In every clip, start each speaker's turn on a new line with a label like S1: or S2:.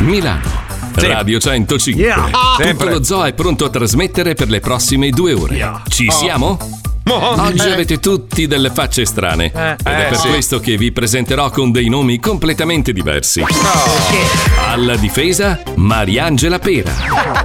S1: Milano.
S2: Sì.
S1: Radio 105.
S2: Yeah. Ah.
S1: Tutto
S2: Sempre.
S1: lo zoo è pronto a trasmettere per le prossime due ore. Ci
S2: Oh.
S1: siamo?
S2: Oh.
S1: Oggi
S2: Eh.
S1: avete tutti delle facce strane. Ed è
S2: Eh,
S1: per
S2: sì.
S1: questo che vi presenterò con dei nomi completamente diversi.
S2: Oh.
S1: Alla difesa, Mariangela Pera.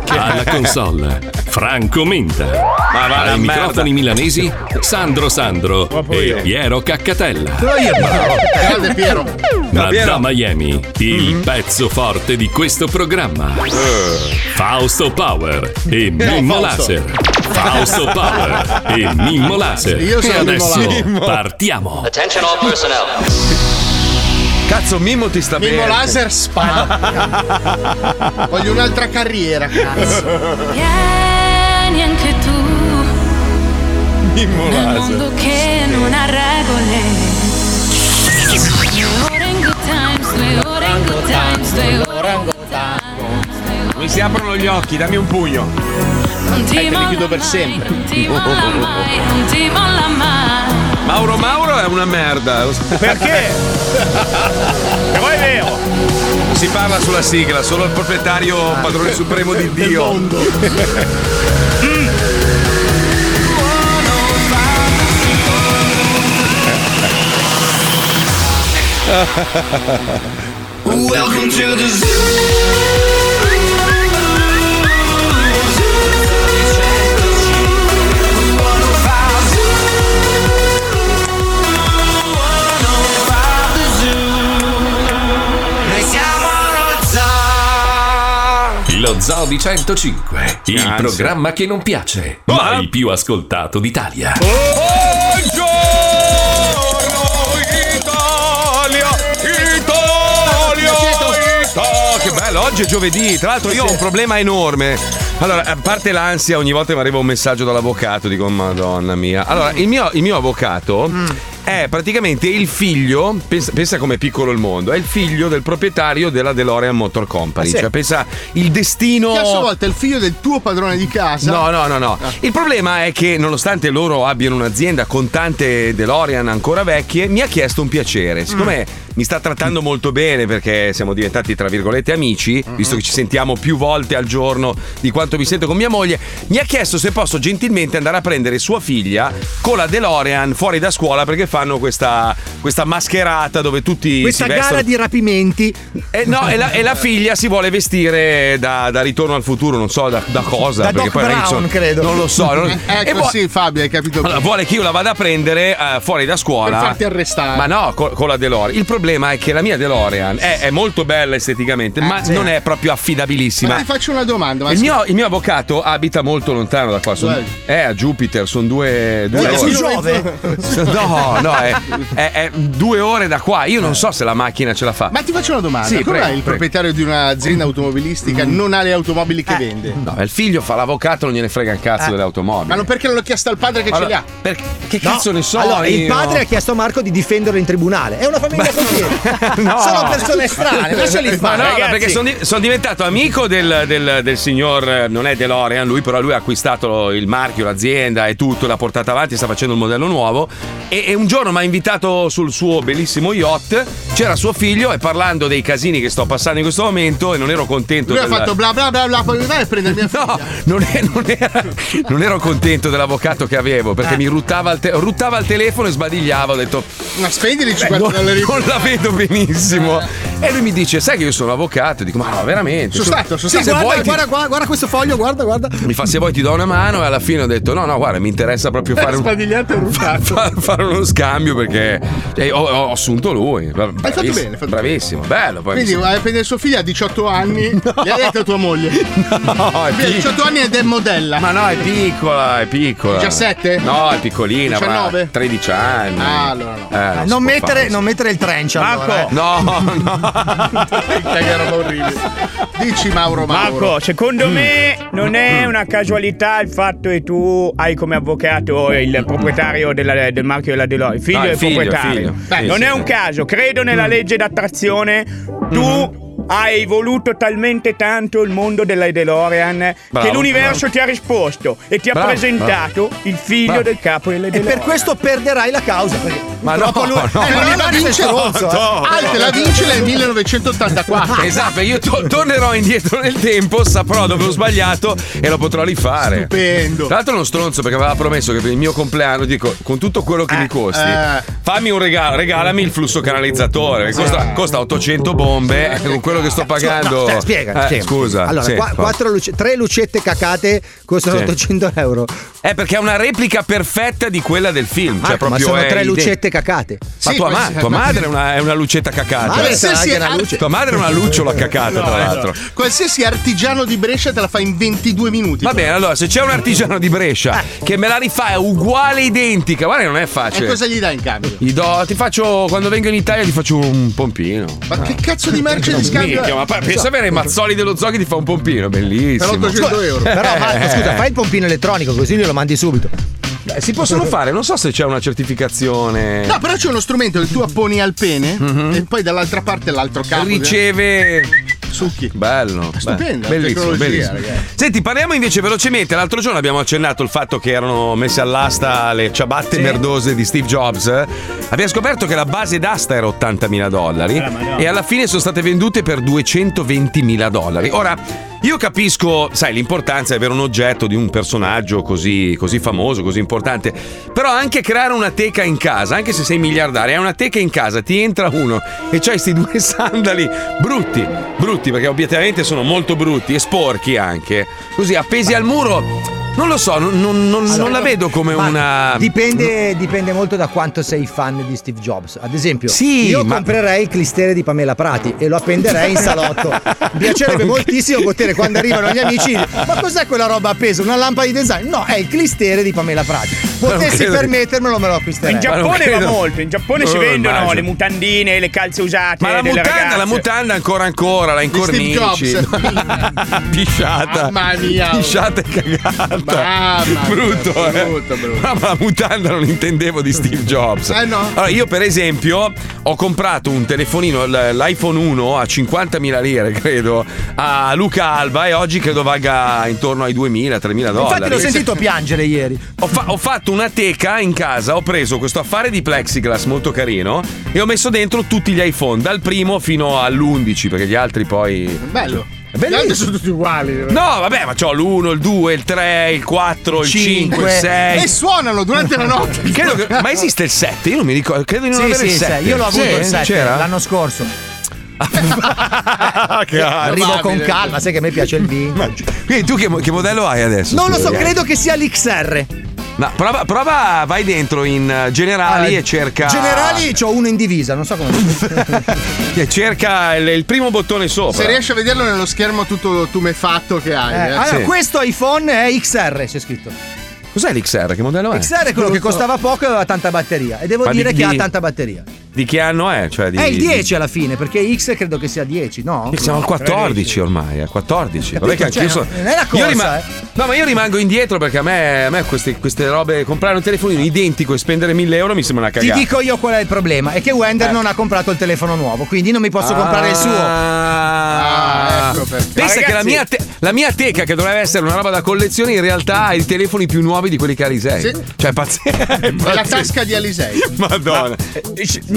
S1: Alla console, Franco Menta.
S2: Ma va la
S1: Ai
S2: merda.
S1: microfoni milanesi, Sandro Sandro e Piero Caccatella.
S3: Grande Piero.
S1: Ma
S2: Piero.
S1: da Miami,
S3: Mm-hmm.
S1: il pezzo forte di questo programma. Fausto Power e Mimmo
S3: Eh. Fausto.
S1: Laser. Fausto Power e Mimmo Laser.
S3: Io sono
S1: e
S3: Mimmo
S1: adesso
S3: Laser.
S1: partiamo.
S4: Attention all personnel.
S2: Cazzo, Mimmo ti sta
S3: Mimmo
S2: bene.
S3: Laser spara. Voglio un'altra carriera, cazzo.
S5: Vieni anche Eh, tu
S2: Mimmo
S5: nel
S2: Laser.
S5: mondo che non ha regole. Due ore in good times, due ore in good times, due ore in good times.
S2: Mi si aprono gli occhi, dammi un pugno.
S5: Non ti
S3: te li
S5: molla
S3: chiudo per
S5: mai,
S3: sempre.
S5: Non ti molla mai, non ti molla mai.
S2: Mauro Mauro è una merda.
S6: Perché? E poi è vero.
S2: Si parla sulla sigla, solo il proprietario
S3: Ah.
S2: padrone supremo di Dio.
S1: Lo Zoo di 105, il
S2: Grazie.
S1: programma che non piace,
S3: Ah.
S1: ma il più ascoltato d'Italia.
S2: Buongiorno Italia, Italia, Italia. Oh, Che bello, oggi è giovedì, tra l'altro io ho un problema enorme. Allora, a parte l'ansia, ogni volta mi arriva un messaggio dall'avvocato, dico madonna mia. Allora, il mio, il mio avvocato è praticamente il figlio, pensa, pensa com'è piccolo il mondo, è il figlio del proprietario della DeLorean Motor Company. Cioè, pensa il destino...
S3: Che a sua volta è il figlio del tuo padrone di casa.
S2: No, no, no,
S7: Ah.
S2: no. Il problema è che nonostante loro abbiano un'azienda con tante DeLorean ancora vecchie, mi ha chiesto un
S7: Mm.
S2: piacere. Siccome mi sta trattando molto bene perché siamo diventati tra virgolette amici, visto che ci sentiamo più volte al giorno di quanto mi sento con mia moglie, mi ha chiesto se posso gentilmente andare a prendere sua figlia con la DeLorean fuori da scuola perché fanno questa, questa mascherata dove tutti
S7: Questa
S2: si
S7: gara
S2: vestono
S7: di rapimenti.
S2: eh, no, e la, e la figlia si vuole vestire da, da ritorno al futuro, non so da, da cosa.
S7: Da
S2: perché
S7: Doc
S2: poi
S7: Brown,
S2: adesso-
S7: credo.
S2: Non lo so. non-
S3: Eh,
S2: e
S3: Ecco
S2: vuo-
S3: sì, Fabio, hai capito
S2: allora, vuole che io la vada a prendere eh, fuori da scuola.
S3: Per farti arrestare.
S2: Ma no, co- con la DeLorean. Il problema è che la mia DeLorean è, è molto bella esteticamente, ma non è proprio affidabilissima.
S3: Eh, Ma ti faccio una domanda, ma
S2: Il mio, il mio avvocato abita molto lontano da qua. Son,
S3: Dove?
S2: è a Jupiter, sono due, due
S7: Su
S2: ore.
S7: Giove.
S2: Eh, No, no, è, è- è due ore da qua. Io non so se la macchina ce la fa.
S3: Eh. Ma ti faccio una domanda.
S2: Sì,
S3: Come
S2: prego,
S3: mai il
S2: prego. Mm.
S3: proprietario di un'azienda automobilistica non ha le automobili
S7: Eh.
S3: che vende?
S2: No, il figlio fa l'avvocato, non gliene frega un cazzo delle automobili.
S3: Ah. Ma non perché non l'ho chiesto al padre che
S2: Allora,
S3: ce
S2: perché- che
S7: No,
S2: cazzo ne so?
S7: allora, il
S2: io?
S7: padre ha chiesto a Marco di difenderlo in tribunale. È una famiglia così.
S2: No.
S7: Sono persone strane, lasciali
S2: Ma
S7: fare.
S2: no,
S7: ragazzi.
S2: ma perché sono diventato amico del, del- del signor, eh, non è DeLorean, lui però lui ha acquistato lo- il marchio, l'azienda e tutto, l'ha portata avanti, sta facendo il modello nuovo e, e un giorno mi ha invitato sul suo bellissimo yacht, c'era suo figlio e parlando dei casini che sto passando in questo momento e non ero contento
S3: l'ha. Lui ha
S2: del-
S3: fatto bla bla bla bla, poi vai a prendere mia figlia.
S2: No, non, è- non era- non ero contento dell'avvocato che avevo
S3: Eh.
S2: perché mi ruttava al, te- ruttava al telefono e sbadigliava. Ho detto,
S3: Ma spendili i
S2: Beh,
S3: 50
S2: non,
S3: dollari.
S2: non la vedo benissimo. E lui mi dice: Sai che io sono avvocato? Dico, ma no, veramente?
S3: Eh. Sono
S2: Tu-
S3: stato, sono
S2: sì,
S3: stato.
S2: se
S7: Guarda,
S2: vuoi ti-
S7: guarda, guarda, guarda questo foglio, guarda, guarda. Eh,
S2: Mi fa se vuoi ti do una mano e alla fine ho detto no no guarda mi interessa proprio
S3: Eh,
S2: fare, un-
S3: Sbadigliato e ruttato.
S2: fa- fare uno scambio perché eh, ho, ho assunto lui Hai
S3: fatto bene, hai fatto
S2: bravissimo bello poi mi
S3: Quindi vai a prendere sua figlia a 18 anni. Le ha detto a tua moglie.
S2: sa- no, è
S3: Figlia di
S2: piccola.
S3: 18 anni ed è modella.
S2: ma no è piccola è piccola
S3: 17?
S2: no è piccolina avrà
S3: 19?
S2: 13 anni
S3: Ah, allora no.
S2: Eh, si può
S7: Non mettere,
S2: fare.
S7: non mettere il trench allora. eh.
S2: no no
S3: Minchia, che roba orribile. Dici Mauro Mauro. Mm.
S6: Marco, secondo me non è una casualità il fatto che tu hai come avvocato il proprietario della- del marchio della Deloitte, figlio
S2: No, il
S6: del
S2: figlio,
S6: proprietario.
S2: figlio.
S6: Beh,
S2: Sì,
S6: non
S7: Mm.
S2: sì,
S6: è
S2: sì.
S6: un caso, credo nella legge d'attrazione. Tu
S7: Mm-hmm.
S6: Hai voluto talmente tanto il mondo della DeLorean
S7: Bravo,
S6: che l'universo ti ha risposto e ti ha
S7: Bravo,
S6: presentato
S7: bravo.
S6: il figlio
S7: Bravo.
S6: del capo delle
S7: E
S6: DeLorean.
S7: per questo perderai la causa.
S2: Ma
S7: no,
S6: Eh,
S3: Eh,
S2: no, no,
S7: la
S2: no,
S7: vince
S2: no,
S7: Rozzo. eh.
S2: no,
S3: Ah, te la vince nel 1984.
S2: Esatto, io to- tornerò indietro nel tempo, saprò dove ho sbagliato e lo potrò rifare.
S3: Stupendo.
S2: Tra l'altro, uno stronzo perché aveva promesso che per il mio compleanno, dico, con tutto quello che mi costi,
S3: eh.
S2: fammi un regalo, regalami il flusso canalizzatore. che Costa, costa 800 bombe e con quello che sto pagando.
S7: Esatto. No, cioè, spiega,
S2: Eh,
S7: spiega.
S2: Scusa.
S7: Allora,
S2: sì,
S7: qua-
S2: fa-
S7: quattro luce- tre lucette cacate costano
S2: Sì.
S7: 800 euro.
S2: Eh, perché è una replica perfetta di quella del film. Cioè,
S7: Marco, Ah, ma
S2: proprio
S7: sono
S2: è
S7: tre
S2: ident-
S7: lucette cacate.
S2: Ma
S7: Sì,
S2: tua,
S7: ma-
S2: ma- tua madre è una, è una lucetta cacata. Cioè,
S7: Ma questa è anche una luce.
S2: Tua madre è una lucciola cacata,
S3: No,
S2: tra l'altro.
S3: no. Qualsiasi artigiano di Brescia te la fa in 22 minuti.
S2: Va bene, allora, se c'è un artigiano di Brescia
S3: Eh.
S2: che me la rifà è uguale, identica, guarda che non è
S3: E
S2: facile.
S3: cosa gli dai in cambio?
S2: Gli do, ti faccio, quando vengo in Italia ti faccio un pompino.
S3: Ma che cazzo di merce di scambio?
S2: Minchia,
S3: è? Esatto.
S2: ma pa- pensa avere i mazzoli dello zoo che ti fa un pompino, bellissimo.
S3: Per 800 euro.
S7: Però Marco,
S2: Eh.
S7: scusa, fai il pompino elettronico così glielo mandi subito.
S2: Eh, Si possono fare, non so se c'è una certificazione.
S3: No, però c'è uno strumento che tu apponi al pene
S2: Mhm.
S3: e poi dall'altra parte l'altro capo.
S2: Riceve.
S3: Succhi.
S2: Bello,
S3: Stupenda
S2: bello, bellissimo,
S3: tecnologia,
S2: bellissimo.
S3: ragazzi.
S2: Senti, parliamo invece velocemente. L'altro giorno abbiamo accennato il fatto che erano messe all'asta le ciabatte merdose di Steve Jobs. Abbiamo scoperto che la base d'asta era 80.000
S3: Eh,
S2: dollari
S6: Ah, Madonna.
S2: e alla fine sono state vendute per 220.000 dollari. Ora. Io capisco, sai, l'importanza di avere un oggetto di un personaggio così, così famoso, così importante, però anche creare una teca in casa, anche se sei miliardario, hai una teca in casa, ti entra uno e c'hai questi due sandali brutti, brutti perché obiettivamente sono molto brutti e sporchi anche, così appesi al muro. Non lo so, non, non- non- non la vedo come
S7: Ma
S2: una...
S7: Dipende, dipende molto da quanto sei fan di Steve Jobs. Ad esempio,
S2: Sì,
S7: io
S2: ma-
S7: comprerei il clistere di Pamela Prati e lo appenderei in salotto. Mi piacerebbe moltissimo poter quando arrivano gli amici. Ma cos'è quella roba appesa? Una lampada di design? No, è il clistere di Pamela Prati. Potessi
S2: credo che-
S7: permettermelo, me lo
S6: In
S7: acquisterei.
S2: Cioè, Ma non
S6: Giappone va
S2: credo.
S6: molto, in Giappone si
S2: Eh,
S6: vendono
S2: immagino.
S6: le mutandine, le calze usate.
S2: Ma la
S6: delle
S2: mutanda,
S6: ragazze.
S2: la mutanda ancora ancora, la
S3: Steve
S2: incornici. Pisciata.
S3: Mamma mia.
S2: Pisciata e cagata.
S3: Mamma mia,
S2: brutto, eh.
S3: brutto, brutto.
S2: Ma la mutanda non intendevo di Steve Jobs.
S3: Eh, no.
S2: Allora, io per esempio ho comprato un telefonino, l- l'iPhone 1 a 50.000 lire, credo, a Luca Alba e oggi credo valga intorno ai 2.000-3.000 dollari.
S7: Infatti, l'ho sentito piangere ieri.
S2: Ho, fa- ho fatto una teca in casa, ho preso questo affare di plexiglass molto carino e ho messo dentro tutti gli iPhone, dal primo fino all'11, perché gli altri poi.
S3: Bello. Gli
S2: Bellissimo.
S3: altri sono tutti uguali.
S2: No, vabbè, ma c'ho l'1, il 2, il 3, il 4, il 5,
S7: Cinque.
S2: il 6.
S3: E suonano durante la notte.
S2: Credo che- ma esiste il 7? Io non mi ricordo. Credo di non
S7: Sì,
S2: avere
S7: sì,
S2: il
S7: sì,
S2: 7.
S7: io l'ho avuto
S2: Sì?
S7: il 7
S2: C'era?
S7: l'anno scorso. Arrivo con
S3: probabile.
S7: calma, sai che a me piace il vino.
S2: Quindi tu che, mo- che modello hai adesso?
S7: Non lo so,
S2: scusa?
S7: credo che sia l'XR.
S2: No, prova, prova, vai dentro in eh, generali
S7: Ah,
S2: e cerca.
S7: Generali, c'ho uno in divisa, non so come. si
S2: E cerca il, il primo bottone sopra.
S3: Se riesci a vederlo nello schermo tutto tumefatto che hai.
S7: Eh,
S3: eh.
S7: allora,
S2: sì.
S7: questo iPhone è XR, c'è scritto.
S2: Cos'è l'XR? Che modello è?
S7: XR è quello che costava poco e aveva tanta batteria. E devo
S2: Eh. Ma
S7: dire
S2: di-
S7: che
S2: di-
S7: ha tanta batteria.
S2: Di che anno è? Cioè, di-
S7: È il
S2: di-
S7: 10 alla fine, perché X credo che sia 10, no?
S2: Eh, Siamo al 14 ormai, a 14. Vabbè che
S7: Capito?
S2: anch'io
S7: Cioè,
S2: sono-
S7: non è la
S2: io
S7: corsa,
S2: rima-
S7: eh.
S2: No, ma io rimango indietro perché a me, a me queste, queste robe, comprare un telefonino identico e spendere 1000 euro mi sembra una
S7: Ti
S2: cagata.
S7: dico io qual è il problema, è che Wender
S2: Eh.
S7: non ha comprato il telefono nuovo, quindi non mi posso comprare il suo.
S2: Ah,
S3: Ah, ecco perché.
S2: Pensa
S6: Ma
S2: che la
S6: ragazzi-
S2: mia, te- la mia teca, che dovrebbe essere una roba da collezione, in realtà ha i telefoni più nuovi di quelli che ha Lisei.
S3: Sì.
S2: Cioè, è pazzesco. è
S3: È la
S2: pazzesco.
S3: tasca di Alisei.
S2: Madonna.
S7: eh,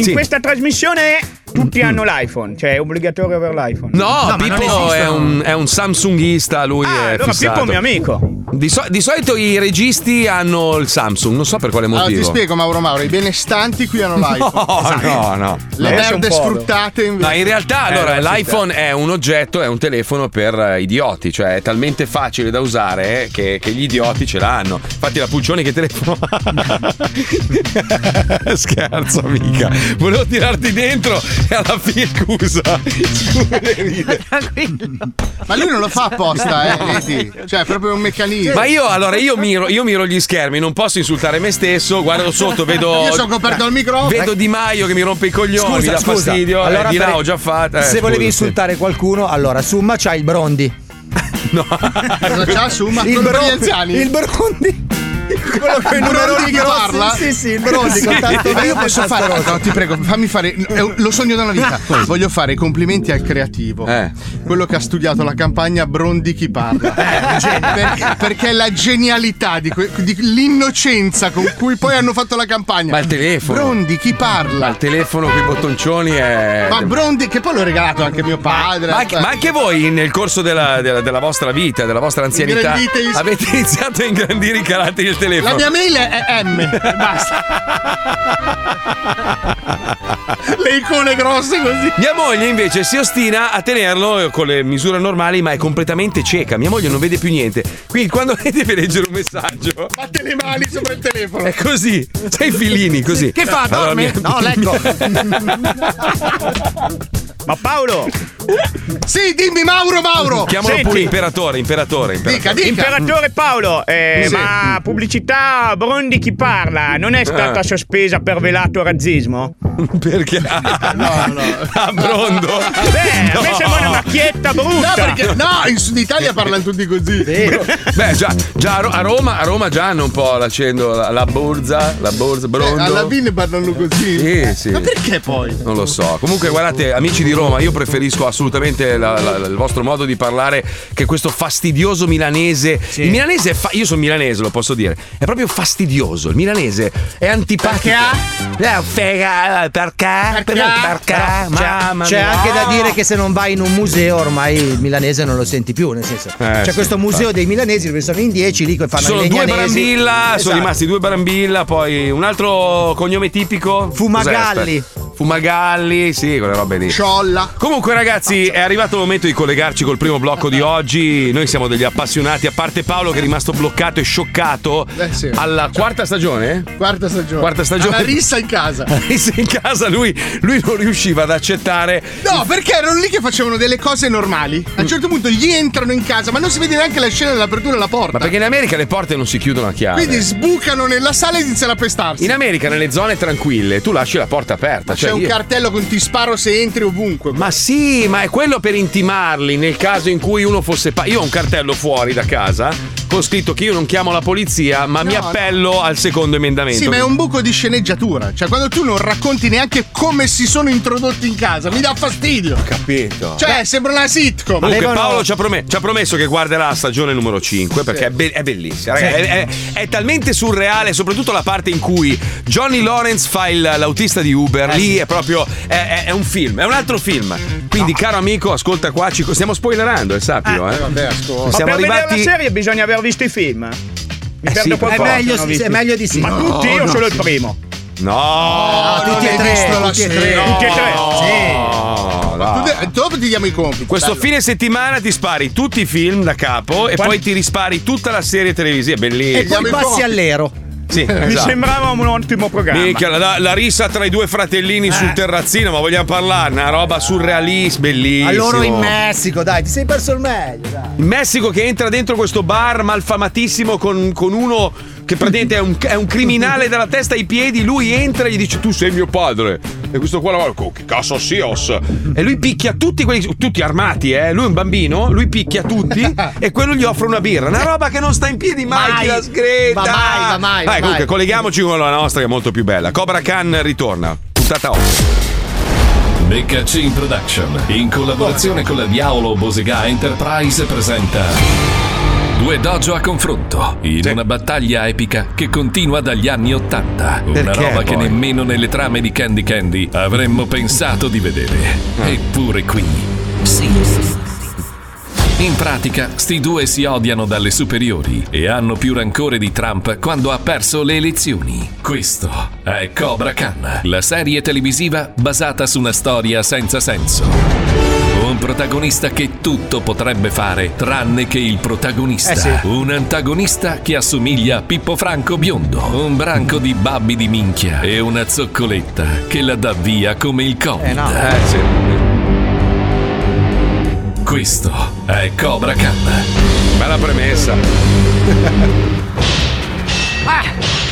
S6: In
S2: Sì.
S6: questa trasmissione tutti hanno l'iPhone, cioè è obbligatorio avere l'iPhone.
S2: No,
S7: ma non
S2: Pippo è
S7: esistono.
S2: un, è un Samsungista, lui
S6: Ah,
S2: è
S6: allora
S2: fissato.
S6: Pippo è un mio amico.
S2: Di, so- di solito i registi hanno il Samsung, non so per quale
S3: Allora,
S2: motivo.
S3: Ah, ti spiego, Mauro Mauro. I benestanti qui hanno l'iPhone. Esatto.
S2: No, no, no.
S3: Le Eh,
S6: Adesso un
S3: merde
S6: po'.
S3: sfruttate invece.
S2: No, in realtà allora l'iPhone è un oggetto, è un telefono per eh, idioti, cioè è talmente facile da usare eh, che, che gli idioti ce l'hanno. Infatti la Puccioni che telefono ha? Scherzo amica, volevo tirarti dentro e alla fine scusa. Scusa, ride.
S3: Ma lui non lo fa apposta, eh, vedi? Cioè, è proprio un meccanismo.
S2: Ma io allora io miro, io miro gli schermi, non posso insultare me stesso, guardo sotto, vedo...
S3: Io sono coperto al microfono. Eh.
S2: Vedo Di Maio che mi rompe i coglioni, mi dà fastidio. Allora, di là
S7: per-
S2: ho già fatto. eh,
S7: se volevi
S2: scusa, sì.
S7: insultare qualcuno, allora Summa c'ha il Brondi.
S2: No.
S3: Cosa c'ha su? Ma
S7: il,
S3: con
S7: Bro-
S3: gli anziani?
S7: il Brondi. quello con i numeroni
S3: Brondi che
S7: grossi.
S3: parla?
S7: Sì, sì, il Brondi con tanto
S3: Ma io
S7: verde
S3: posso
S7: e
S3: fare.
S7: tanto rosso.
S3: No, ti prego, fammi fare. è un- Lo sogno da una vita. Voglio fare i complimenti al creativo.
S4: Eh.
S3: Quello che ha studiato la campagna Brondi chi parla.
S4: Eh,
S3: Per- perché la genialità di, que- di l'innocenza con cui poi hanno fatto la campagna.
S4: Ma il telefono.
S3: Brondi chi parla?
S4: Ma il telefono con i bottoncioni è.
S3: Ma Brondi, che poi l'ho regalato anche a mio padre.
S2: Ma anche, ma anche voi nel corso della, della- della vostra vita, della vostra anzianità,
S3: Ingrandite gli-
S2: avete iniziato a ingrandire i caratteri
S3: La
S2: del telefono.
S3: mia mail è M, e basta. Le icone grosse così.
S2: Mia moglie invece si ostina a tenerlo con le misure normali, ma è completamente cieca. Mia moglie non vede più niente. Quindi quando lei deve leggere un messaggio,
S3: Batte le mani sopra il telefono.
S2: è così. Sei filini così.
S7: Che fa?
S2: Allora,
S7: Dorme?
S2: mia-
S7: No, leggo.
S6: Ma Paolo,
S3: Sì, dimmi Mauro, Mauro.
S2: Chiamalo
S6: Senti.
S2: pure imperatore, imperatore,
S3: Dica,
S2: imperatore.
S3: dica.
S6: imperatore Paolo, eh,
S3: Sì.
S6: ma pubblicità Brondi chi parla non è stata
S2: Ah.
S6: sospesa per velato razzismo?
S2: Perché? No, no. A brondo.
S6: Beh, Eh, a me sembra una macchietta brutta.
S3: No, perché no, in Sud Italia parlano tutti così. Eh,
S4: Beh, già, già a, Ro- a Roma, a Roma già hanno un po' l'accendo, la, la borsa, la borsa, brondo.
S3: Eh, Alla fine parlano così.
S4: Sì, sì.
S3: Ma perché poi?
S4: Non lo so. Comunque, guardate, amici di Roma, io preferisco assolutamente la- la- la- il vostro modo di parlare che questo fastidioso milanese. Il milanese è fa- io sono milanese, lo posso dire. È proprio fastidioso. Il milanese è antipatico. Perché? Perché? Perché? Perché? Mamma
S7: C'è
S4: mia.
S7: anche da dire che se non vai in un museo ormai il milanese non lo senti più, nel senso. c'è
S4: sì,
S7: questo museo dei milanesi dove sono in 10 lì che fanno
S2: Eh, Sono
S7: i
S2: due
S7: legnanesi.
S2: Barambilla, sono
S7: Esatto.
S2: rimasti due Barambilla, poi un altro cognome tipico.
S7: Fumagalli.
S2: Cos'è? Aspetta. Fumagalli, sì, quelle robe lì.
S3: Ciolla.
S2: Comunque ragazzi è arrivato il momento di collegarci col primo blocco di oggi, noi siamo degli appassionati, a parte Paolo che è rimasto bloccato e scioccato
S3: Eh, sì.
S2: alla quarta stagione?
S3: Quarta stagione.
S2: Quarta stagione.
S3: Alla rissa in casa.
S2: Se in casa lui, lui non riusciva ad accettare.
S3: No, perché erano lì che facevano delle cose normali. A un certo punto gli entrano in casa, ma non si vede neanche la scena dell'apertura della porta.
S2: Ma perché in America le porte non si chiudono a chiave?
S3: Quindi sbucano nella sala e iniziano a pestarsi.
S2: In America nelle zone tranquille tu lasci la porta aperta.
S3: C'è
S2: cioè
S3: un
S2: io-
S3: cartello con ti sparo se entri ovunque.
S2: Ma sì, ma è quello per intimarli nel caso in cui uno fosse. pa- io ho un cartello fuori da casa con scritto che io non chiamo la polizia, ma mi
S3: No.
S2: appello al secondo emendamento.
S3: Sì, ma è un buco di sceneggiatura. Cioè, quando tu non racconti neanche come si sono introdotti in casa, mi dà fastidio.
S2: capito.
S3: Cioè, sembra una sitcom.
S2: Comunque
S7: Avevano-
S2: Paolo ci ha, prome- ci ha promesso che guarderà la stagione numero 5 perché è, be- è bellissima. raga, è, è- è talmente surreale, soprattutto la parte in cui Johnny Lawrence fa il- l'autista di Uber.
S3: Eh
S2: lì è proprio. È, è- è un film, è un altro film. Quindi, caro amico, ascolta qua, ci- stiamo spoilerando, eh, sappilo. Eh.
S3: Vabbè, ascolta.
S6: Ma
S2: Siamo
S6: per vedere
S2: arrivati.
S6: la serie bisogna aver visto i film. Mi
S2: Eh
S6: perdo
S2: sì,
S7: È
S6: qualcosa.
S7: meglio,
S6: non ho
S7: sì,
S6: visto.
S7: è meglio di sì.
S6: Ma tutti io solo il primo.
S2: No,
S3: non
S7: Ah, tutti e
S3: hai
S7: tre,
S3: visto la
S7: tutti e
S3: serie.
S7: tre.
S3: No.
S6: Tutti e tre.
S2: no, no.
S3: Tu de- Dopo ti diamo i compiti.
S2: Questo
S3: bello.
S2: fine settimana ti spari tutti i film da capo e poi ti rispari tutta la serie televisiva.
S7: E
S2: Bellissimo.
S7: poi
S3: Siamo in
S7: passi
S3: pochi.
S7: all'ero.
S2: Sì,
S6: Mi
S2: esatto.
S6: sembrava un ottimo programma.
S2: Minchia, la, la rissa tra i due fratellini
S7: Eh.
S2: sul terrazzino, ma vogliamo parlare? Una roba surrealista, bellissima.
S7: A loro in Messico, dai, ti sei perso il meglio. dai.
S2: Il Messico che entra dentro questo bar malfamatissimo con, con uno che praticamente è un, è un criminale dalla testa ai piedi. Lui entra e gli dice: Tu sei mio padre. E questo qua la che cazzo sios? E lui picchia tutti quelli, tutti armati, eh. Lui è un bambino, lui picchia tutti e quello gli offre una birra. Una roba che non sta in piedi mai,
S7: Mai.
S2: chi la
S7: Va
S2: sgreta.
S7: mai, va mai, va
S2: Dai, comunque,
S7: mai.
S2: colleghiamoci con la nostra che è molto più bella. Cobra Khan ritorna. Puntata 8.
S1: Becca in Production, in collaborazione con la Diavolo Bosega Enterprise, presenta. Due dojo a confronto, in una battaglia epica che continua dagli anni Ottanta. Una
S2: Perché,
S1: roba che
S2: poi?
S1: nemmeno nelle trame di Candy Candy avremmo pensato di vedere.
S2: Ah.
S1: Eppure qui. Sì. In pratica, sti due si odiano dalle superiori e hanno più rancore di Trump quando ha perso le elezioni. Questo è Cobra Khan, la serie televisiva basata su una storia senza senso. Un protagonista che tutto potrebbe fare tranne che il protagonista.
S2: Eh
S1: Un antagonista che assomiglia a Pippo Franco biondo, un branco di babbi di minchia e una zoccoletta che la dà via come il Covid.
S2: Eh, sì.
S1: Questo è Cobra Khan.
S2: Bella premessa.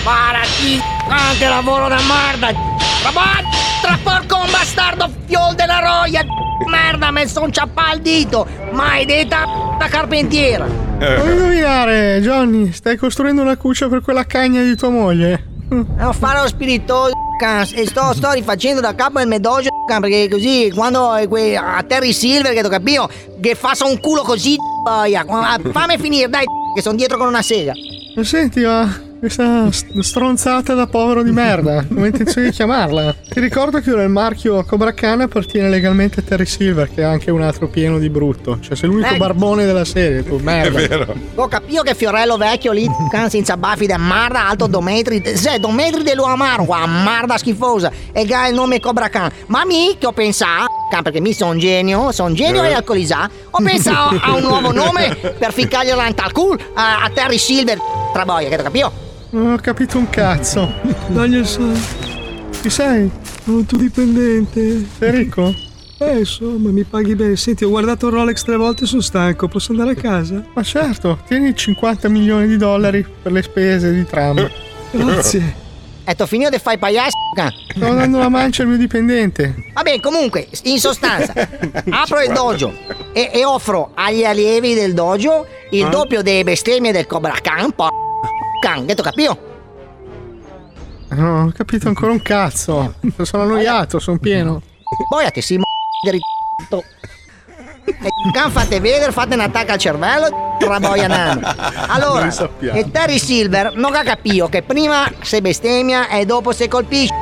S8: Parati, Ah, anche lavoro da merda! Robot, tra porco un bastardo fiol della roia! Merda, mi son ciappato il dito! Maledetta da carpentiera!
S3: Non indovinare, Johnny, stai costruendo una cuccia per quella cagna di tua moglie.
S9: Non Eh, fare lo spiritoso, c***o, e sto, sto rifacendo da capo il medoggio, c***o, perché così quando eh, que- a Terry Silver, che ti ho capito, che fa un culo così, boia. Ah, fammi finire, dai, che sono dietro con una sega.
S3: Eh, Senti, ma questa st- stronzata da povero di merda, come intenzione di chiamarla? Ti ricordo che ora il marchio Cobra Khan appartiene legalmente a Terry Silver, che è anche un altro pieno di brutto. Cioè, sei l'unico
S9: Eh.
S3: barbone della serie, tu merda.
S9: Ho capito che Fiorello vecchio lì, c***o, senza baffi da marda, alto Dometri, se Dometri dell'Uamaro, qua, marda schifosa, e ga il nome Cobra Khan. Ma mi che ho pensato, c***o, perché mi sono genio, sono genio
S8: Eh.
S9: e alcolizzato, ho pensato a un nuovo nome per ficcargli al culo a, a Terry Silver, c***o, traboia, che ti ho capito?
S3: Non ho capito un cazzo. Dagli il sole. Chi sei? Sono il tuo dipendente. Sei ricco?
S10: Eh, insomma, mi paghi bene. Senti, ho guardato Rolex tre volte, sono stanco. Posso andare a casa?
S3: Ma certo, tieni 50 milioni di dollari per le spese di tram.
S10: Grazie.
S9: E t'ho finito di fare pagliaccio, c***o.
S3: Stavo dando la mancia al mio dipendente.
S9: Va bene, comunque, in sostanza, apro il dojo e, e offro agli allievi del dojo il
S3: Ah.
S9: doppio delle bestemmie del Cobra Khan, po- Khan, che t'ho capito?
S3: Non ho capito ancora un cazzo. Sono annoiato, sono pieno.
S9: Poi a te si m***o E can fate vedere, fate un attacco al cervello, traboia nano. Allora,
S3: Noi sappiamo.
S9: e Terry Silver non ha capito che prima se bestemmia e dopo se colpisce.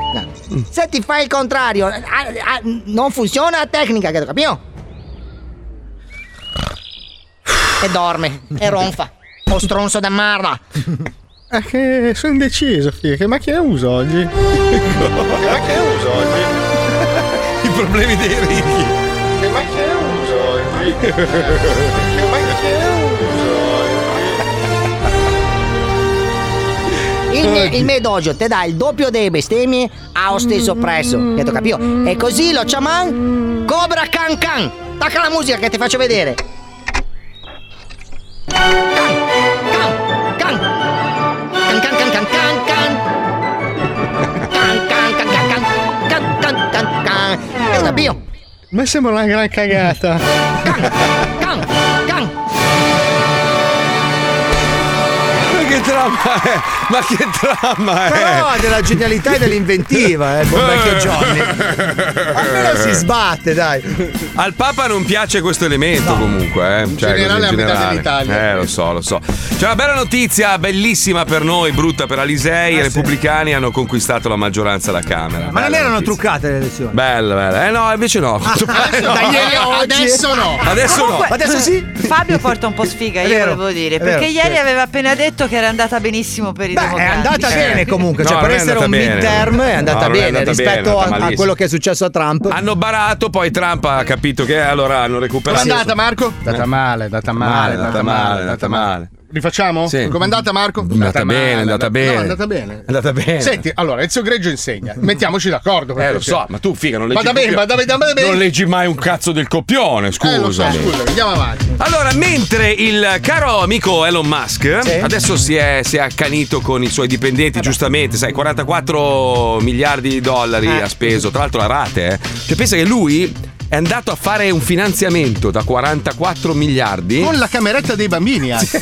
S9: Se ti fai il contrario, ah, ah, non funziona la tecnica, che capito? E dorme, e ronfa. O stronzo da marra.
S3: È Eh, che sono indeciso, figa. Che macchina uso oggi?
S2: Che
S3: macchina uso oggi?
S2: I problemi dei ricchi.
S3: Che macchina uso oggi? Che macchina
S9: Il, me, il mio dojo ti dà il doppio dei bestemmie allo stesso prezzo, che ti capito? E così lo chaman Cobra Can Can. Tacca la musica che ti faccio vedere. Can can can can can can. Can can can can can. Can can can can. Che ti capito?
S3: A me sembra una gran cagata.
S9: Can can.
S2: Ma che trama è? Ma che trama è?
S7: Però ha della genialità e dell'inventiva, eh, buon vecchio Johnny. Almeno si sbatte,
S2: Eh,
S7: dai.
S2: Al Papa non piace questo elemento comunque, eh. Cioè,
S7: generale
S2: così, in
S7: a metà
S2: generale.
S7: dell'Italia.
S2: Eh, lo so, lo so. C'è una bella notizia, bellissima per noi, brutta per Alisei. I repubblicani hanno conquistato la maggioranza alla Camera.
S10: Ma non
S2: Bella
S10: erano
S2: notizia.
S10: truccate le elezioni?
S2: Bella, bella. Eh no, invece Eh, no.
S10: adesso-
S7: Ah,
S10: da ieri a oggi-
S11: Adesso
S10: no.
S2: Adesso no.
S10: Adesso sì.
S11: Fabio porta un po' sfiga,
S10: È
S11: io
S10: vero,
S11: volevo dire,
S10: è vero,
S11: perché ieri
S10: sì.
S11: aveva appena detto che era andata benissimo per i
S7: È
S11: democratici.
S7: andata bene comunque, cioè
S2: No,
S7: per
S2: non è
S7: essere un
S2: andata bene.
S7: midterm è andata
S2: No, non è
S7: bene
S2: andata bene, è
S7: rispetto
S2: andata
S7: a- a,
S2: malissimo.
S7: quello che è successo a Trump.
S2: Hanno barato, poi Trump ha capito che eh, allora hanno
S3: Com'è
S2: recuperato.
S3: andata, Marco?
S2: Eh. Data
S3: male, data
S2: male, data male, data male.
S3: Rifacciamo?
S2: Sì.
S3: Com'è andata, Marco?
S2: Andata bene,
S3: male,
S2: andata
S3: No,
S2: bene.
S3: è andata bene.
S2: È andata bene.
S3: Senti, allora, Ezio Greggio insegna. Mettiamoci d'accordo.
S2: Eh, lo so, ma tu figa, non leggi.
S3: Vada
S2: il
S3: bene,
S2: copione.
S3: vada bene, vada bene.
S2: Non leggi mai un cazzo del copione, scusa.
S3: Eh, lo so, scusami, andiamo avanti.
S2: Allora, mentre il caro amico Elon Musk
S3: Sì.
S2: adesso si è, si è accanito con i suoi dipendenti, giustamente, sai, 44 miliardi di dollari
S3: Eh.
S2: ha speso, tra l'altro la rate, eh. cioè pensa che lui è andato a fare un finanziamento da 44 miliardi.
S3: Con la cameretta dei bambini, anche.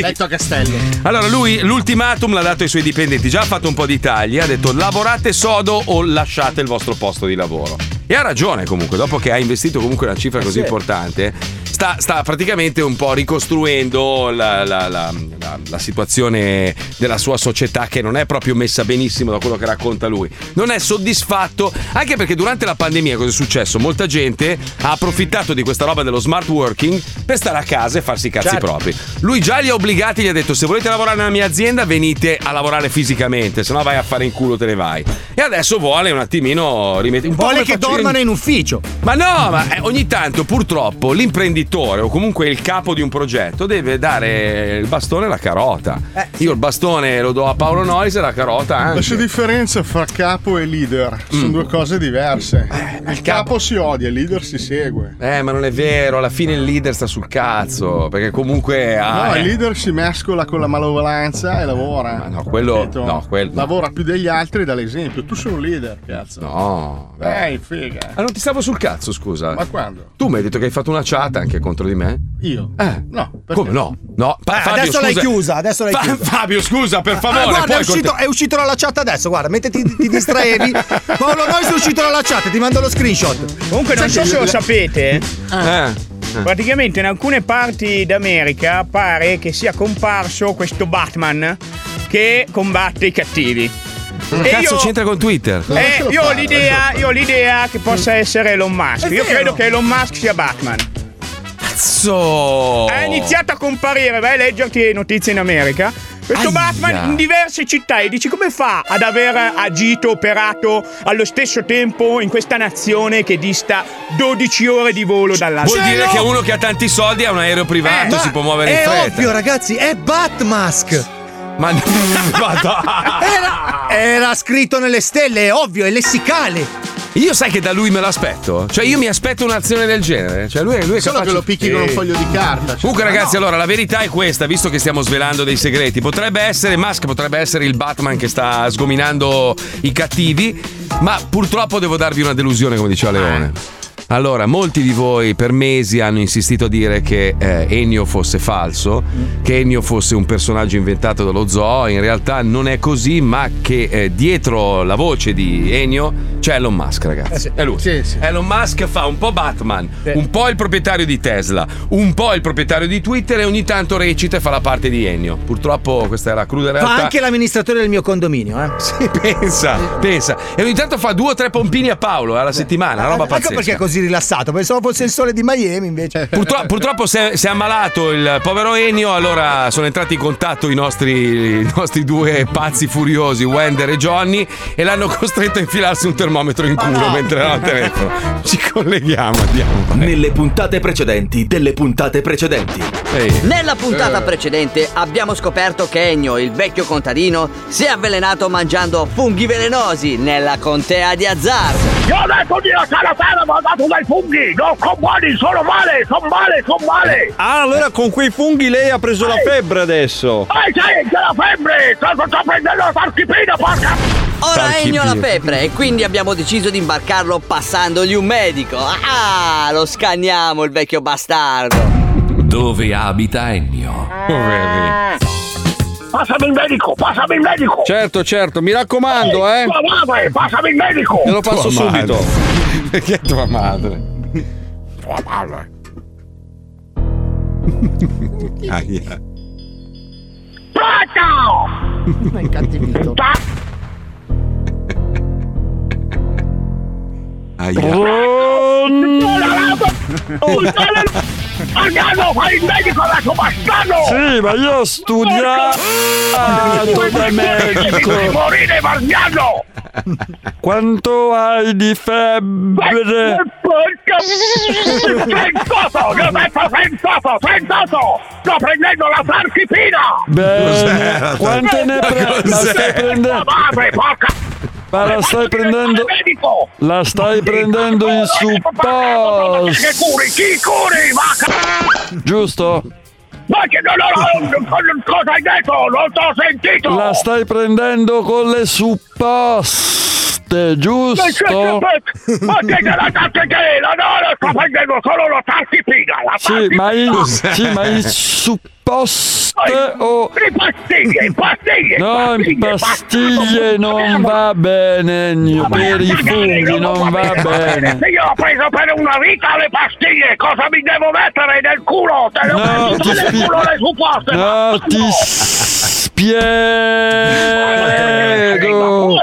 S3: Letto a castello.
S2: Allora, lui l'ultimatum l'ha dato ai suoi dipendenti, già ha fatto un po' di tagli, ha detto lavorate sodo o lasciate il vostro posto di lavoro. E ha ragione comunque, dopo che ha investito comunque una cifra così
S4: sì.
S2: importante, sta, sta praticamente un po' ricostruendo la, la- la- la- la situazione della sua società che non è proprio messa benissimo da quello che racconta lui. Non è soddisfatto, anche perché durante la pandemia cosa è successo? Molta gente ha approfittato di questa roba dello smart working per stare a casa e farsi i cazzi
S4: Certo.
S2: propri. Lui già li ha obbligati, gli ha detto: Se volete lavorare nella mia azienda, venite a lavorare fisicamente, se no vai a fare in culo, te ne vai. E adesso vuole un attimino rimettere. Un po'
S7: Vuole
S2: come
S7: che
S2: faccio-
S7: dormano in ufficio.
S2: Ma no, ma eh, ogni tanto purtroppo l'imprenditore o comunque il capo di un progetto deve dare il bastone e la carota.
S7: Eh,
S2: Io il bastone lo do a Paolo Noyes e la carota
S3: Ma c'è
S2: anche. Mm.
S3: differenza fra capo e leader. Sono due cose diverse. Il capo si odia, il leader si segue.
S2: Eh, ma non è vero, alla fine il leader sta sul cazzo, perché comunque ha.
S3: no,
S2: eh,
S3: il leader si mescola con la malovolanza e lavora.
S2: no, quello-
S3: Capito?
S2: no, quello-
S3: Lavora più degli altri e dà l'esempio. Tu sei un leader, cazzo.
S2: No.
S3: Dai,
S7: Eh,
S3: figa.
S2: Ah, non ti stavo sul cazzo, scusa.
S3: Ma quando?
S2: Tu mi hai detto che hai fatto una chat anche anche contro di me?
S3: Io?
S2: Eh.
S3: No.
S2: Come no? No, Pa-
S7: Eh,
S2: Fabio,
S7: adesso l'hai
S2: scusa.
S7: chiusa, adesso l'hai
S2: Fa-
S7: chiusa.
S2: Fabio, scusa, per favore.
S7: Ah, guarda,
S2: puoi
S7: è uscito,
S2: conte-
S7: è uscito dalla chat adesso. Guarda, mettiti, ti distraevi. Paolo Nois è uscito dalla chat, ti mando lo screenshot.
S6: Comunque, non so
S7: Senti,
S6: se lo
S7: la-
S6: sapete.
S7: Ah.
S2: Eh.
S6: Praticamente in alcune parti d'America pare che sia comparso questo Batman che combatte i cattivi.
S2: Che
S6: E
S2: cazzo
S6: io-
S2: c'entra con Twitter?
S6: Eh, io, ho l'idea, io ho l'idea che possa essere Elon Musk. Io credo che Elon Musk sia Batman.
S2: Cazzo!
S6: Ha iniziato a comparire, vai a leggerti notizie in America. Questo
S2: Aia.
S6: Batman in diverse città e dici come fa ad aver agito, operato allo stesso tempo in questa nazione che dista 12 ore di volo dall'altra.
S2: Vuol dire che uno che ha tanti soldi ha un aereo privato, si può muovere in
S7: Eh, È
S2: fretta.
S7: ovvio, ragazzi, è Batmask.
S2: Ma Madonna.
S7: era, era scritto nelle stelle, è ovvio, è lessicale.
S2: Io sai che da lui me l'aspetto? Cioè, io mi aspetto un'azione del genere. Cioè, lui, è- lui è
S3: Solo
S2: capace-
S3: che lo picchi con
S2: Sì.
S3: un foglio di carta. cioè.
S2: Comunque, ragazzi, allora la verità è questa, visto che stiamo svelando dei segreti, potrebbe essere Musk, potrebbe essere il Batman che sta sgominando i cattivi, ma purtroppo devo darvi una delusione, come diceva Leone. Allora, molti di voi per mesi hanno insistito a dire che eh, Ennio fosse falso, che Ennio fosse un personaggio inventato dallo zoo, in realtà non è così, ma che eh, dietro la voce di Ennio c'è Elon Musk,
S7: Eh
S2: ragazzi. È lui. Elon Musk fa un po' Batman, un po' il proprietario di Tesla, un po' il proprietario di Twitter e ogni tanto recita e fa la parte di Ennio. Purtroppo questa è la cruda realtà.
S7: Fa anche l'amministratore del mio condominio, eh.
S2: Sì, pensa, pensa. E ogni tanto fa due o tre pompini a Paolo eh, alla settimana, una roba
S7: Ecco
S2: pazzesca.
S7: perché è così rilassato, pensavo fosse il sole di Miami invece.
S2: Purtro- purtroppo si è, si è ammalato il povero Ennio, allora sono entrati in contatto i nostri, i nostri due pazzi furiosi, Wender e Johnny, e l'hanno costretto a infilarsi un termometro in culo mentre era al telefono. Ci colleghiamo, andiamo.
S12: Nelle puntate precedenti delle puntate precedenti.
S9: Nella puntata
S12: Eh.
S9: precedente abbiamo scoperto che Ennio, il vecchio contadino, si è avvelenato mangiando funghi velenosi nella contea di Azzar.
S13: Io adesso di lasciare la terra mi ha dato dai funghi, non sono buoni, sono male, sono male, sono male!
S14: Ah, allora con quei funghi lei ha preso la febbre adesso.
S13: Ehi, sai, c'è la febbre, sto, sto prendendo la sarchipina, porca...
S9: Ora
S13: Tanti
S9: Ennio ha la
S13: piedi.
S9: febbre e quindi abbiamo deciso di imbarcarlo passandogli un medico. Ah, lo scanniamo il vecchio bastardo.
S1: Dove abita Ennio?
S13: Passami il medico, passami il medico!
S14: Certo, certo, mi raccomando, eh.
S13: Tua madre, passami il medico!
S14: Te lo passo
S2: Tua madre.
S14: subito.
S2: Perché tua madre?
S13: Tua madre.
S2: Aia.
S13: Pronto! Ma incattivito. Organo, fai il medico adesso, bastardo!
S14: Sì, ma io ho studiato da medico.
S13: Devi morire, Marziano!
S14: Quanto hai di febbre?
S13: Porca... Sensato, io detto sensato, sensato! Sto prendendo la sarchipina!
S14: Bene, quante ne prendi? La stai prendendo?
S13: Madre, porca...
S14: Ma la stai prendendo? La stai prendendo in
S13: Che
S14: supposto?
S13: curi, chi curi, ma...
S14: Giusto?
S13: Ma che non ho... Cosa hai detto? Non t'ho sentito!
S14: La stai prendendo con le supposte, giusto?
S13: Ma che la tastichina? No, no, sto prendendo solo la sarchipina! La
S14: Sì, ma in,
S13: sarchipina.
S14: sì, ma in supposte o...
S13: In pastiglie, in pastiglie!
S14: No, in pastiglie non va bene, Ennio, per i funghi non va bene.
S13: Se io ho preso per una vita le pastiglie, cosa mi devo mettere nel culo? Te le ho
S14: No, ti
S13: preso nel
S14: spi-
S13: culo le supposte!
S14: No, ti spiego.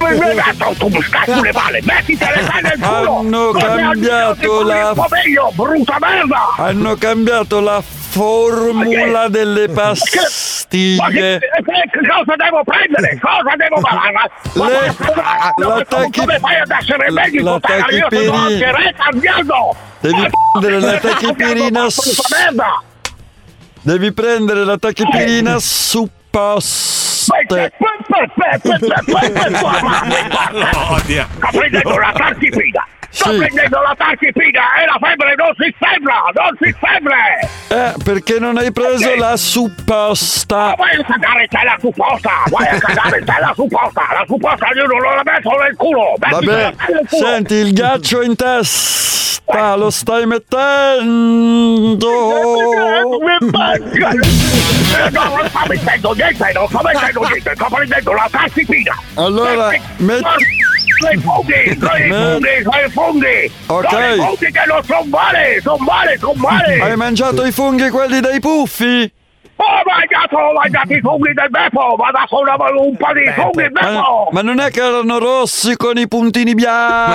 S13: Ma cazzo, tu mi scazzo le palle, mettitele te nel culo!
S14: Hanno
S13: Così almeno ti
S14: cambiato
S13: curi
S14: la-
S13: un po' meglio, brutta merda!
S14: Hanno cambiato la formula delle
S13: Ma che,
S14: pastiglie.
S13: che cosa devo prendere? Cosa devo fare? Ma- ma-
S14: Le-
S13: ma- ma-
S14: la tachi-
S13: come fai ad essere medico?
S14: la
S13: Te io sono
S14: tachipirina.
S13: anche re cambiando!
S14: Devi prendere la tachipirina. s-
S13: merda!
S14: Devi prendere la tachipirina supposte.
S13: Pe- pe- pe- pe- pe- pe- tua madre, guarda! Sta prendendo la tartifida! Sto prendendo la tarchipina e la febbre non si sembra! Non si sembra!
S14: Eh, perché non hai preso la supposta?
S13: Vai a cagare te la supposta! Vai a cagare te la supposta! La supposta io non la metto nel culo! Mettitela
S14: Vabbè,
S13: te nel culo!
S14: senti il ghiaccio in testa, lo stai mettendo.
S13: Eh, No, non sto mettendo niente, non sto mettendo niente, sto prendendo la tarchipina!
S14: Allora, metti...
S13: Sei Ah, funghi, sei funghi, sei funghi!
S14: Ok.
S13: Sono i funghi che non sono male, sono male, sono male!
S14: Hai mangiato i funghi quelli dei puffi?
S13: Ho mangiato, ho mangiato oh i funghi del Beppo, ma da solo un po' di funghi,
S14: Ma,
S13: Beppo!
S14: ma non è che erano rossi con i puntini bianchi?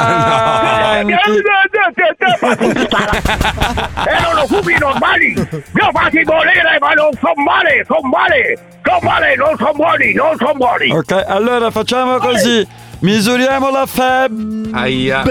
S13: Erano fumi normali! Li ho fatti morire, ma non sono male, sono male! Sono male, non sono buoni, non sono buoni!
S14: Ok, allora facciamo così. Misuriamo la febbre.
S15: Aia.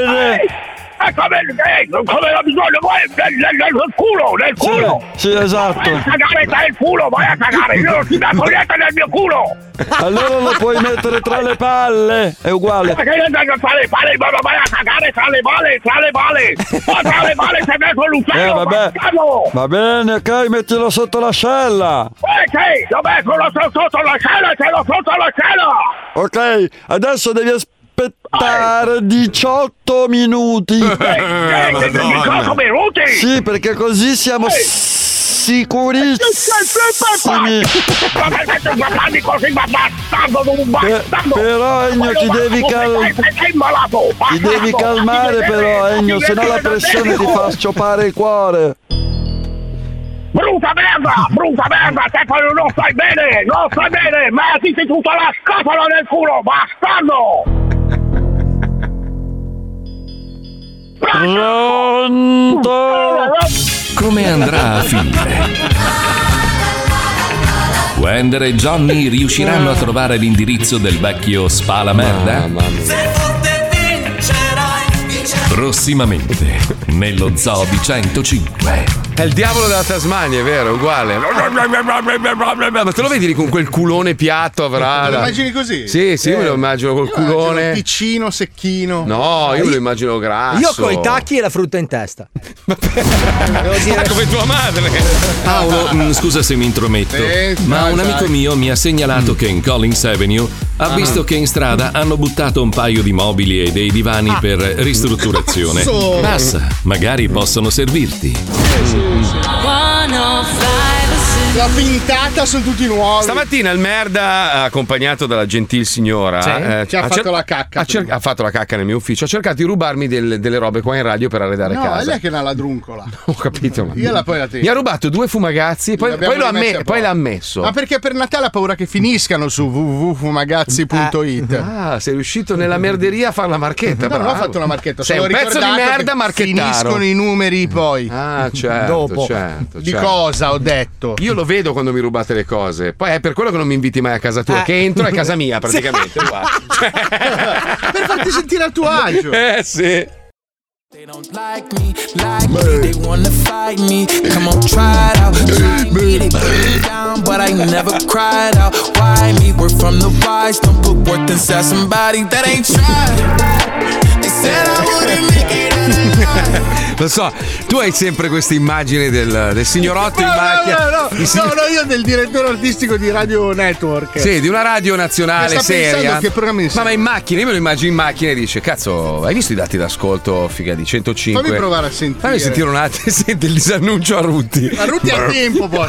S13: E come, eh, come la bisogno, vai nel, nel- nel culo, nel culo!
S14: Sì, esatto.
S13: Vai a cagare dal culo, vai a cagare, io non ti metto niente nel mio culo!
S14: Allora lo puoi mettere tra le palle. È uguale.
S13: Perché io devo fare male, ma vai a cagare tra le male, tra le male! Ma tra le male se metto
S14: Eh,
S13: l'uccello,
S14: vabbè.
S13: bastardo!
S14: Va bene, ok, mettilo sotto l'ascella.
S13: Eh sì, lo metto lo so- sotto la cella, ce l'ho sotto la cella!
S14: Ok, adesso devi aspettare 18 minuti.
S13: Madonna. minuti?
S14: Sì, perché così siamo sicurissimi.
S13: Ma perché tu parli così, ma bastardo, non bastardo!
S14: però, Ennio,
S13: Ma
S14: ti
S13: non
S14: devi
S13: bastardo,
S14: cal-
S13: sei- sei malato,
S14: Ti
S13: bastardo.
S14: devi calmare
S13: Ti
S14: però,
S13: devi-
S14: Ennio,
S13: ti
S14: se no
S13: devi
S14: la pressione ti
S13: vedere.
S14: fa scioppare il cuore.
S13: Brutta merda, brutta merda, Stefano, non stai bene, non stai bene, mettiti tutta la scatola nel culo, bastardo!
S14: Pronto?
S1: Come andrà a finire? Wender e Johnny riusciranno a trovare l'indirizzo del vecchio spala merda? Prossimamente, nello zoo di 105.
S2: È il diavolo della Tasmania, è vero, è uguale. Ma te lo vedi lì con quel culone piatto avrà?
S3: Te lo immagini così?
S2: Sì, sì,
S3: Eh.
S2: me lo immagino col culone.
S3: cioè, Piccino, secchino.
S2: No, io me lo immagino grasso.
S7: Io con i tacchi e la frutta in testa.
S2: Come tua madre.
S1: Paolo, mh, scusa se mi intrometto,
S2: Ah. Eh,
S1: ma
S2: dai,
S1: un
S2: dai. Mm.
S1: amico mio mi ha segnalato che in Collins Avenue ha
S2: Ah.
S1: visto che in strada hanno buttato un paio di mobili e dei divani
S2: Ah.
S1: per ristrutturazione.
S16: Cazzo!
S1: Passa, magari possono servirti.
S3: La pintata sono tutti nuovi.
S2: Stamattina il merda, accompagnato dalla gentil signora,
S3: Sì, ci ha fatto la
S2: cacca. Ha, cer- ha fatto la cacca nel mio ufficio, ha cercato di rubarmi del- delle robe qua in radio per arredare
S3: No, è
S2: casa.
S3: lei che è una ladruncola.
S2: Ho capito, ma.
S3: Io la poi la tengo.
S2: Mi ha rubato due fumagazzi, poi,
S3: L'abbiamo
S2: poi lo
S3: rimessa
S2: amme-
S3: a
S2: poi
S3: posto.
S2: l'ha ammesso.
S3: Ma perché per Natale ha paura che finiscano su www.fumagazzi.it?
S2: Ah, sei riuscito nella merderia a fare la marchetta.
S3: No, non ho
S2: bravo.
S3: fatto la marchetta.
S2: Sei
S3: sono
S2: un pezzo di
S3: ricordato che
S2: merda marchettaro.
S3: Finiscono i numeri poi.
S2: Ah, certo,
S3: Dopo.
S2: certo,
S3: Di
S2: certo.
S3: cosa ho detto?
S2: Io lo vedo quando mi rubate le cose. Poi è per quello che non mi inviti mai a casa tua,
S17: Ah.
S3: Eh.
S2: che entro è casa mia praticamente.
S3: Sì.
S2: qua.
S3: per farti sentire a tuo agio.
S2: Eh sì.
S17: like me, they wanna fight me. Come on, try it out. Try me, they put me down, but I never cried out. Why me? We're from the wise, don't put worth inside somebody that ain't tried. They said I wouldn't make it out alive.
S2: Lo so, tu hai sempre questa immagine del, del signorotto in macchina.
S3: No, no, no,
S2: Il signor-
S3: no, no, io del direttore artistico di Radio Network.
S2: Sì, di una radio nazionale
S3: Ma sta pensando
S2: seria.
S3: che programmi
S2: ma, ma in macchina, io me lo immagino in macchina e dice: Cazzo, hai visto i dati d'ascolto? Figa di 105.
S3: Fammi provare a sentire.
S2: Fammi sentire un attimo. Senti il disannuncio a Rutti.
S3: Ma Rutti ha tempo poi.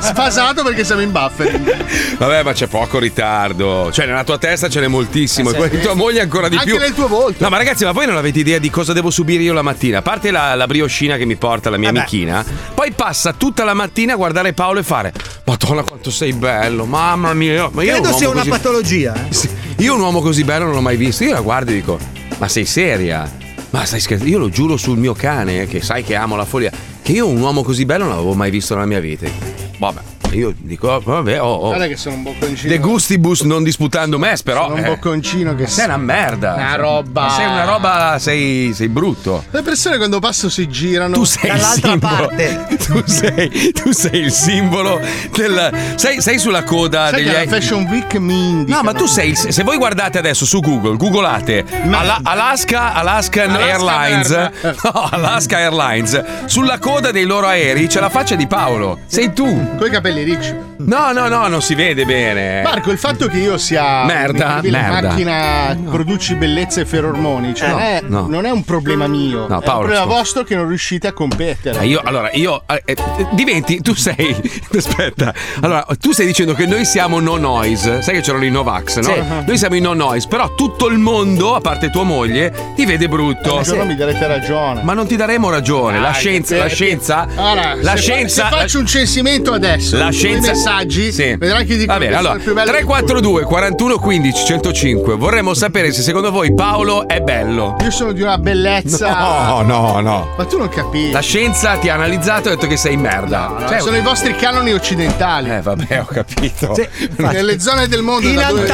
S3: Sfasato perché siamo in buffering.
S2: Vabbè, ma c'è poco ritardo. Cioè, nella tua testa ce n'è moltissimo.
S3: Eh,
S2: e quella
S3: sì.
S2: di tua moglie ancora di
S3: Anche
S2: più.
S3: nel tuo volto.
S2: No, ma ragazzi, ma voi non avete idea di cosa devo subire io la mattina? A parte la, la brioscina che mi porta la mia
S3: Eh
S2: amichina, poi passa tutta la mattina a guardare Paolo e fare: Madonna, quanto sei bello, mamma mia. Ma io un
S7: Credo
S2: uomo
S7: sia una
S2: così-
S7: patologia. eh.
S2: Sì, Io un uomo così bello non l'ho mai visto. Io la guardo e dico: Ma sei seria? Ma stai scherzando? Io lo giuro sul mio eh, cane, che sai che amo la follia, che io un uomo così bello non l'avevo mai visto nella mia vita. Vabbè. Io dico, oh, vabbè, oh, oh.
S3: Guarda che sono un bocconcino.
S2: De gustibus non disputando me, però. eh.
S3: Sono un bocconcino che
S2: sei una merda.
S3: Una roba.
S2: Sei una roba, sei, sei brutto.
S3: Le persone quando passo si girano
S2: Tu sei il simbolo- Tu sei, tu sei il simbolo del. Sei, sei sulla
S3: Sai
S2: coda Ah, degli.
S3: che la Fashion Week mi indica.
S2: No, ma tu sei. il- Se voi guardate adesso su Google, googolate Ala- Alaska, Alaskan
S1: Alaska
S2: Airlines.
S1: merda.
S2: No, Alaska Airlines. Sulla coda dei loro aerei c'è la faccia di Paolo. Sei tu. Eh.
S3: Coi capelli ricci.
S2: No, no, no, non si vede bene.
S3: Marco, il fatto che io sia
S2: Merda,
S3: un'incredibile
S2: merda. Eh,
S3: macchina produci bellezze e ferormoni, cioè
S2: No,
S3: eh,
S2: no.
S3: non è un problema mio, è
S2: No,
S3: un
S2: Paolo,
S3: problema
S2: scusa.
S3: vostro che non riuscite a competere.
S2: Eh, Io, allora, io eh, eh, diventi, tu sei. Aspetta, allora, tu stai dicendo che noi siamo no noise. Sai che c'erano i Novax, no?
S3: Sì.
S2: Noi siamo i no noise, però tutto il mondo, a parte tua moglie, ti vede brutto.
S3: Un giorno mi darete ragione.
S2: Eh, Ma non ti daremo ragione. la
S3: Dai,
S2: scienza,
S3: che-
S2: la scienza.
S3: Allora,
S2: la
S3: se fa-
S2: scienza.
S3: se faccio un censimento adesso,
S2: la
S3: i
S2: scienza.
S3: messaggi,
S2: Sì.
S3: vedrai che dico
S2: Va bene,
S3: che sono
S2: allora,
S3: il più bello del
S2: 342 41 15 105. Vorremmo sapere se secondo voi Paolo è bello.
S3: Io sono di una bellezza.
S2: No, no, no.
S3: Ma tu non capisci.
S2: La scienza ti ha analizzato e ha detto che sei merda.
S3: No,
S2: Cioè,
S3: sono i vostri canoni occidentali.
S2: Eh, vabbè, ho capito.
S3: Nelle zone del mondo da dove vengo-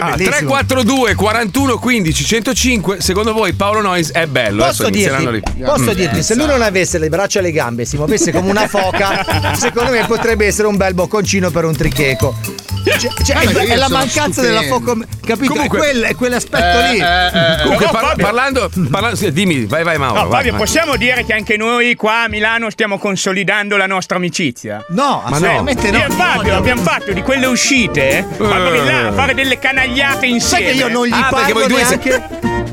S2: Ah, 342 41 15 105 secondo voi Paolo Nois è bello
S7: Posso
S2: Adesso inizieranno
S7: dirti,
S2: lì.
S7: posso
S2: Mm.
S7: dirti, se lui non avesse le braccia e le gambe, si muovesse come una foca, secondo me potrebbe essere un bel bocconcino per un tricheco. Cioè, cioè,
S18: Guarda che
S7: è,
S18: io
S7: è la
S18: sono
S7: mancanza
S18: stupendo.
S7: della foca, capito?
S2: Comunque-
S7: è, quel, è quell'aspetto
S2: Eh,
S7: lì.
S2: eh, eh. Comunque,
S6: Però
S2: parla-
S6: Fabio-
S2: parlando, parlando- sì, dimmi, vai, vai, Mauro.
S6: No,
S2: vai,
S6: Fabio,
S2: vai.
S6: possiamo dire che anche noi qua a Milano stiamo consolidando la nostra amicizia?
S7: No,
S2: Ma assolutamente no.
S6: Io e Fabio abbiamo fatto di quelle uscite, proprio di
S2: Eh.
S6: là, a fare delle canagliate insieme.
S7: che io non gli
S2: Ah, perché voi due se-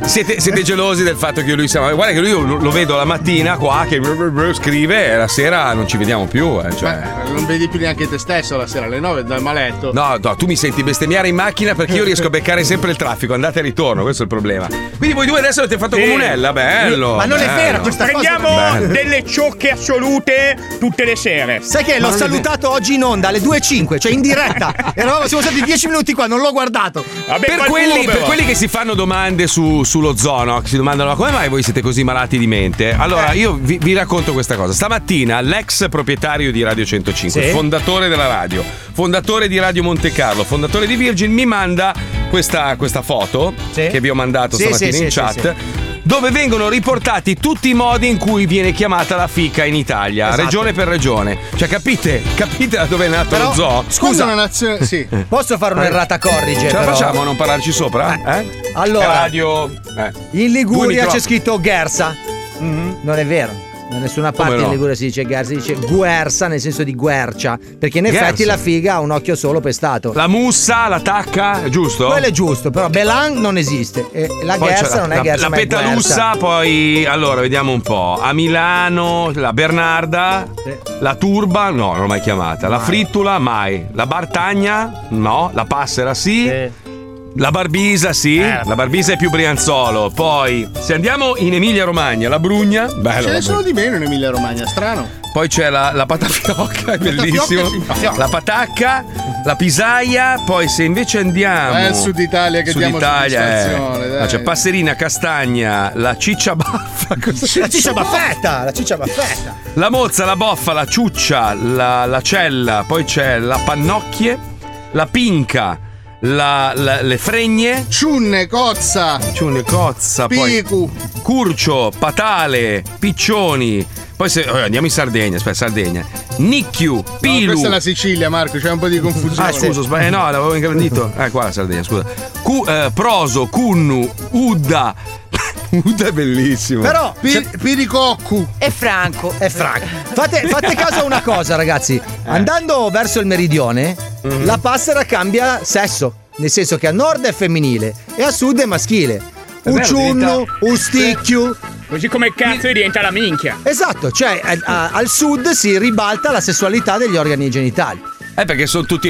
S2: siete, siete gelosi del fatto che io e lui siamo. Guarda, che lui io lo lo vedo la mattina qua che br- br- br- scrive e la sera non ci vediamo più. eh, cioè.
S3: Non vedi più neanche te stesso la sera alle 9 dal maletto.
S2: No, no, tu mi senti bestemmiare in macchina perché io riesco a beccare sempre il traffico, andate e ritorno, questo è il problema. Quindi voi due adesso avete fatto comunella, bello. bello.
S6: Prendiamo
S2: Bello.
S6: delle ciocche assolute tutte le sere.
S7: Sai che l'ho salutato oggi in onda alle 2.05, cioè in diretta. Eravamo, siamo stati 10 minuti qua, non l'ho guardato.
S2: per, quelli, per quelli che si fanno domande su, sullo zono, che si domandano "Ma come mai voi siete così malati di mente, allora
S1: Eh.
S2: io vi, vi racconto questa cosa. Stamattina l'ex proprietario di Radio 105,
S1: Sì.
S2: fondatore della radio, fondatore di Radio Monte Carlo, fondatore di Virgin, mi manda questa, questa foto che vi ho mandato
S1: Sì,
S2: stamattina
S1: sì,
S2: in
S1: sì,
S2: chat.
S1: sì,
S2: Dove vengono riportati tutti i modi in cui viene chiamata la fica in Italia,
S1: Esatto.
S2: regione per regione. Cioè, capite? Capite da dove è nato
S7: Però,
S2: lo zoo?
S7: scusa,
S2: Scusa,
S3: sì.
S7: Posso fare un'errata corrige?
S2: Ce la
S7: però?
S2: facciamo a non parlarci sopra? Eh?
S7: Allora.
S2: È radio. eh.
S7: In
S2: Due
S7: Liguria
S2: micro-
S7: c'è scritto Gersa. Non è vero. Da nessuna parte
S2: Mm-hmm. no?
S7: in Liguria si dice Gersa, si dice Guersa nel senso di Guercia. Perché in effetti
S2: Guersa.
S7: la figa ha un occhio solo pestato.
S2: La mussa, la tacca, è giusto?
S7: Quello è giusto, però Belan non esiste. E la
S2: Poi c'è
S7: Gersa non è
S2: la,
S7: Gersa.
S2: la
S7: ma è Guersa.
S2: petalussa, poi allora vediamo un po'. A Milano, la Bernarda, la Turba, no, non l'ho mai chiamata. La Frittula, mai. La Bartagna, no. La Passera, sì. La Barbisa, sì.
S7: Eh.
S2: La Barbisa è più Brianzolo. Poi, se andiamo in Emilia-Romagna, la Brugna, bello.
S3: Ce
S2: la
S3: ne sono di meno in Emilia Romagna, strano.
S2: Poi c'è la, la patafiocca, è bellissimo.
S3: sì, patafioca.
S2: La patacca, la pisaia. Poi se invece andiamo.
S3: Eh, il Sud Italia che
S2: Sud
S3: diamo
S2: Italia,
S3: soddisfazione,
S2: eh.
S3: dai.
S2: No, c'è passerina, castagna, la ciccia baffa. cos'è?
S7: La ciccia baffetta, la ciccia baffetta.
S2: La mozza, la boffa, la ciuccia, la, la cella. Poi c'è la pannocchie, la pinca, la- la- le fregne.
S3: Ciunne, cozza.
S2: Ciunne, cozza.
S3: Picu.
S2: Poi curcio, patale, piccioni. Poi se, eh, andiamo in Sardegna, aspetta, Sardegna. Nicchiu,
S3: No,
S2: pilu.
S3: questa è la Sicilia, Marco, c'è un po' di confusione.
S2: Ah, scusa, ho sbagliato. Eh, no, l'avevo ingrandito. Eh, qua la Sardegna, scusa. Cu- eh, proso, Cunnu, Udda. Udda è bellissimo.
S7: Però
S3: Piricoccu
S7: è Franco. È Franco. Fate, fate caso a una cosa,
S2: Eh.
S7: ragazzi. Andando verso il meridione,
S2: Mm-hmm.
S7: la passera cambia sesso. Nel senso che a nord è femminile e a sud è maschile.
S6: È vero,
S7: Ucciunno,
S6: diventa-
S7: usticchio.
S6: Così come cazzo diventa la minchia.
S7: Esatto, cioè a- a- al sud si ribalta la sessualità degli organi genitali.
S2: Eh, perché sono tutti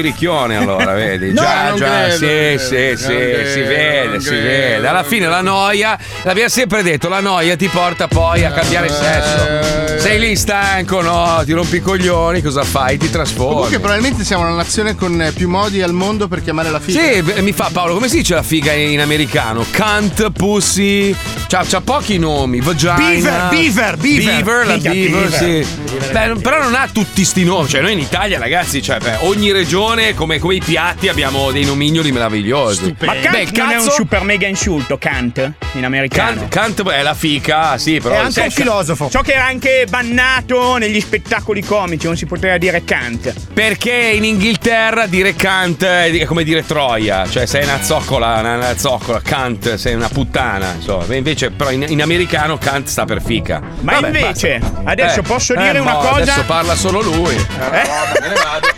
S2: ricchioni allora, vedi?
S19: No,
S2: già,
S19: non
S2: già,
S19: credo,
S2: sì,
S19: non
S2: sì,
S19: credo,
S2: sì,
S19: non
S2: si
S19: credo,
S2: vede,
S19: non
S2: si
S19: credo,
S2: vede. Alla fine la noia, l'abbiamo sempre detto, la noia ti porta poi a cambiare
S19: Eh.
S2: sesso. Sei lì stanco, no? Ti rompi i coglioni, cosa fai? Ti
S3: Comunque,
S2: trasformi.
S3: probabilmente siamo la nazione con eh, più modi al mondo per chiamare la figlia.
S2: Sì, beh, mi fa Paolo, come si dice la figa in americano? Cunt, pussy, c'ha, c'ha pochi nomi, vagina.
S19: Beaver, beaver, beaver.
S2: la
S19: Minchia,
S2: beaver,
S19: beaver.
S2: sì. Beh, però non ha tutti sti nomi, cioè noi in Italia ragazzi, cioè, beh, ogni regione come, come i piatti abbiamo dei nomignoli meravigliosi.
S6: Ma Kant
S2: Beh,
S6: non è un
S2: cazzo-
S6: super mega insulto, Kant, in americano.
S2: Kant, Kant è la fica, sì, però
S6: È anche un
S2: Cioè,
S6: filosofo. So che era anche bannato negli spettacoli comici, non si poteva dire Kant.
S2: Perché in Inghilterra dire Kant è come dire Troia, cioè sei una zoccola, una, una zoccola, Kant, sei una puttana, insomma. Invece però in, in americano Kant sta per fica.
S6: Ma
S2: Vabbè,
S6: invece,
S2: basta.
S6: adesso
S2: Eh,
S6: posso
S2: eh,
S6: dire una
S2: no,
S6: cosa? Eh?
S2: Adesso parla solo lui. Eh, me ne vado.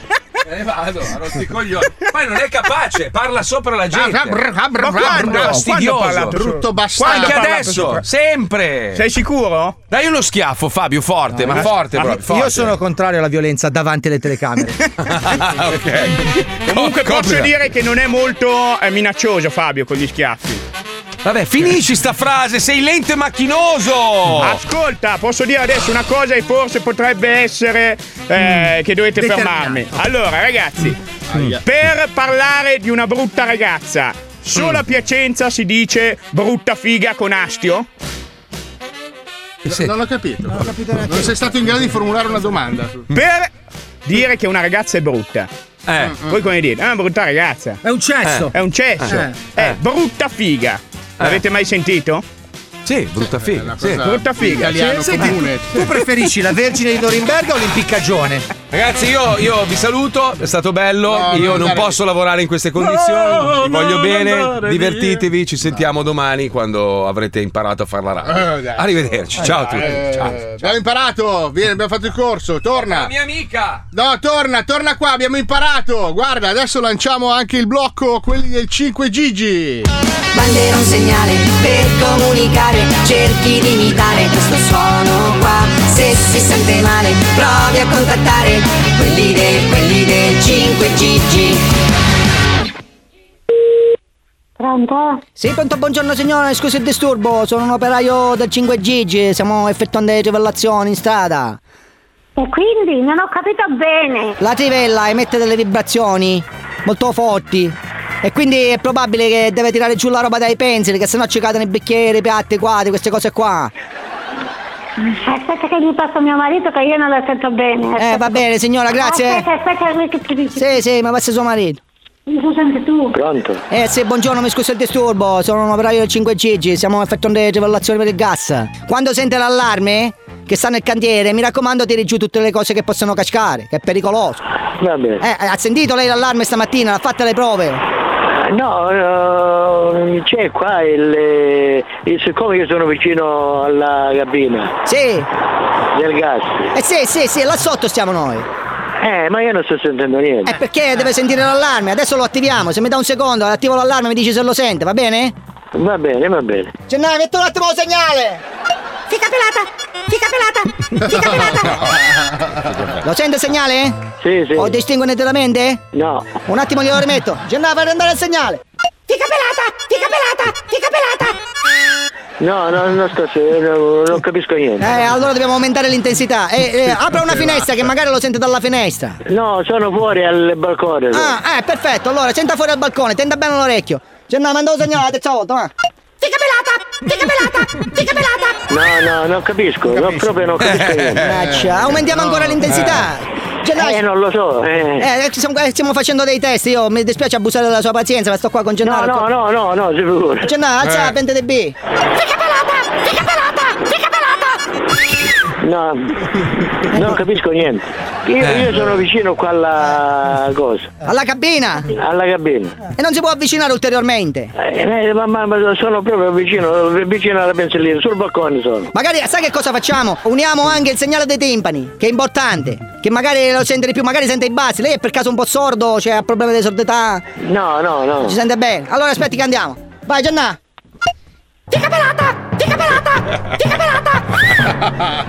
S2: Me ne vado, ha rotto i coglioni. Poi non è capace, parla sopra la gente.
S6: Ma quando? Quando
S2: Fastidioso.
S6: ha parlato sopra? Brutto bastardo. Quando
S2: Anche
S6: ha parlato
S2: adesso,
S6: sopra?
S2: sempre.
S6: Sei sicuro? Eh.
S2: Dai uno schiaffo, Fabio, forte, ma forte,
S7: Ah,
S2: proprio,
S7: Io
S2: forte.
S7: sono contrario alla violenza davanti alle telecamere.
S2: Ah, ok.
S6: Comunque
S2: Co-
S6: posso
S2: copia.
S6: dire che non è molto eh, minaccioso Fabio con gli schiaffi.
S2: Vabbè, finisci sta frase, sei lento e macchinoso!
S6: Ascolta, posso dire adesso una cosa e forse potrebbe essere
S2: Mm.
S6: eh, che dovete fermarmi. Allora, ragazzi, per parlare di una brutta ragazza, solo
S2: Mm.
S6: a Piacenza si dice brutta figa con astio?
S3: Non ho capito. Non, sei stato in grado di formulare una domanda.
S6: Per dire che una ragazza è brutta. Mm,
S2: Eh.
S6: Voi come dite? È una brutta ragazza. È un
S2: cesso.
S6: È un cesso.
S2: Eh.
S6: È brutta figa. L'avete mai sentito?
S2: Sì, brutta figa.
S6: sì. Brutta figa. Sì.
S7: Senti, tu, tu preferisci la Vergine di Norimberga o l'impiccagione?
S2: Ragazzi, io, io vi saluto, è stato bello. io non posso lavorare in queste condizioni.
S7: No,
S2: vi voglio
S7: no,
S2: bene,
S7: andare
S2: divertitevi. Ci sentiamo domani quando avrete imparato a fare la
S3: Eh,
S2: radio.
S3: dai.
S2: Arrivederci,
S3: Eh,
S2: ciao a
S3: dai,
S2: tutti.
S3: eh,
S2: Ciao.
S3: Abbiamo imparato. Vieni, abbiamo fatto il corso. Torna.
S2: mia amica.
S3: No, torna, torna qua, abbiamo imparato. Guarda, adesso lanciamo anche il blocco, quelli del 5 Gigi.
S13: Bandera un segnale per comunicare, cerchi di imitare questo suono qua. Se si sente male, provi a contattare quelli del, quelli del 5GG.
S9: Pronto? Sì, pronto, buongiorno signora, scusi il disturbo, sono un operaio del 5 Gigi, stiamo effettuando le trivellazioni in strada. E quindi? Non ho capito bene. La trivella emette delle vibrazioni molto forti e quindi è probabile che deve tirare giù la roba dai pensili, che sennò ci cadono i bicchieri, i piatti, quadri, queste cose qua.
S13: Mm, eh, Aspetta che gli passo mio marito che io non lo sento bene.
S9: Eh, va bene signora, grazie. eh.
S13: Aspetta, aspetta,
S9: Sì, sì, ma passa suo marito.
S13: mi senti tu.
S9: Pronto? Eh sì, buongiorno, mi scuso il disturbo, sono un operaio del 5 Gigi, stiamo effettuando le trivellazioni per il gas. Quando sente l'allarme che sta nel cantiere, mi raccomando tiri giù tutte le cose che possono cascare, che è pericoloso.
S13: Va bene.
S9: Eh, ha sentito lei l'allarme stamattina, l'ha fatta le prove?
S13: No, no, c'è qua il, eh, il- siccome io sono vicino alla cabina
S9: Sì.
S13: del gas.
S9: Eh sì, sì, sì, là sotto stiamo noi.
S13: Eh, ma io non sto sentendo niente.
S9: Eh perché deve sentire l'allarme, adesso lo attiviamo, se mi dà un secondo, attivo l'allarme e mi dici se lo sente, va bene?
S13: Va bene, va bene.
S9: Gennaro, metti un attimo il segnale! Fica pelata! Fica pelata! Fica pelata! Lo sente il segnale?
S13: Sì, sì.
S9: Lo distingue nettamente?
S13: No.
S9: Un attimo glielo rimetto. Gennaro, fai andare il segnale! Fica pelata! Fica pelata! Fica
S13: No, no, non sto se- no, non capisco niente.
S9: pelata! Eh, allora dobbiamo aumentare l'intensità. Eh, eh, apra una finestra che magari lo sente dalla finestra.
S13: No, sono fuori al balcone. sono.
S9: Ah, eh, perfetto. Allora, senta fuori al balcone, tenda bene l'orecchio. Gennaro, manda un segnale la terza volta, va.
S13: No, no, non capisco, Eh. no, proprio non capisco niente.
S9: Mannaggia, aumentiamo ancora l'intensità. Gennaro,
S13: Eh, non lo so. eh.
S9: Eh, stiamo, eh, stiamo facendo dei test, io mi dispiace abusare della sua pazienza, ma sto qua con Gennaro.
S13: No, no, no, no, no, sicuro.
S9: Gennaro, Cioè, alza
S13: Eh.
S9: la pente di B.
S13: No, non capisco niente. Io, io sono vicino qua alla cosa,
S9: Alla cabina!
S13: alla cabina.
S9: E non si può avvicinare ulteriormente.
S13: Eh, ma, ma- ma sono proprio vicino, vicino alla pensellina, sul balcone sono.
S9: Magari, sai che cosa facciamo? Uniamo anche il segnale dei timpani, che è importante. Che magari lo sente di più, magari sente i bassi. Lei è per caso un po' sordo, cioè ha problemi di sordità.
S13: No, no, no.
S9: Ci sente bene. Allora aspetti che andiamo. Vai, Gennaro!
S8: Fica pelata! Fica pelata! Fica pelata!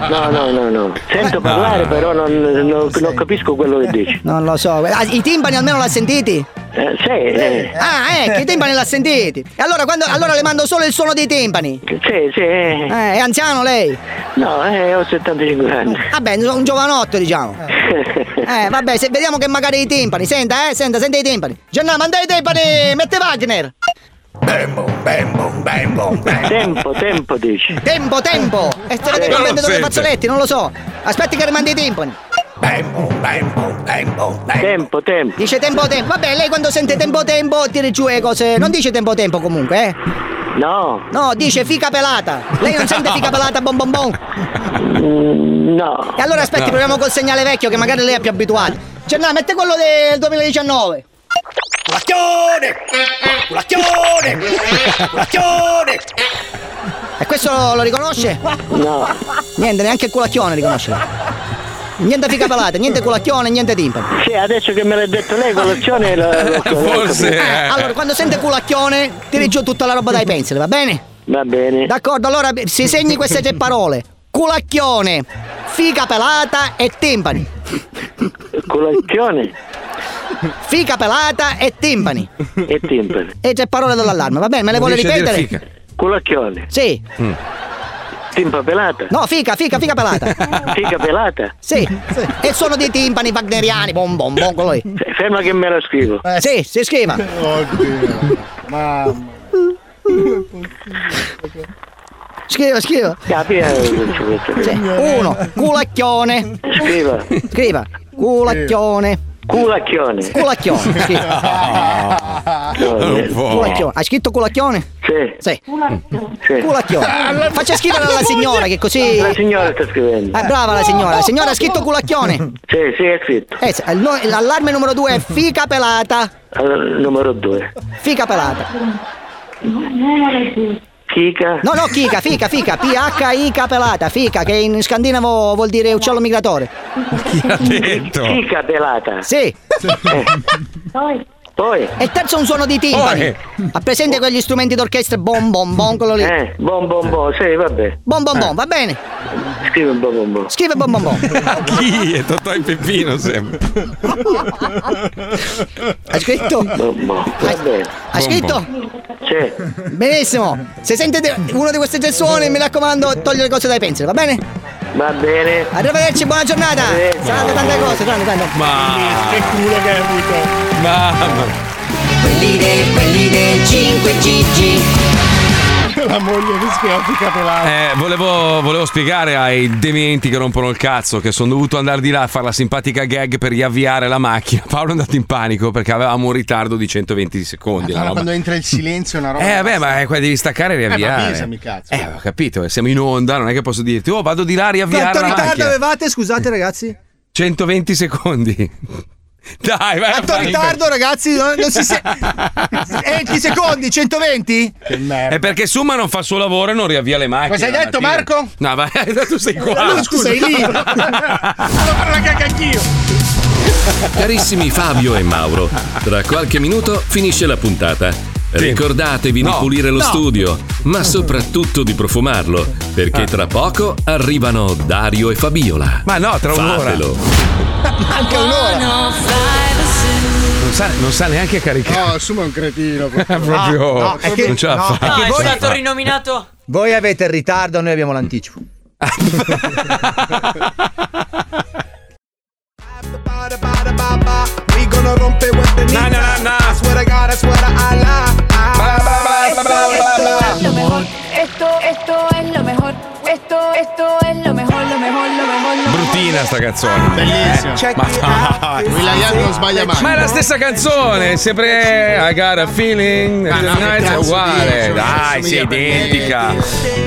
S20: No, no, no, no.
S13: Eh.
S20: Sento parlare, però non, non- non capisco quello che dici.
S9: Non lo so. Ah, I timpani almeno la sentiti?
S20: Eh, sì, eh.
S9: Ah, ecco, i timpani la sentiti. E allora, quando, allora le mando solo il suono dei timpani.
S20: Sì, sì. eh.
S9: Eh, è anziano lei?
S20: No, eh, ho 75 anni.
S9: Vabbè, sono un giovanotto, diciamo. Eh, vabbè, se vediamo che magari i timpani. Senta, eh, senta, senta i timpani. Gianna, manda i timpani, mette Wagner.
S20: Tempo, tempo dici.
S9: Tempo, tempo. E starete
S20: Eh, non lo
S9: commentando i
S20: sente.
S9: fazzoletti, non lo so. Aspetti che rimandi i timpani.
S20: Tempo, tempo.
S9: Dice tempo tempo. Vabbè, lei quando sente tempo tempo tira giù le cose. Non dice tempo tempo comunque, eh?
S20: No.
S9: No, dice fica pelata. Lei non sente fica pelata bom bom bom.
S20: Mm, No.
S9: E allora aspetti,
S20: No.
S9: proviamo col segnale vecchio che magari lei è più abituata. Cioè, no, mette quello del 2019. Culacchione! Culacchione! Culacchione! E questo lo, lo riconosce?
S20: No.
S9: Niente, neanche il culacchione riconosce. Niente fica pelata, niente culacchione, niente timpano.
S20: Sì, adesso che me l'ha detto lei, colazione lo, lo-
S13: Cioè,
S20: lo-
S9: Eh,
S20: lo-
S9: allora, quando sente culacchione, tiri giù tutta la roba dai pencil, va bene?
S20: Va bene.
S9: D'accordo, allora si segni queste tre parole. Culacchione, fica pelata e timpani.
S20: Colazione
S9: Fica pelata e timpani.
S20: e timpani.
S9: E tre parole dall'allarme, va bene? Me le vuole ripetere?
S20: Colacchione.
S9: Sì.
S20: Timpa pelata.
S9: No, fica, fica, fica pelata.
S20: Fica pelata.
S9: Sì. E sono dei timpani wagneriani, bom bom bom, quello lì. Eh,
S20: F- Ferma che me la scrivo.
S9: Sì, si scriva.
S3: Oddio. Mamma.
S9: Scriva, scriva.
S20: eh,
S9: Sì. Uno, culacchione.
S20: Scriva.
S9: Scriva. Culacchione.
S20: Culacchione.
S9: Culacchione. Sì.
S20: Non può.
S9: Culacchione. Hai scritto culacchione?
S20: Sì.
S9: Sì.
S20: Sì. Ah,
S9: Culacchione. Faccia scrivere alla signora che così.
S20: La signora sta scrivendo.
S9: Ah, brava la signora. La signora ha scritto culacchione.
S20: Sì, sì, è scritto.
S9: Eh, se- il no- l'allarme numero due è fica pelata.
S20: Allora, numero due.
S9: Fica pelata.
S20: Chica.
S9: No, no, chica, fica, fica. P-H-I-K pelata. Fica, che in scandinavo vuol dire uccello migratore.
S20: Chi l'ha detto? Chica pelata.
S9: Sì.
S20: Poi. Poi.
S9: E il terzo è un suono di timpani. Ha presente quegli strumenti d'orchestra? Bom, bom, bom, quello lì.
S20: Eh, bom bom bom, sì, vabbè. Eh,
S9: Bom, bom, bom, va bene.
S20: Scrive bom bom bom.
S9: Scrive bom, bom, bom.
S2: Chi è Totò e Peppino sempre?
S9: Hai scritto?
S20: Bom bom. Va bene.
S9: Ha scritto?
S20: Sì.
S9: Benissimo. Se sentite uno di questi tre suoni, mi raccomando, togli le cose dai pensili, va bene?
S20: Va bene.
S9: Arrivederci, buona giornata. Saranno tante cose, tante, tante.
S2: Ma.
S9: Che culo che hai avuto.
S2: Mamma.
S21: Quelli del, quelli del 5GG.
S3: La moglie che schiaffica pelata.
S2: Eh, volevo, volevo spiegare ai dementi che rompono il cazzo che sono dovuto andare di là a fare la simpatica gag per riavviare la macchina. Paolo è andato in panico perché avevamo un ritardo di 120 secondi. la
S3: Allora,
S2: roba.
S3: quando entra il silenzio è una roba.
S2: Eh, vabbè, ma eh, qua devi staccare e
S3: Eh, ma
S2: riavviare.
S3: avvisami, cazzo.
S2: Eh, ho capito, eh, siamo in onda, non è che posso dirti, oh, vado di là a riavviare
S7: Quanto
S2: la
S7: ritardo
S2: macchina.
S7: avevate? Scusate, ragazzi.
S2: 120 secondi. Dai, vai. a
S7: Quanto
S2: fare in
S7: ritardo, ragazzi? Non, non si se... 20 secondi, 120?
S2: Che merda. È perché Summa non fa il suo lavoro e non riavvia le macchine.
S7: Cosa hai
S2: la
S7: detto,
S2: mattina.
S7: Marco?
S2: No, ma tu sei qua.
S7: No, scusa, sei lì.
S3: la cacca anch'io.
S1: Carissimi Fabio e Mauro, tra qualche minuto finisce la puntata. Ricordatevi di
S22: No,
S1: pulire lo
S22: no.
S1: studio, ma soprattutto di profumarlo,
S2: Ah.
S1: perché tra poco arrivano Dario e Fabiola. Ma no,
S2: tra un'ora.
S1: Fatelo.
S3: Anche un'ora.
S2: Non sa, non sa neanche caricare.
S3: No, Suma è un cretino.
S7: Ah,
S3: proprio.
S2: Proprio.
S3: No, no, è che-
S2: non ce la
S3: no,
S2: fa.
S11: No, è
S2: Non ce la
S11: stato
S2: fa.
S11: rinominato.
S7: Voi avete il ritardo, noi abbiamo l'anticipo.
S18: We gonna rompe with the nah, nah, nah, I swear to God, I swear to Allah.
S23: Lo mejor, esto, esto es lo mejor, esto, esto es lo mejor, lo mejor, lo mejor, lo mejor.
S2: Bruttina sta canzone.
S3: Bellissima.
S2: Eh, Ma dai.
S3: Will.i.am non sbaglia mai.
S2: Ma è la stessa canzone, è sempre I got a feeling.
S3: Ma no, che
S2: tonight è
S3: cazzo dici,
S2: uguale.
S3: non
S2: Dai,
S3: somiglia
S2: sei
S3: per
S2: identica.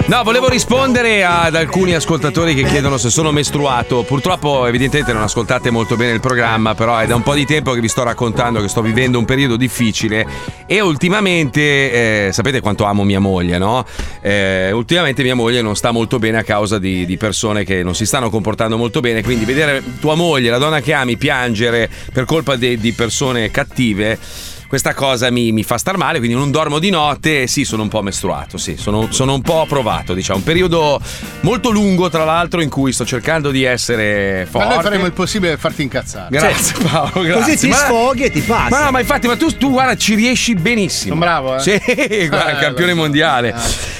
S2: No, volevo rispondere ad alcuni ascoltatori che chiedono se sono mestruato. Purtroppo, evidentemente, non ascoltate molto bene il programma, però è da un po' di tempo che vi sto raccontando che sto vivendo un periodo difficile. E ultimamente, eh, sapete quanto amo mia moglie, no? Eh, ultimamente mia moglie non sta molto bene a causa di, di persone che non si stanno comportando molto bene. Quindi, vedere tua moglie, la donna che ami, piangere per colpa de- di persone cattive. questa cosa mi, mi fa star male, quindi non dormo di notte. e Sì, sono un po' mestruato, sì, sono, sono un po' provato, diciamo. Un periodo molto lungo, tra l'altro, in cui sto cercando di essere
S3: Ma
S2: forte.
S3: noi faremo il possibile per farti incazzare. Cioè,
S2: Grazie Paolo, grazie.
S3: Così ti sfoghi
S7: e ti passa.
S2: Ma no, ma infatti, ma tu, tu guarda, ci riesci benissimo.
S3: Sono bravo, eh?
S2: Sì, guarda,
S3: Eh,
S2: campione mondiale.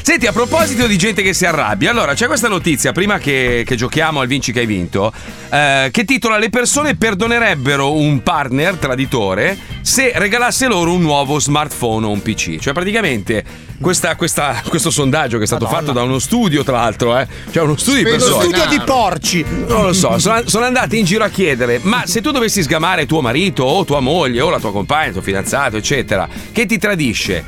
S2: Senti, a proposito di gente che si arrabbia, allora c'è questa notizia, prima che, che giochiamo al Vinci che hai vinto, eh, che titola Le persone perdonerebbero un partner traditore se regalasse loro un nuovo smartphone o un PC. Cioè, praticamente, questa- questa- questo sondaggio che è stato fatto da uno studio, tra l'altro, eh? cioè uno studio di
S7: Lo
S2: persone.
S7: studio di porci.
S2: Non lo so, sono, sono andati in giro a chiedere, ma se tu dovessi sgamare tuo marito o tua moglie o la tua compagna, tuo fidanzato, eccetera, che ti tradisce,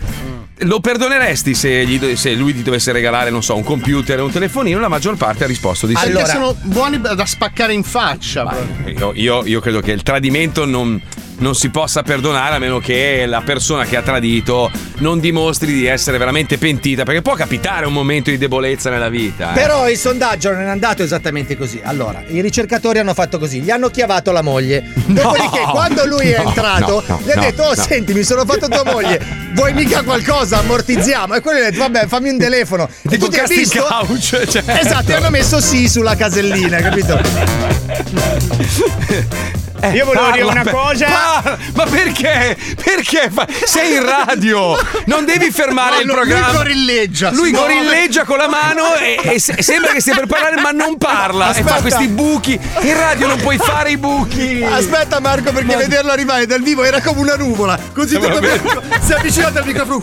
S2: lo perdoneresti se, gli do- se lui ti dovesse regalare, non so, un computer o un telefonino? La maggior parte ha risposto di sì.
S3: Perché sono buoni da spaccare in faccia. proprio.
S2: Io, io- io credo che il tradimento non, non si possa perdonare a meno che la persona che ha tradito non dimostri di essere veramente pentita, perché può capitare un momento di debolezza nella vita. eh.
S7: Però il sondaggio non è andato esattamente così. Allora, i ricercatori hanno fatto così, gli hanno chiavato la moglie. Dopodiché, quando lui è
S2: no,
S7: entrato,
S2: no, no,
S7: gli ha
S2: no,
S7: detto: Oh,
S2: no.
S7: senti, mi sono fatto tua moglie, vuoi mica qualcosa? Ammortizziamo. E quello gli ha detto: Vabbè, fammi un telefono. E tu ti hai
S2: casting
S7: visto?
S2: couch, cioè.
S7: Esatto, e hanno messo sì sulla casellina, capito?
S6: Io volevo
S2: Eh, Parla,
S6: dire una
S2: per-
S6: cosa.
S2: parla. ma perché? Perché? fa- Sei in radio, non devi fermare
S3: No,
S2: il
S3: lui-
S2: programma.
S3: Lui gorilleggia.
S2: Lui
S3: si muove.
S2: gorilleggia con la mano e, e se- sembra che stia per parlare, ma non parla. E
S7: Aspetta.
S2: fa questi buchi. In radio non puoi fare i buchi.
S7: Aspetta, Marco, perché vederlo arrivare dal vivo era come una nuvola. Così tutto
S2: Eh, Vabbè.
S7: si è avvicinato al microfono.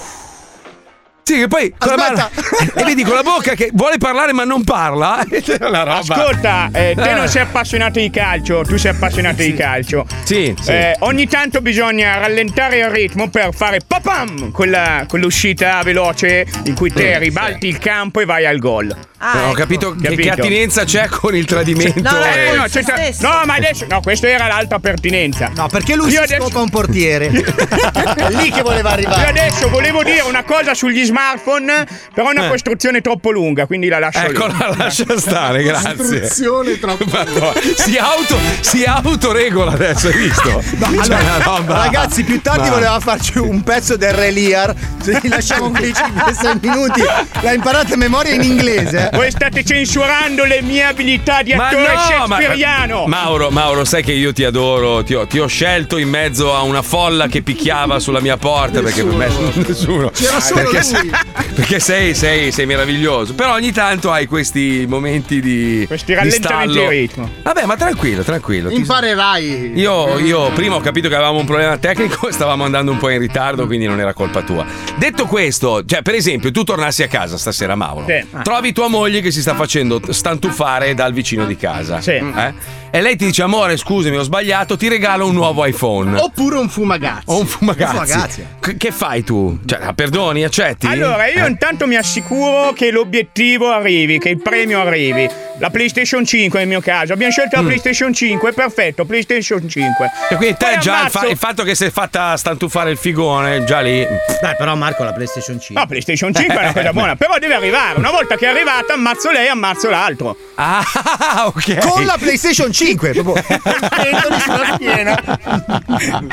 S2: Sì, che poi con la mano- Eh, e vedi con la bocca che vuole parlare ma non parla. È una roba.
S6: Ascolta, eh, te non
S2: Eh.
S6: sei appassionato di calcio, tu sei appassionato di calcio.
S2: Sì, sì.
S6: Eh, ogni tanto bisogna rallentare il ritmo per fare papam quella, quell'uscita veloce in cui te
S2: Sì,
S6: ribalti il campo e vai al gol.
S2: Non ho capito, che, che attinenza c'è con il tradimento.
S6: Ah, ecco. No, no,
S2: Eh,
S6: no, c'è- no, ma adesso no, questa era l'altra pertinenza. No,
S7: perché lui si scopa un portiere. È lì che voleva arrivare.
S6: Io adesso volevo dire una cosa sugli smartphone, però è una
S2: Eh.
S6: costruzione troppo lunga, quindi la lascio lì.
S2: Ecco, la lascia stare, grazie.
S3: Costruzione troppo
S2: Madonna, si, auto, si autoregola adesso, hai visto? C'è una roba-
S7: Ragazzi, più tardi
S2: Ma-
S7: voleva farci un pezzo del Re Lear. Se li lasciamo qui 5-6 minuti, l'ha imparata a memoria in inglese. eh.
S6: Voi state censurando le mie abilità di attore shakespeariano.
S2: Mauro, Mauro, sai che io ti adoro, ti ho, ti ho scelto in mezzo a una folla che picchiava sulla mia porta perché per me nessuno.
S7: C'era solo
S2: perché
S7: lui.
S2: perché sei, sei, sei meraviglioso. Però ogni tanto hai questi momenti di. Questi
S6: rallentamenti
S2: di
S6: di
S2: ritmo. Vabbè, ma tranquillo, tranquillo. ti-
S3: Imparerai. Eh,
S2: Io, io prima ho capito che avevamo un problema tecnico, stavamo andando un po' in ritardo, quindi non era colpa tua. Detto questo, cioè, per esempio, tu tornassi a casa stasera, Mauro.
S6: Sì.
S7: Ah.
S2: Trovi tua moglie che si sta facendo stantufare dal vicino di casa.
S6: Sì.
S2: Eh? E lei ti dice: Amore, scusami, ho sbagliato, ti regalo un nuovo iPhone.
S7: Oh,
S3: Oppure un fumagazzi.
S2: o un fumagazzi.
S3: Un fumagazzi.
S2: C- che fai tu? Cioè, la perdoni, accetti?
S6: Allora, io
S2: Eh.
S6: intanto mi assicuro che l'obiettivo arrivi, che il premio arrivi. La PlayStation 5 nel mio caso. Abbiamo scelto la PlayStation 5, perfetto, PlayStation 5.
S2: Mm. E quindi te
S6: Poi
S2: già il,
S6: ammazzo-
S2: fa- il fatto che sei fatta stantufare il figone, già lì.
S7: Dai, però Marco la PlayStation Eh, 5.
S6: No, PlayStation 5 è una
S2: Eh,
S6: cosa buona, però deve arrivare. Una volta che è arrivata, ammazzo lei, ammazzo l'altro.
S2: Ah, ok.
S7: Con la PlayStation 5, proprio.
S6: sulla schiena.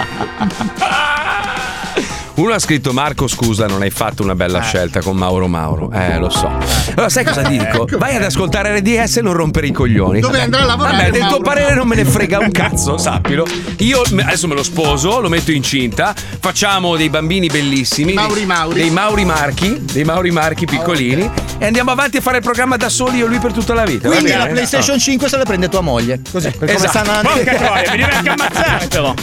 S2: Uno ha scritto Marco scusa non hai fatto una
S3: Eh.
S2: bella scelta con Mauro Mauro Eh lo so Allora sai cosa dico? Vai ad ascoltare RDS e non rompere i coglioni
S3: Dove andrà a lavorare
S2: Vabbè del tuo
S3: Mauro?
S2: parere non me ne frega un cazzo sappilo Io me- adesso me lo sposo lo metto incinta Facciamo dei bambini bellissimi
S3: Mauri
S2: dei-
S3: Mauri.
S2: Dei Mauri Marchi Dei Mauri Marchi piccolini E andiamo avanti a fare il programma da soli io e lui per tutta la vita va
S7: Quindi
S2: bene?
S7: la PlayStation 5 se la prende tua moglie. Così, per come
S2: Esatto.
S7: stanno andando.
S2: Porca troia, mi devi anche
S6: ammazzare, però.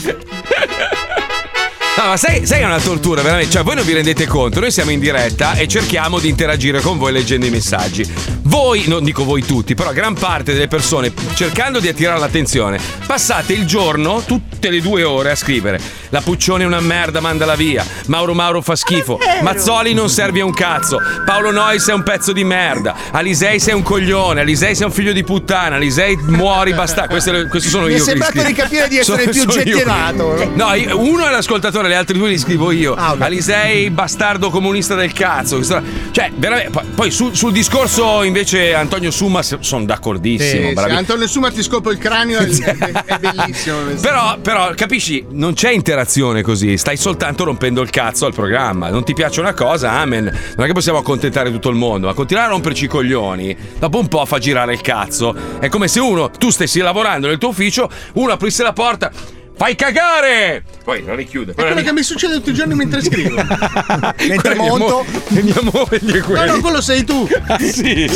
S2: No, ma sai, sai che è una tortura, veramente? Cioè, voi non vi rendete conto, noi siamo in diretta e cerchiamo di interagire con voi leggendo i messaggi. Voi, non dico voi tutti, però gran parte delle persone, cercando di attirare l'attenzione, passate il giorno, tutte le due ore, a scrivere La Puccione è una merda, mandala via. Mauro Mauro fa schifo. Mazzoli non serve a un cazzo. Paolo Nois è un pezzo di merda. Alisei sei un coglione. Alisei sei un figlio di puttana. Alisei muori, basta. Queste- Questi sono
S7: Mi
S2: io.
S7: è
S2: che li
S7: sembrato
S2: scrivo.
S7: di capire di essere il
S2: Sono-
S7: più Eh.
S2: sono io.
S7: gettierato.
S2: No, io- uno è l'ascoltatore allora le altre due li scrivo io.
S7: Ah,
S2: Alisei, bastardo comunista del cazzo. Questa- Cioè, veramente. poi- Poi sul, sul discorso invece Antonio Summa sono d'accordissimo.
S3: Sì, sì,
S2: bravi.
S3: Antonio Suma ti scopo il cranio, è, è- è bellissimo. questo.
S2: Però, però, capisci, non c'è interazione così, stai soltanto rompendo il cazzo al programma. Non ti piace una cosa, amen. Non è che possiamo accontentare tutto il mondo, ma continuare a romperci i coglioni, dopo un po' fa girare il cazzo. È come se uno, tu stessi lavorando nel tuo ufficio, uno aprisse la porta, fai cagare! Poi la richiude.
S3: È quello che mi succede tutti i giorni mentre scrivo.
S2: Mentre
S3: monto.
S2: mia moglie è
S3: No,
S2: quella.
S3: no, quello sei tu.
S2: Ah, sì.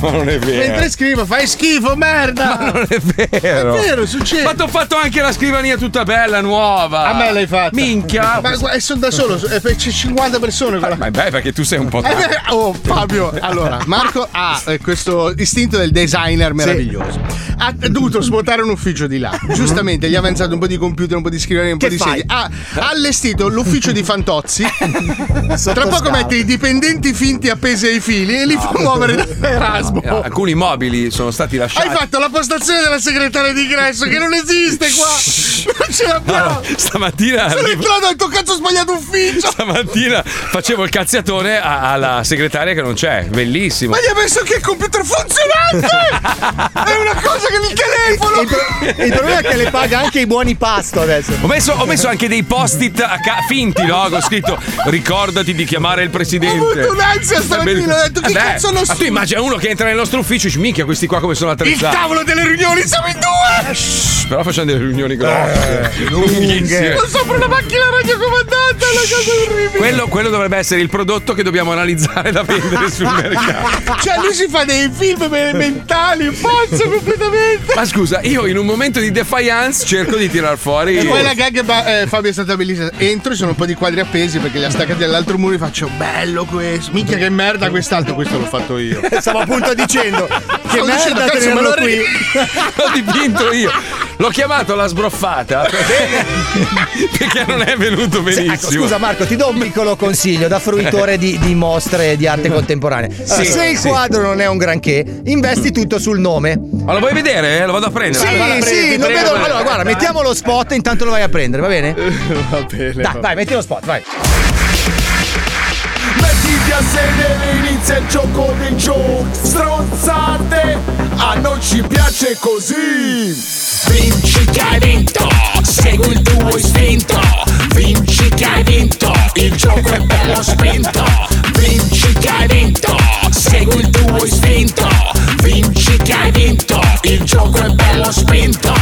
S2: Ma non è vero.
S3: Mentre scrivo, fai schifo, merda. Ma non
S2: è vero.
S3: È vero, succede.
S2: Ma ti ho fatto anche la scrivania tutta bella, nuova.
S3: A me l'hai fatta.
S2: Minchia. Ah,
S3: Ma guarda, sono da solo, so- eh, c'è 50 persone. quella-
S2: Ma beh, perché tu sei un po'
S3: Eh, beh, Oh Fabio, allora Marco ha eh, questo istinto del designer meraviglioso. Ha dovuto svuotare un ufficio di là.
S2: Mm-hmm.
S3: Giustamente gli ha avanzato un po' di computer, un po' di scrivania, un
S13: Che
S3: po' di
S13: fai?
S3: sedie. Ha ha allestito l'ufficio di Fantozzi. Tra poco
S13: scala.
S3: mette i dipendenti finti appesi ai fili e li fa muovere da Erasmo.
S2: No, alcuni mobili sono stati lasciati.
S3: Hai fatto la postazione della segretaria di ingresso che non esiste qua. Non ce l'abbiamo.
S2: No, stamattina,
S3: Sono entrato al tuo cazzo sbagliato ufficio.
S2: stamattina facevo il cazziatone a- alla segretaria che non c'è, bellissimo.
S3: Ma gli ha messo che il computer funzionante! È una cosa che mi telefono!
S7: Il, pro- il problema è che le paga anche i buoni pasto adesso.
S2: Ho messo, ho messo anche dei post-it a ca- finti, no? Ho scritto ricordati di chiamare il presidente. Ho
S3: avuto un'ansia stamattina, ho detto, che cazzo lo
S2: Ma
S3: so?
S2: tu immagina uno che entra nel nostro ufficio e dici, minchia, questi qua come sono
S3: Il
S2: attrezzati.
S3: tavolo delle riunioni siamo in due!
S2: Però facciamo delle riunioni grosse. lunghissime.
S3: eh, Non sopra una macchina radiocomandata, è una cosa orribile!
S2: Quello, quello dovrebbe essere il prodotto che dobbiamo analizzare da vendere sul mercato.
S3: Cioè, lui si fa dei film me- mentali, pazzo completamente!
S2: Ma scusa, io in un momento di defiance cerco di tirar fuori.
S3: E poi la gag, ba- eh, Fabio è stata bellissima. Entro, ci sono un po' di quadri appesi perché li ha staccati dall'altro muro e faccio bello questo. Minchia che merda quest'altro, questo l'ho fatto io.
S7: Stavo appunto dicendo che
S3: Stavo dicendo,
S7: merda
S3: cazzo, ma
S7: tenerlo
S3: lo
S7: qui.
S3: ri-
S2: L'ho dipinto io. L'ho chiamato la sbroffata perché non è venuto benissimo.
S7: Ecco, scusa Marco, ti do un piccolo consiglio da fruitore di, di mostre di arte contemporanea.
S2: Sì,
S7: Se il
S2: sì.
S7: quadro non è un granché, investi tutto sul nome.
S2: Ma lo vuoi vedere? eh? Lo vado a prendere.
S7: sì,
S2: Vado a prendere,
S7: sì, lo
S2: prendere,
S7: vedo.
S2: prendere.
S7: Allora, guarda, mettiamo lo spot e intanto lo vai a prendere, va bene?
S3: va bene.
S7: Dai, vai, metti lo spot, vai.
S22: Mettiti a sedere, inizia il gioco dei giochi Stronzate, a noi ci piace così Vinci che hai vinto, segui il tuo istinto Vinci che hai vinto, il gioco è bello spinto Vinci che hai vinto, segui il tuo istinto Vinci che hai vinto, il gioco è bello spinto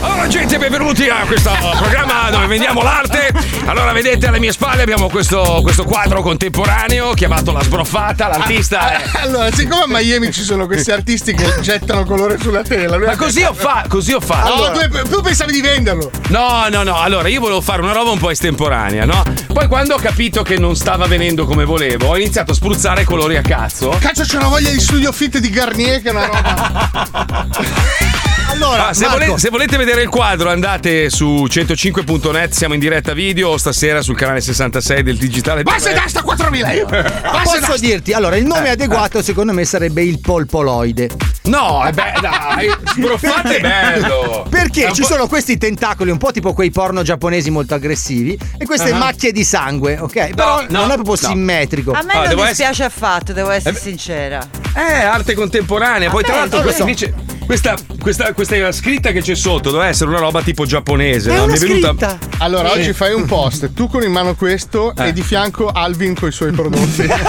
S2: Allora gente, benvenuti a questo programma dove vendiamo l'arte. Allora vedete alle mie spalle abbiamo questo, questo quadro contemporaneo chiamato La sbroffata,
S7: Ah,
S2: l'artista. è-
S3: Allora, siccome a Miami ci sono questi artisti che gettano colore sulla tela, lui
S2: Ma
S3: ha-
S2: così ho fatto, così ho fatto.
S3: Allora, tu, tu pensavi di venderlo?
S2: No, no, no, allora io volevo fare una roba un po' estemporanea, no? Poi quando ho capito che non stava venendo come volevo, ho iniziato a spruzzare colori a cazzo.
S3: Cazzo, c'è una voglia di studio fit di Garnier che è una roba.
S2: Ah, se, volete, se volete vedere il quadro andate su 105.net, siamo in diretta video o stasera sul canale 66 del digitale.
S3: Basta e basta 4000 euro! Basta e
S7: Posso
S3: basta!
S7: dirti, allora, il
S2: Eh,
S7: nome adeguato secondo me sarebbe il polpoloide.
S2: No, eh beh, dai, sbroffate è bello. È
S7: Perché
S2: un
S7: ci
S2: po'-
S7: sono questi tentacoli un po' tipo quei porno giapponesi molto aggressivi e queste
S2: Ah.
S7: macchie di sangue, ok? Però non è proprio
S2: no.
S7: simmetrico.
S11: A me
S2: Ah, devo
S11: non dispiace affatto, devo essere sincera.
S2: Eh, arte contemporanea. Poi, tra l'altro, questa, invece- questa, questa- questa scritta che c'è sotto doveva essere una roba tipo giapponese. no? Mi è venuta-
S3: Allora,
S2: Sì. Eh.
S3: oggi fai un post, tu con in mano questo e di fianco Alvin con i suoi prodotti.
S2: non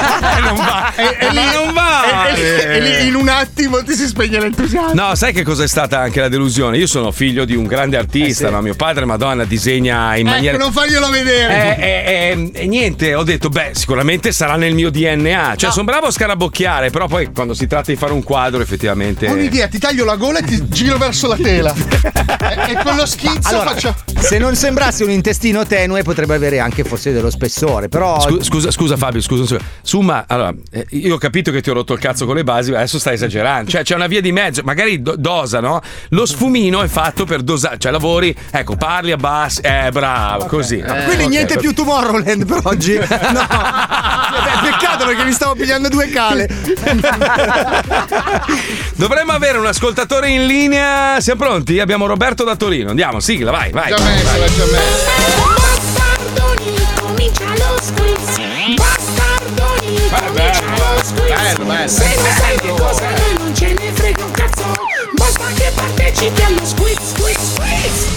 S2: va.
S3: E, e
S2: Ma non va.
S3: E, e- e lì in un attimo ti si spegne l'entusiasmo.
S2: No, sai che cos'è stata anche la delusione? Io sono figlio di un grande artista, no? mio padre, Madonna, disegna in maniera.
S3: Ecco, non farglielo vedere.
S2: Eh, eh, eh, e niente, ho detto, beh, sicuramente sarà nel mio DNA. Cioè, sono bravo a scarabocchiare, però poi quando si tratta di fare un quadro, effettivamente.
S3: Ho un'idea, ti taglio la gola e ti giro verso la tela. e, e con lo schizzo
S7: Allora,
S3: faccio.
S7: se non sembrasse un intestino tenue potrebbe avere anche forse dello spessore, però...
S2: Scu- Scusa, scusa Fabio, scusa, scusa. Summa, allora, eh, io ho capito che ti ho rotto il cazzo con le basi, ma adesso stai esagerando. Cioè, c'è una via di mezzo, magari do- dosa, no? Lo sfumino è fatto per dosare, cioè lavori, ecco, parli a basso, eh, bravo, così. No,
S7: Eh, Quindi
S2: Eh, ok,
S7: niente
S2: per-
S7: più Tomorrowland per oggi. No. Vabbè, peccato perché mi stavo pigliando due cale.
S2: Eh, Dovremmo avere un ascoltatore in linea. Siamo pronti? Abbiamo Roberto da Torino. Andiamo, sigla, vai, vai.
S3: Già messo, già messo.
S13: Bastardoni, comincia lo squiz. Bastardoni, comincia lo squiz.
S5: Bello, bello.
S13: Se non sai che cosa è, non ce ne frega un cazzo. Basta che partecipi allo squiz, squiz, squiz.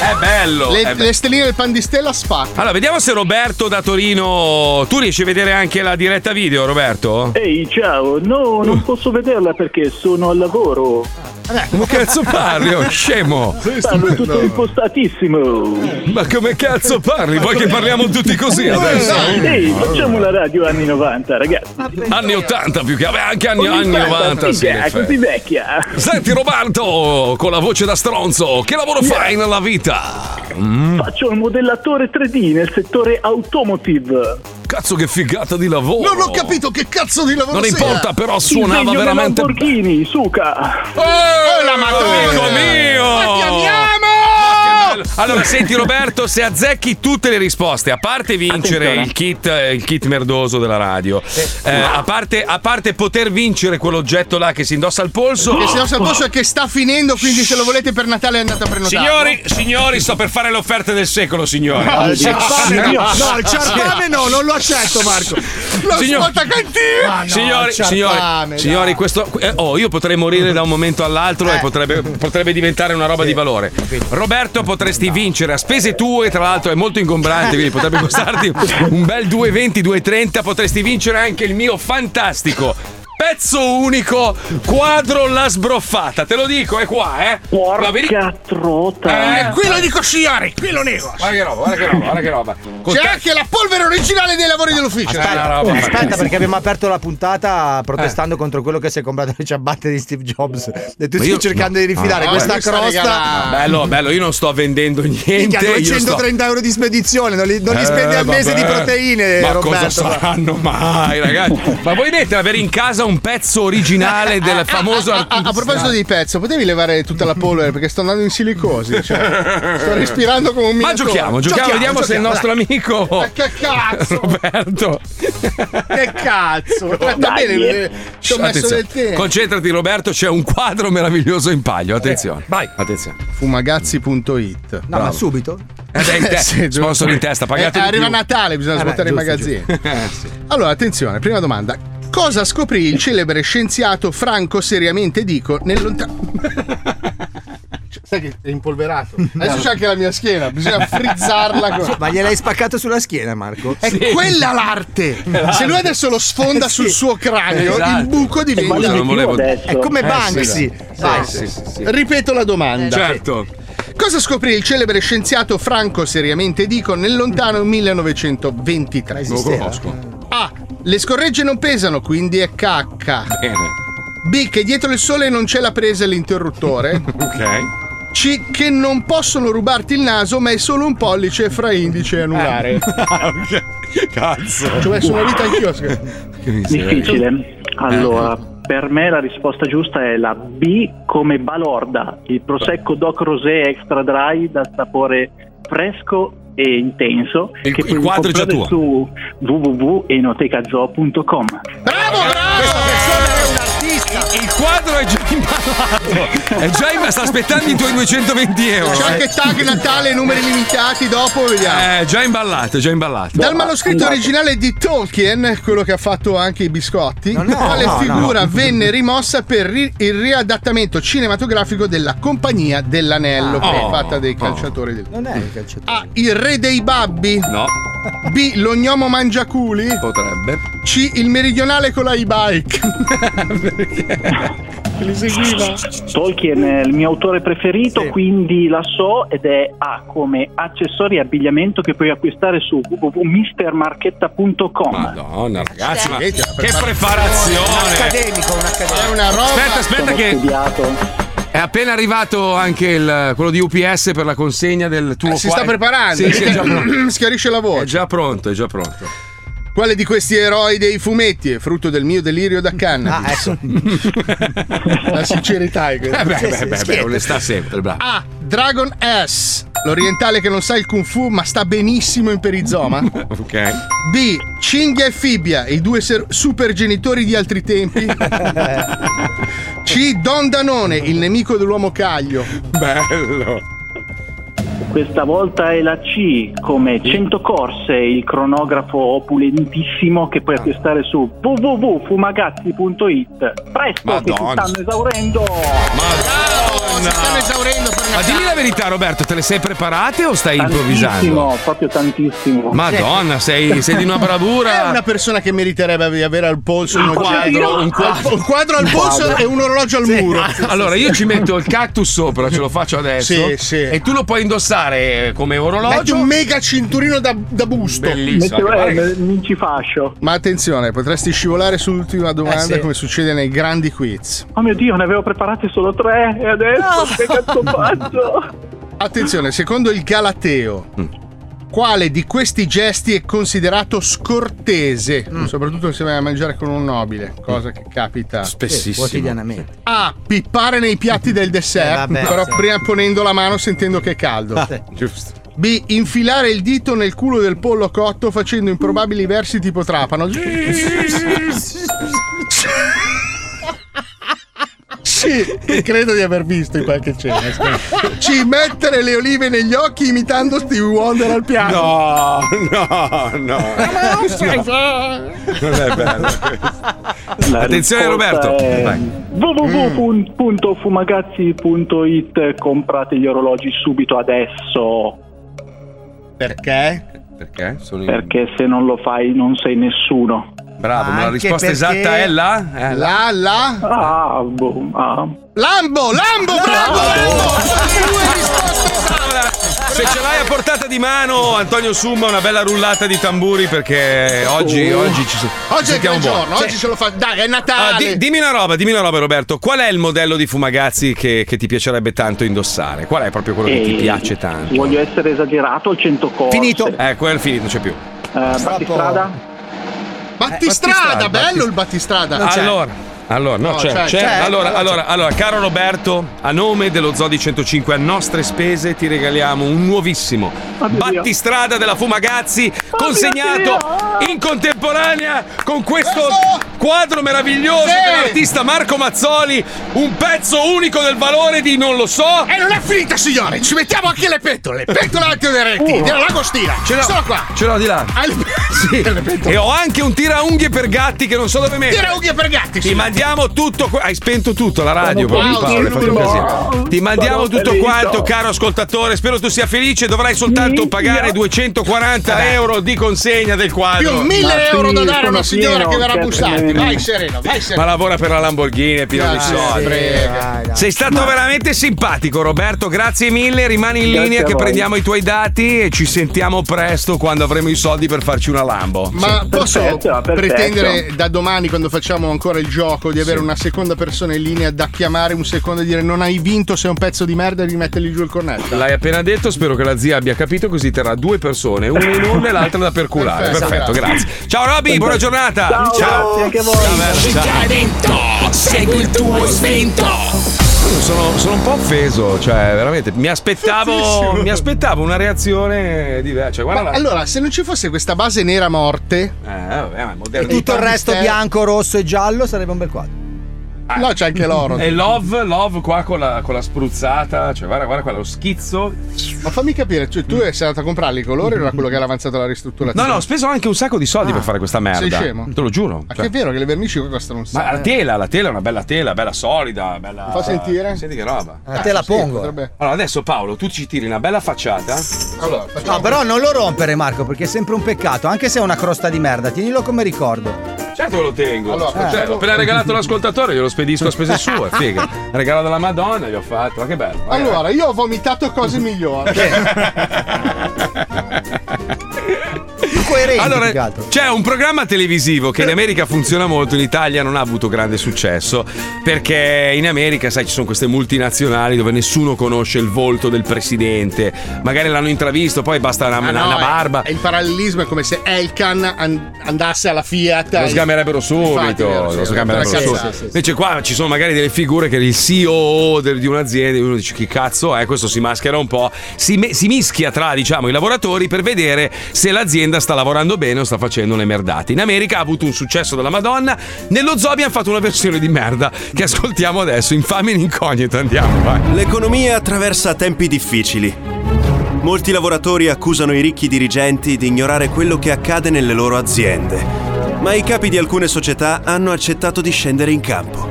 S2: È bello.
S3: Le,
S2: è be-
S3: le stelline del pan di stella spaccano.
S2: Allora, vediamo se Roberto da Torino. Tu riesci a vedere anche la diretta video, Roberto?
S20: Ehi, ciao, no, non posso vederla perché sono al lavoro.
S2: Ma cazzo parli, oh, scemo?
S20: Sono tutto impostatissimo.
S2: Ma come cazzo parli? Vuoi che parliamo tutti così adesso?
S20: Eh,
S2: Eh.
S20: Ehi, facciamo la radio anni 90, ragazzi.
S2: Anni 80 più che vabbè, anche anni,
S20: Ogni
S2: anni
S20: tanto,
S2: 90. Sì,
S20: figa,
S2: in
S20: è così
S2: effetti.
S20: vecchia.
S2: Senti Roberto, con la voce da stronzo, che lavoro fai nella vita?
S20: Faccio il modellatore 3D nel settore automotive.
S2: Cazzo che figata di lavoro!
S20: Non ho capito che cazzo di lavoro
S2: Non
S20: sia.
S3: eh.
S2: importa, però suonava
S20: Disegno una
S2: veramente-
S20: Lamborghini, suca.
S2: Oh, la Amico mio! Allora, senti Roberto, se azzecchi tutte le risposte, a parte vincere il kit, eh, il kit merdoso della radio, eh, a, parte, a parte poter vincere quell'oggetto là che si indossa al polso,
S3: Che se lo saposo è che sta finendo, quindi se lo volete per Natale andate a prenotare.
S2: Signori, signori, sto per fare l'offerta del secolo, signori.
S3: No, il ciarpane no. No, il ciarpane
S2: ciarpane
S3: no, non lo accetto, Marco. Lo
S2: Signor-
S3: sfotacantino. Ma no,
S2: signori,
S3: il ciarpane,
S2: signori,
S3: dai.
S2: signori, questo. eh, oh, io potrei morire da un momento all'altro e potrebbe, potrebbe diventare una roba di valore. Roberto, potresti vincere a spese tue, tra l'altro è molto ingombrante, quindi potrebbe costarti un bel 2,20, 2,30. Potresti vincere anche il mio fantastico. Pezzo unico, quadro la sbroffata, te lo dico, è qua, eh. Ma vedi-
S20: trota.
S2: Eh, qui lo
S3: dico sciare, qui lo nego.
S2: Guarda che roba, guarda che roba, guarda che roba. Con
S3: C'è
S2: te-
S3: anche la polvere originale dei lavori dell'ufficio. eh.
S2: Aspetta,
S3: Dai.
S2: roba. Eh.
S7: Aspetta, perché abbiamo aperto la puntata protestando contro quello che si è comprato le ciabatte di Steve Jobs. E tu
S2: Ma
S7: stai
S2: io-
S7: cercando di rifilare
S2: Ah,
S7: questa
S2: questa
S7: crosta.
S2: Ah, bello, bello, io non sto vendendo niente.
S7: Minchia,
S2: io sto-
S7: 230 euro di spedizione, non li, non li spendi
S2: Eh,
S7: al mese
S2: vabbè.
S7: di proteine,
S2: Ma
S7: Roberto.
S2: cosa saranno mai, ragazzi? Ma voi vedete avere in casa un pezzo originale
S3: Eh,
S2: del famoso
S3: A, a
S2: artista?
S3: proposito di pezzo, potevi levare tutta la polvere perché sto andando in silicosi. Cioè, sto respirando come un
S2: Ma
S3: minatore.
S2: giochiamo, giochiamo, vediamo se il nostro
S3: dai.
S2: amico
S3: Ma che cazzo,
S2: Roberto.
S3: che cazzo. Tratta
S2: Dai,
S3: bene,
S2: eh.
S3: le- ci ho messo
S2: Attenzione.
S3: del tempo.
S2: Concentrati Roberto, c'è un quadro meraviglioso in palio, attenzione. Eh, Vai, attenzione.
S3: Fumagazzi.it. No,
S2: Bravo.
S7: subito?
S2: Eh, dai, in te- sponsor in testa, pagate di
S3: arriva
S2: più.
S3: Natale, bisogna
S2: Eh, beh,
S3: svuotare i
S2: giusto,
S3: magazzini.
S2: giusto. Eh,
S3: Allora, attenzione, prima domanda. Cosa scoprì il celebre scienziato Franco Seriamente Dico nel lontano. Sai che è impolverato. Adesso c'è anche la mia schiena, bisogna frizzarla.
S7: Sì,
S3: con-
S7: ma gliel'hai spaccato sulla schiena, Marco?
S3: È quella l'arte! Se lui adesso lo sfonda sul suo cranio,
S7: Esatto.
S3: il buco diventa.
S7: Eh, ma non volevo- È come
S3: Eh,
S7: Banksy.
S3: sì,
S7: Vai.
S3: sì, sì, sì. Ripeto la domanda.
S2: Certo.
S3: Cosa scoprì il celebre scienziato Franco Seriamente Dico nel lontano 1923?
S2: Lo conosco.
S3: A. Ah, Le scorregge non pesano, quindi è cacca.
S2: Eh,
S3: B. Che dietro il sole non c'è la presa e l'interruttore.
S2: ok.
S3: C. Che non possono rubarti il naso, ma è solo un pollice fra indice e anulare.
S2: Eh. Ah, Cazzo.
S3: Ci ho messo una vita anch'io.
S2: Eh,
S20: Difficile. Allora, per me la risposta giusta è la B come balorda, il prosecco Doc Rosé extra dry dal sapore fresco e intenso
S2: Il-
S20: che
S2: il
S20: puoi
S2: quadro è già
S20: comprare su www.enotecazo.com.
S2: Il quadro è già imbalato. È già im- sta aspettando i tuoi 220 euro.
S3: C'è
S2: eh.
S3: anche tag Natale, numeri limitati, dopo vediamo.
S2: Eh, già imballato, già imballato.
S3: Dal manoscritto originale di Tolkien, quello che ha fatto anche i biscotti,
S2: no,
S3: quale
S2: no,
S3: figura
S2: no.
S3: venne rimossa per ri- il riadattamento cinematografico della Compagnia dell'Anello,
S2: Ah.
S3: che è
S2: Oh,
S3: fatta dei
S2: oh.
S3: calciatori del...
S7: Non è il calciatore.
S3: A. Il re dei babbi.
S2: No.
S3: B. L'ognomo mangiaculi.
S2: Potrebbe.
S3: C. Il meridionale con la e-bike. Li seguiva.
S20: Tolkien è il mio autore preferito, quindi la so ed è A come accessori e abbigliamento che puoi acquistare su www.mistermarchetta.com.
S2: Madonna, ragazzi, ma che
S7: Un
S2: preparazione!
S7: accademico, un accademico.
S3: È una roba.
S2: Aspetta, aspetta, che. È appena arrivato anche il- quello di UPS per la consegna del tuo
S3: Eh, Si
S2: qua-
S3: sta preparando.
S2: Sì, sì, è già pronto.
S3: Schiarisce la voce.
S2: È già pronto, è già pronto.
S3: Quale di questi eroi dei fumetti è frutto del mio delirio da cannabis? La sincerità è questa.
S2: Eh beh, beh, beh, beh, le sta sempre, bravo.
S3: A. Dragon S. L'orientale che non sa il kung fu ma sta benissimo in perizoma.
S2: Ok.
S3: B. Cinghia e Fibbia, i due ser- super genitori di altri tempi. C. Don Danone, il nemico dell'uomo caglio.
S2: Bello.
S20: Questa volta è la C come 100 corse, il cronografo opulentissimo che puoi acquistare su www.fumagazzi.it. Presto, che si
S2: Madonna.
S20: stanno esaurendo!
S3: Ah,
S2: Madonna!
S20: stanno esaurendo per
S2: Ma dimmi la verità, Roberto, te le sei preparate o stai improvvisando?
S20: Tantissimo, proprio tantissimo.
S2: Madonna, sei, sei di una bravura.
S3: È una persona che meriterebbe di avere al polso
S2: Un
S3: uno
S2: quadro,
S3: un quadro, un quadro al
S2: Un
S3: polso
S2: quadro.
S3: e un orologio al muro.
S2: Ah, Allora io ci metto il cactus sopra, ce lo faccio adesso.
S3: Sì, sì.
S2: E tu lo puoi indossare come
S3: Metti
S2: orologio.
S3: un mega cinturino da, da busto.
S2: Bellissimo, Metto- anche eh, perché-
S3: non ci fascio. Ma attenzione, potresti scivolare sull'ultima domanda
S20: Eh, sì.
S3: come succede nei grandi quiz.
S20: Oh mio Dio, ne avevo preparate solo tre eh, e adesso che cazzo faccio?
S3: Attenzione, secondo il Galateo,
S2: Mm.
S3: quale di questi gesti è considerato scortese?
S7: Mm.
S3: Soprattutto se vai a mangiare con un nobile, cosa che
S2: Mm.
S3: capita
S7: Spessissimo. Eh, quotidianamente.
S3: A. Pippare nei piatti del dessert,
S7: Eh, vabbè,
S3: però
S7: sì.
S3: prima ponendo la mano sentendo che è caldo.
S7: Sì.
S2: Giusto.
S3: B. Infilare il dito nel culo del pollo cotto facendo improbabili versi tipo trapano. C. Che credo di aver visto in qualche cena. C. Mettere le olive negli occhi imitando Steve Wonder al piano.
S2: No, no, no. Non è bello. Attenzione Roberto. Vai.
S20: www.fumagazzi.it comprate gli orologi subito adesso
S3: perché?
S2: Perché? Sono in-
S20: perché se non lo fai non sei nessuno
S2: Bravo, ma la risposta esatta è la? Eh,
S3: La, la.
S20: Ah, boh, ah.
S3: Lambo, Lambo, bravo!
S2: Se ce l'hai a portata di mano, Antonio Summa, una bella rullata di tamburi perché oggi,
S3: Oh.
S2: oggi ci sono.
S3: Oggi è il
S2: sentiamo
S3: gran
S2: buoni.
S3: giorno,
S2: Sì.
S3: oggi ce lo fa. Dai, è Natale!
S2: Ah, di- dimmi una roba, dimmi una roba Roberto, qual è il modello di fumagazzi che, che ti piacerebbe tanto indossare? Qual è proprio quello che ti
S20: Ehi,
S2: piace tanto?
S20: voglio essere esagerato al 100 corse
S2: Eh, quello è finito, non c'è più.
S20: Eh, battistrada
S3: Battistrada,
S2: eh, Battistrada,
S3: bello il Battistrada.
S2: Allora, allora, no,
S3: No,
S2: c'è,
S3: c'è,
S2: c'è.
S3: c'è.
S2: Allora,
S3: C'è.
S2: allora, allora, caro Roberto, a nome dello Zodi 105, a nostre spese, ti regaliamo un nuovissimo battistrada della Fumagazzi, consegnato in contemporanea con questo quadro meraviglioso dell'artista Marco Mazzoli, un pezzo unico del valore di non lo so.
S3: E non è finita, signore, ci mettiamo anche le pentole. Pentole antioderetti,
S2: Uh.
S3: dell'Agostina.
S2: Ce l'ho.
S3: Sono qua.
S2: Ce l'ho di là.
S3: Hai le- le pentole.
S2: E ho anche un tiraunghie per gatti che non so dove mettere.
S3: Tiraunghie per gatti,
S2: Ti
S3: sì.
S2: mandiamo tutto. que- Hai spento tutto la radio.
S3: Sono
S2: proprio,
S3: pronto,
S2: Paolo, hai fatto un
S3: sono
S2: casino.
S3: pronto.
S2: Ti mandiamo
S3: Sono
S2: tutto
S3: felice.
S2: quanto, caro ascoltatore. Spero tu sia felice. Dovrai soltanto pagare 240 euro di consegna del quadro.
S3: Più 1000 euro da dare a una signora che verrà a bussarti. Vai sereno, vai
S2: Ma
S3: sereno.
S2: lavora per la Lamborghini, è pieno di
S3: Grazie,
S2: soldi.
S3: frega.
S2: Dai, dai. Sei stato veramente simpatico, Roberto. Grazie mille. Rimani in
S3: Grazie
S2: linea
S3: a
S2: che
S3: voi.
S2: prendiamo i tuoi dati e ci sentiamo presto quando avremo i soldi per farci una Lambo.
S3: Cioè, Ma
S2: Sì.
S3: posso
S20: perfetto.
S3: pretendere da domani, quando facciamo ancora il gioco, di avere una seconda persona in linea da chiamare un secondo e dire non hai vinto, sei un pezzo di merda e rimettergli giù il cornetto?
S2: L'hai appena detto, spero che la zia abbia capito, così terrà due persone, una in onda e l'altra da perculare.
S3: Perfetto.
S2: Perfetto, grazie. Ciao Robby, buona giornata.
S22: Ciao, anche voi.
S2: Ciao.
S22: dentro, segui il tuo istinto.
S2: Sono, sono un po' offeso, cioè veramente mi aspettavo,
S3: Fettissimo.
S2: mi aspettavo una reazione diversa. Cioè, guarda
S3: Ma
S2: la-
S3: allora, se non ci fosse questa base nera morte,
S2: Eh, vabbè, ma è
S7: E
S2: moderno.
S7: tutto il resto bianco, rosso e giallo sarebbe un bel quadro.
S3: no, cioè, c'è anche l'oro.
S2: E Love, Love qua con la, con la spruzzata, cioè guarda, guarda qua lo schizzo.
S3: Ma fammi capire, cioè, tu sei andato a comprarli i colori o era quello che era avanzato la
S2: No,
S3: ristrutturazione?
S2: no, ho speso anche un sacco di soldi per fare questa merda.
S3: Ah, Sei scemo?
S2: Te lo giuro.
S3: Ma
S2: Cioè,
S3: Ah, che è vero che le vernici qua costano un sacco.
S2: ma la tela, la tela è una bella tela, bella solida, bella.
S3: Fa sentire?
S2: Senti che roba.
S3: Ah,
S7: te la
S3: sì,
S7: pongo.
S3: potrebbe-
S2: Allora, adesso Paolo, tu ci tiri una bella facciata.
S3: Allora, facciamo-
S7: No, però non lo rompere, Marco, perché è sempre un peccato, anche se è una crosta di merda, tienilo come ricordo.
S2: Certo che lo tengo.
S7: Allora,
S2: Allora,
S7: facciamo-
S2: L'ho appena regalato l'ascoltatore, glielo spedisco a spese sue, figa. Regalo della Madonna, gli ho fatto, ma che bello. eh.
S3: Allora, io ho vomitato cose migliori.
S7: coerente, più che
S2: Allora,
S7: altro.
S2: c'è un programma televisivo che in America funziona molto, in Italia non ha avuto grande successo, perché in America, sai, ci sono queste multinazionali dove nessuno conosce il volto del presidente, magari l'hanno intravisto, poi basta una,
S3: Ah,
S2: una-
S3: no,
S2: una
S3: è-
S2: barba.
S3: è il parallelismo è come se Elkan an- andasse alla Fiat.
S2: Lo
S3: e-
S2: sgamerebbero subito,
S3: Infatti, vero, sì,
S2: lo
S3: è
S2: sgamerebbero
S3: una
S2: subito.
S3: cazzata, sì, sì.
S2: Invece qua ci sono magari delle figure che il CEO del- di un'azienda, e uno dice chi cazzo è, questo si maschera un po', si, me- si mischia tra diciamo i lavoratori per vedere se l'azienda sta lavorando bene o sta facendo le merdate. In America ha avuto un successo della Madonna, nello zoo abbiamo fatto una versione di merda che ascoltiamo adesso, infame in incognito, andiamo, vai.
S24: L'economia attraversa tempi difficili.
S25: Molti lavoratori accusano i ricchi dirigenti di ignorare quello che accade nelle loro aziende, ma i capi di alcune società hanno accettato di scendere in campo.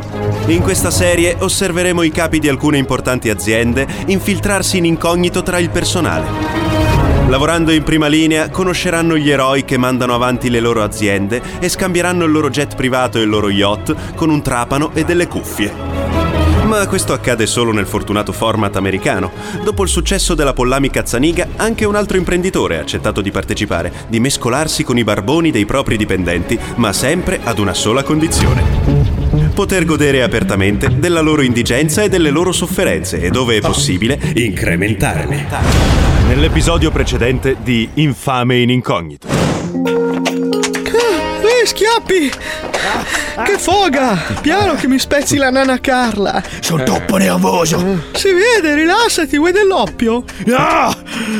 S25: In questa serie osserveremo i capi di alcune importanti aziende infiltrarsi in incognito tra il personale. Lavorando in prima linea conosceranno gli eroi che mandano avanti le loro aziende e scambieranno il loro jet privato e il loro yacht con un trapano e delle cuffie. Ma questo accade solo nel fortunato format americano. Dopo il successo della Pollami Cazzaniga, anche un altro imprenditore ha accettato di partecipare, di mescolarsi con i barboni dei propri dipendenti, ma sempre ad una sola condizione. Poter godere apertamente della loro indigenza e delle loro sofferenze e, dove è possibile, incrementarne. Nell'episodio precedente di Infame in Incognito.
S26: Eh, schiappi! Che foga! Piano che mi spezzi la nana Carla!
S27: Sono troppo nervoso!
S26: Si vede, rilassati, vuoi dell'oppio?
S27: Ah!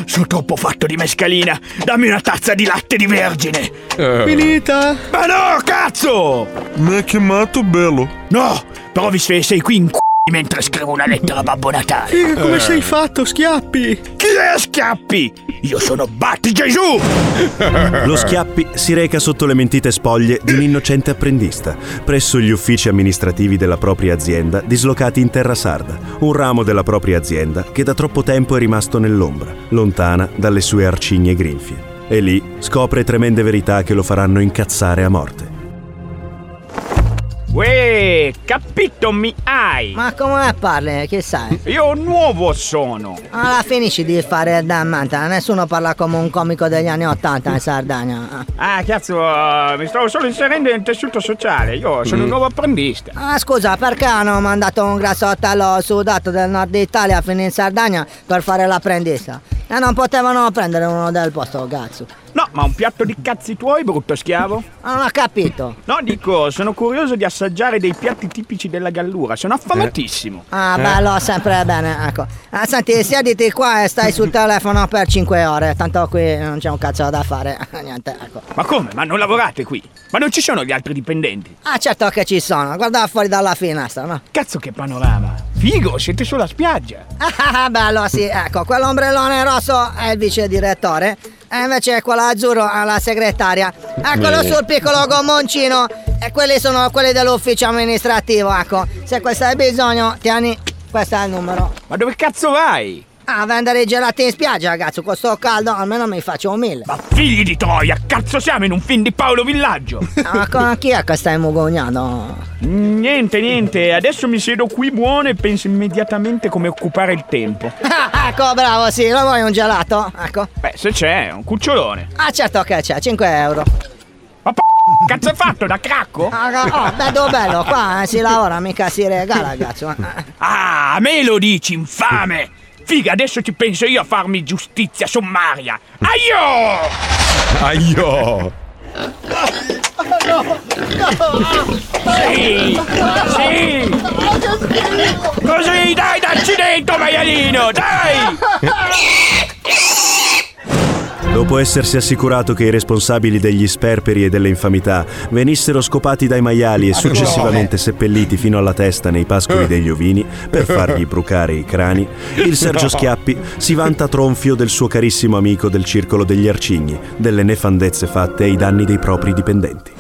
S27: Sono troppo fatto di mescalina! Dammi una tazza di latte di vergine!
S10: Eh.
S26: Finita?
S27: Ma no, cazzo!
S26: Eh. Mi hai chiamato bello?
S27: No! Provi se sei qui in c***i mentre scrivo una lettera a Babbo Natale!
S26: Figa, come sei fatto, schiappi?
S27: Chi è Schiappi? Io sono Batti Gesù!
S25: Lo Schiappi si reca sotto le mentite spoglie di un innocente apprendista presso gli uffici amministrativi della propria azienda dislocati in terra sarda, un ramo della propria azienda che da troppo tempo è rimasto nell'ombra, lontana dalle sue arcigne grinfie. E lì scopre tremende verità che lo faranno incazzare a morte.
S6: Uè, capito mi hai?
S9: Ma come parli? Che sai?
S6: Io nuovo sono.
S9: Allora finisci di fare il dammanta, nessuno parla come un comico degli anni Ottanta in Sardegna.
S6: Ah, cazzo, mi stavo solo inserendo nel tessuto sociale. Io sono
S9: Mm.
S6: un nuovo apprendista.
S9: Ah scusa, perché hanno mandato un grassottello sudato del nord Italia a finire in Sardegna per fare l'apprendista? E non potevano prendere uno del posto, cazzo.
S6: No, ma un piatto di cazzi tuoi, brutto schiavo?
S9: Ah, non ho capito.
S6: No, dico, sono curioso di assaggiare dei piatti tipici della Gallura. Sono affamatissimo.
S9: Ah,
S6: Eh.
S9: bello, sempre bene, ecco. Ah, senti, siediti qua e stai sul telefono per 5 ore, tanto qui non c'è un cazzo da fare, niente, ecco.
S6: Ma come? Ma non lavorate qui? Ma non ci sono gli altri dipendenti?
S9: Ah, certo che ci sono, guarda fuori dalla finestra, no?
S6: Cazzo che panorama! Figo, siete sulla spiaggia!
S9: Ah, ah, bello, sì, ecco, quell'ombrellone rosso è il vice direttore e invece quello azzurro è la segretaria. Eccolo
S28: Eh.
S9: sul piccolo gommoncino e quelli sono quelli dell'ufficio amministrativo, ecco. Se questo hai bisogno, tieni, questo è il numero.
S6: Ma dove cazzo vai?
S9: Ah, a vendere i gelati in spiaggia, ragazzo, con sto caldo almeno mi faccio un mille.
S6: Figli di troia, cazzo siamo in un film di Paolo Villaggio!
S9: Ma con chi è che stai mugognando?
S6: Niente, niente, adesso mi siedo qui buono e penso immediatamente come occupare il tempo.
S9: Ah, ecco, bravo, sì, lo vuoi un gelato? Ecco.
S6: Beh, se c'è, un cucciolone.
S9: Ah, certo che c'è, 5 euro.
S6: Cazzo è fatto da cracco?
S9: Ah, oh, bello, bello, qua eh, si lavora, mica si regala, ragazzo.
S6: Ah, me lo dici, infame! Figa, adesso ci penso io a farmi giustizia sommaria. Aio!
S2: Aio!
S6: Sì! Sì! Così, dai, dacci dentro, maialino, dai!
S25: Dopo essersi assicurato che i responsabili degli sperperi e delle infamità venissero scopati dai maiali e successivamente seppelliti fino alla testa nei pascoli degli ovini per fargli brucare i crani, il Sergio
S29: No.
S25: Schiappi si vanta tronfio del suo carissimo amico del circolo degli arcigni, delle nefandezze fatte ai danni dei propri dipendenti.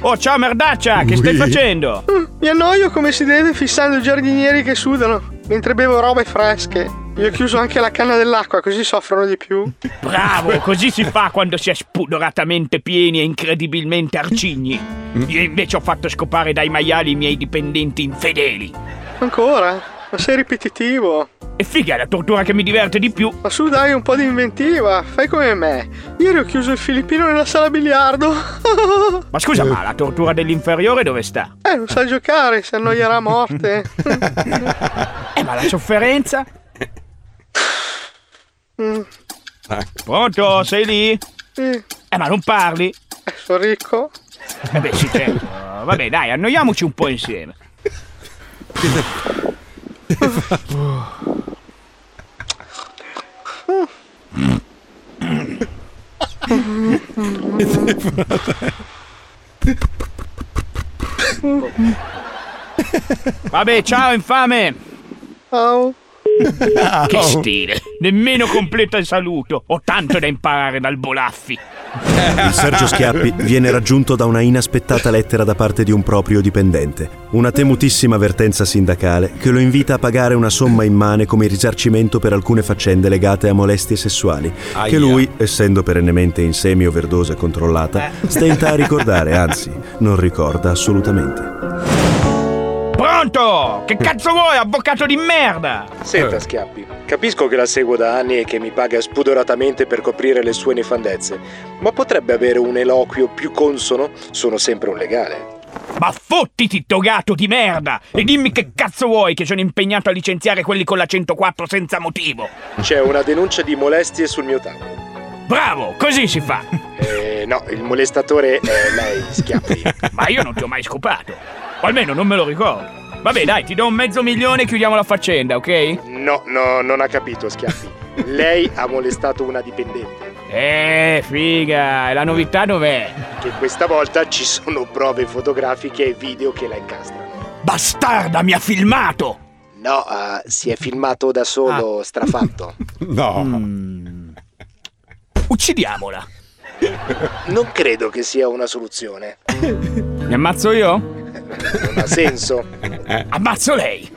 S6: Oh, ciao merdaccia, che stai
S25: Ui.
S6: facendo?
S10: Mi annoio come si deve fissando i giardinieri che sudano mentre bevo robe fresche. Gli ho chiuso anche la canna dell'acqua così soffrono di più.
S6: Bravo, così si fa quando si è spudoratamente pieni e incredibilmente arcigni. Io invece ho fatto scopare dai maiali i miei dipendenti infedeli.
S10: Ancora? Ma sei ripetitivo.
S6: E figa è la tortura che mi diverte di più.
S10: Ma su dai un po' di inventiva, fai come me. Ieri ho chiuso il filippino nella sala biliardo.
S6: Ma scusa, ma la tortura dell'inferiore dove sta?
S10: Eh, non sa giocare, si annoierà a morte.
S6: Eh, ma la sofferenza?
S10: Mm,
S6: Pronto, sei lì?
S10: sì.
S6: Eh, ma non parli?
S10: Sono ricco.
S6: Eh beh, sì, certo. Vabbè, dai, annoiamoci un po' insieme.
S10: Mm.
S6: Vabbè, ciao infame!
S10: Ciao.
S6: Che stile. Nemmeno completa il saluto. Ho tanto da imparare dal Bolaffi.
S25: Il Sergio Schiappi viene raggiunto da una inaspettata lettera da parte di un proprio dipendente. Una temutissima avvertenza sindacale che lo invita a pagare una somma immane come risarcimento per alcune faccende legate a molestie sessuali,
S20: Aia.
S25: che lui, essendo perennemente in semi-overdose controllata, stenta a ricordare, anzi, non ricorda assolutamente.
S6: Pronto? Che cazzo vuoi, avvocato di merda?
S8: Senta, Schiappi, capisco che la seguo da anni e che mi paga spudoratamente per coprire le sue nefandezze, ma potrebbe avere un eloquio più consono? Sono sempre un legale.
S6: Ma fottiti, togato di merda! E dimmi che cazzo vuoi che sono impegnato a licenziare quelli con la 104 senza motivo!
S8: C'è una denuncia di molestie sul mio tavolo.
S6: Bravo, così si fa!
S8: Eh, no, il molestatore è lei, Schiappi.
S6: Ma io non ti ho mai scopato. O almeno non me lo ricordo. Vabbè, dai, ti do un mezzo milione e chiudiamo la faccenda, ok?
S8: No, no, non ha capito, Schiappi. Lei ha molestato una dipendente.
S6: Eh, figa, e la novità dov'è?
S8: Che questa volta ci sono prove fotografiche e video che la incastrano.
S6: Bastarda, mi ha filmato!
S8: No, eh, si è filmato da
S6: Ah.
S8: solo, strafatto.
S2: No.
S6: Mm. Uccidiamola.
S8: Non credo che sia una soluzione.
S6: Mi ammazzo io?
S8: Non ha senso. Eh.
S6: Ammazzo lei!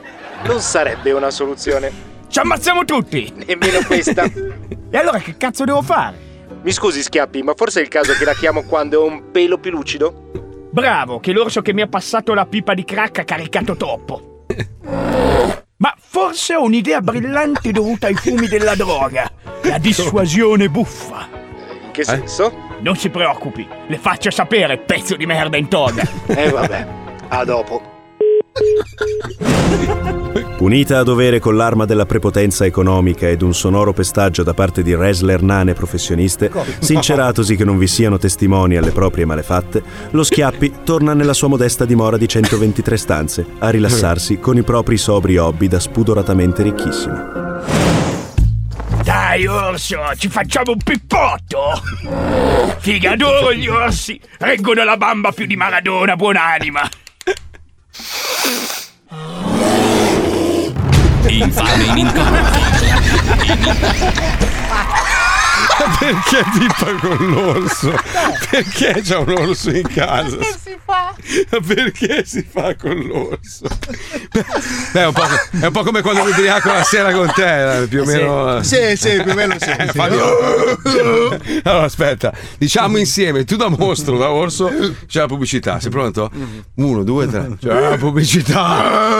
S8: Non sarebbe una soluzione.
S6: Ci ammazziamo tutti!
S8: Nemmeno questa.
S6: E allora che cazzo devo fare?
S8: Mi scusi, Schiappi, ma forse è il caso che la chiamo quando è un pelo più lucido?
S6: Bravo, che l'orso che mi ha passato la pipa di crack ha caricato troppo. Ma forse ho un'idea brillante dovuta ai fumi della droga. La dissuasione buffa.
S8: In che senso?
S6: Non si preoccupi, le faccio sapere, pezzo di merda in toga.
S8: Eh vabbè, a dopo.
S25: Punita a dovere con l'arma della prepotenza economica ed un sonoro pestaggio da parte di wrestler nane professioniste, sinceratosi che non vi siano testimoni alle proprie malefatte, lo Schiappi torna nella sua modesta dimora di 123 stanze a rilassarsi con i propri sobri hobby da spudoratamente ricchissimo.
S6: Dai orso, ci facciamo un pippotto! Figa, adoro gli orsi! Reggono la bamba più di Maradona, buonanima!
S1: Infame in
S2: Perché pippa con l'orso? Perché c'è un orso in casa?
S13: si fa?
S2: Perché si fa con l'orso? Beh, è un po', co- è un po' come quando mi ubriaco la sera con te, eh, più o meno.
S3: Sì, sì, più o meno sì.
S2: Eh, Fabio. Allora, aspetta, diciamo insieme, tu da mostro, da orso, c'è la pubblicità. Sei pronto?
S3: Mhm.
S2: Uno, due, tre. cioè. C'è la pubblicità.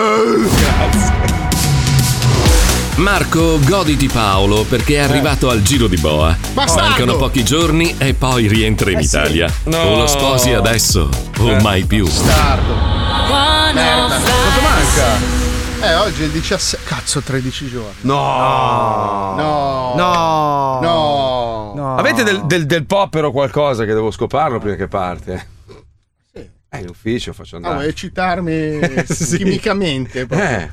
S1: Marco, goditi Paolo perché è
S2: Eh.
S1: arrivato al giro di boa.
S2: Bastardo!
S1: Mancano pochi giorni e poi rientra in
S2: Eh sì.
S1: Italia.
S2: No. Eh.
S1: O lo sposi adesso o mai più.
S3: Merda. Quanto manca? Eh, oggi è il 17. Cazzo, 13 giorni.
S2: No.
S3: No.
S2: No.
S3: No.
S2: Avete del, del, del popper o qualcosa che devo scoparlo prima che parte? Eh, in ufficio faccio
S3: Ah,
S2: andare.
S3: vuoi citarmi
S2: Sì.
S3: chimicamente? proprio.
S2: Eh.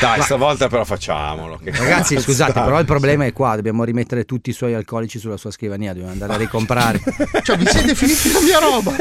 S2: Dai, stavolta però facciamolo. che
S7: Ragazzi,
S2: cazzo.
S7: scusate, però il problema è qua: dobbiamo rimettere tutti i suoi alcolici sulla sua scrivania, dobbiamo andare a ricomprare.
S3: Cioè, vi siete finiti la mia roba.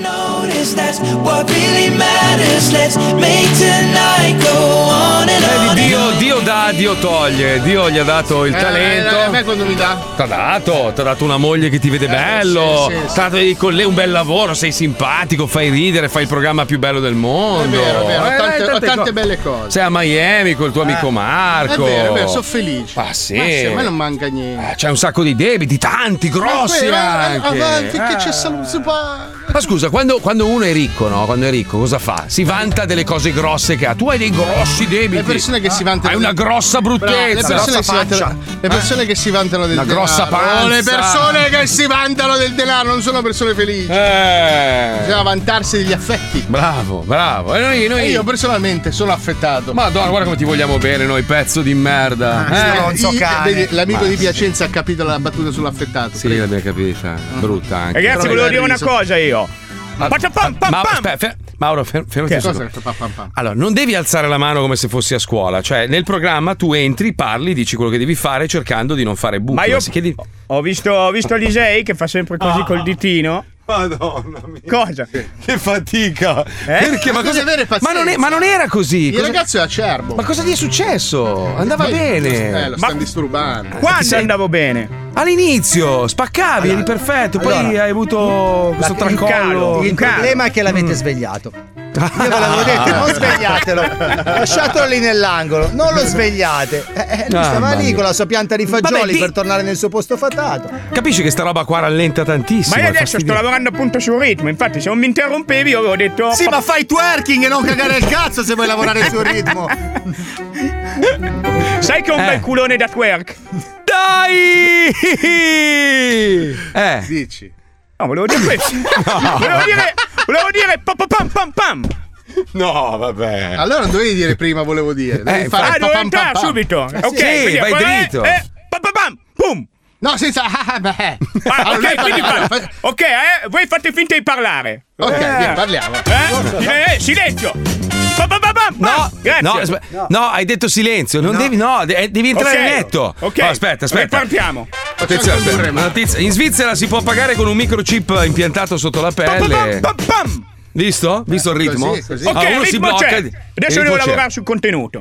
S13: notice that's what really matters. Let's make tonight go on and
S2: Eh,
S13: on.
S2: di Dio, Dio dà, Dio toglie. Dio gli ha dato il
S3: Eh,
S2: talento.
S3: eh, a me quando mi dà.
S2: T'ha dato, t'ha dato una moglie che ti vede bello.
S3: Eh, sì, sì, sì.
S2: T'ha dato con lei un bel lavoro, sei simpatico, fai ridere, fai il programma più bello del mondo.
S3: È vero, è vero, ho
S2: Eh,
S3: tante, ho
S2: tante
S3: tante
S2: co-
S3: belle cose.
S2: Sei a Miami col tuo amico
S3: Eh,
S2: Marco.
S3: È vero, è vero, sono felice.
S2: Ah, sì.
S3: Ma se a me non manca niente.
S2: Eh, C'è un sacco di debiti, tanti, grossi
S3: Eh,
S2: anche.
S3: Avanti, che c'è
S2: Eh.
S3: saluto. pa-
S2: Ma scusa, quando, quando uno è ricco, no? Quando è ricco, cosa fa? Si vanta delle cose grosse che ha. Tu hai dei grossi debiti. Ah,
S3: Le persone che si vantano.
S2: Hai una grossa bruttezza.
S3: Brava, Le persone,
S2: grossa
S3: che si, vantano, Eh,
S2: faccia.
S3: le persone che si vantano del
S2: Una
S3: denaro.
S2: grossa panza.
S3: Le persone che si vantano del denaro non sono persone felici.
S2: Eh.
S3: Bisogna vantarsi degli affetti.
S2: Bravo, bravo. E noi, noi...
S3: E io personalmente sono affettato.
S2: Madonna, guarda come ti vogliamo bene noi, pezzo di merda.
S3: Eh,
S2: eh?
S3: i- vedi, l'amico
S2: Ma
S3: di Piacenza ha capito la battuta sull'affettato.
S2: Sì, l'abbiamo capita. Brutta anche.
S3: Ragazzi, volevo dire una
S2: cosa io. Ma, ma- aspetta, fer- Mauro, fer- fermati un
S3: Cosa?
S2: secondo.
S3: Pam, pam, pam.
S2: Allora, non devi alzare la mano come se fossi a scuola. Cioè, nel programma tu entri, parli, dici quello che devi fare cercando di non fare buchi.
S6: Ma io- Boh.
S2: se chiedi-
S6: Ah. Ho visto, ho visto Lisei che fa sempre così col ditino.
S2: Madonna mia.
S6: Cosa? Eh?
S2: Che fatica. Perché? Ma, cosa...
S3: avere
S2: ma, non è- ma non era così.
S3: Il
S2: Cosa-
S3: ragazzo è acerbo.
S2: Ma cosa gli è successo? Andava
S3: Eh,
S2: bene.
S3: Eh, lo
S2: Ma-
S3: stanno disturbando.
S2: Quando Sì.
S6: andavo bene?
S2: All'inizio spaccavi, eri perfetto, poi
S7: allora,
S2: hai avuto questo
S7: la- il
S2: tracollo.
S7: Il problema è che l'avete svegliato. Io ve l'avevo detto, non svegliatelo. Lasciatelo lì nell'angolo, non lo svegliate. Eh, eh, lui
S2: Ah,
S7: stava
S2: mamma
S7: lì
S2: mia.
S7: con la sua pianta di fagioli
S2: Vabbè, di-
S7: per tornare nel suo posto fatato.
S2: Capisci che sta roba qua rallenta tantissimo.
S6: Ma io
S2: è
S6: adesso sto
S2: fastidioso.
S6: lavorando appunto sul ritmo, infatti se non mi interrompevi io avevo detto...
S3: Sì, ma fai twerking e non cagare il cazzo se vuoi lavorare sul ritmo.
S6: Sai che ho un bel culone da twerk?
S2: Dai! Eh.
S3: Dici.
S6: No, volevo dire questo. Volevo dire... Volevo dire... pa, pa, pam pam pam.
S2: No, vabbè.
S3: Allora non dovevi dire prima, volevo dire. Devi
S6: Eh,
S3: fare
S6: ah, devo
S3: papam
S6: entrare
S3: papam.
S6: subito. Ok,
S3: Eh, Sì,
S6: quindi
S3: vai
S6: poi-
S3: dritto.
S6: eh, pa, pa, pam, pum.
S3: No, senza. Ah, beh.
S6: Ah,
S3: Allora,
S6: ok, quindi parla. Ok, eh, voi fate finta di parlare.
S3: Ok,
S6: Eh.
S3: via, parliamo.
S6: Eh? Eh, eh, silenzio. Pa, pa, pa, pam, pam.
S2: No,
S6: Grazie.
S2: no, aspe- no, hai detto silenzio. Non devi, no, de- eh, devi entrare
S6: Ok,
S2: in netto.
S6: ok.
S2: No, aspetta, aspetta.
S6: Ripartiamo.
S2: Attenzione, aspetta. Una notizia. In Svizzera si può pagare con un microchip impiantato sotto la pelle. Visto? Visto il ritmo?
S6: Così, così. Ok,
S2: Ah, uno
S6: il
S2: si
S6: ritmo
S2: blocca.
S6: c'è.
S2: il
S6: Adesso
S2: ritmo
S6: devo
S2: c'è.
S6: lavorare sul contenuto.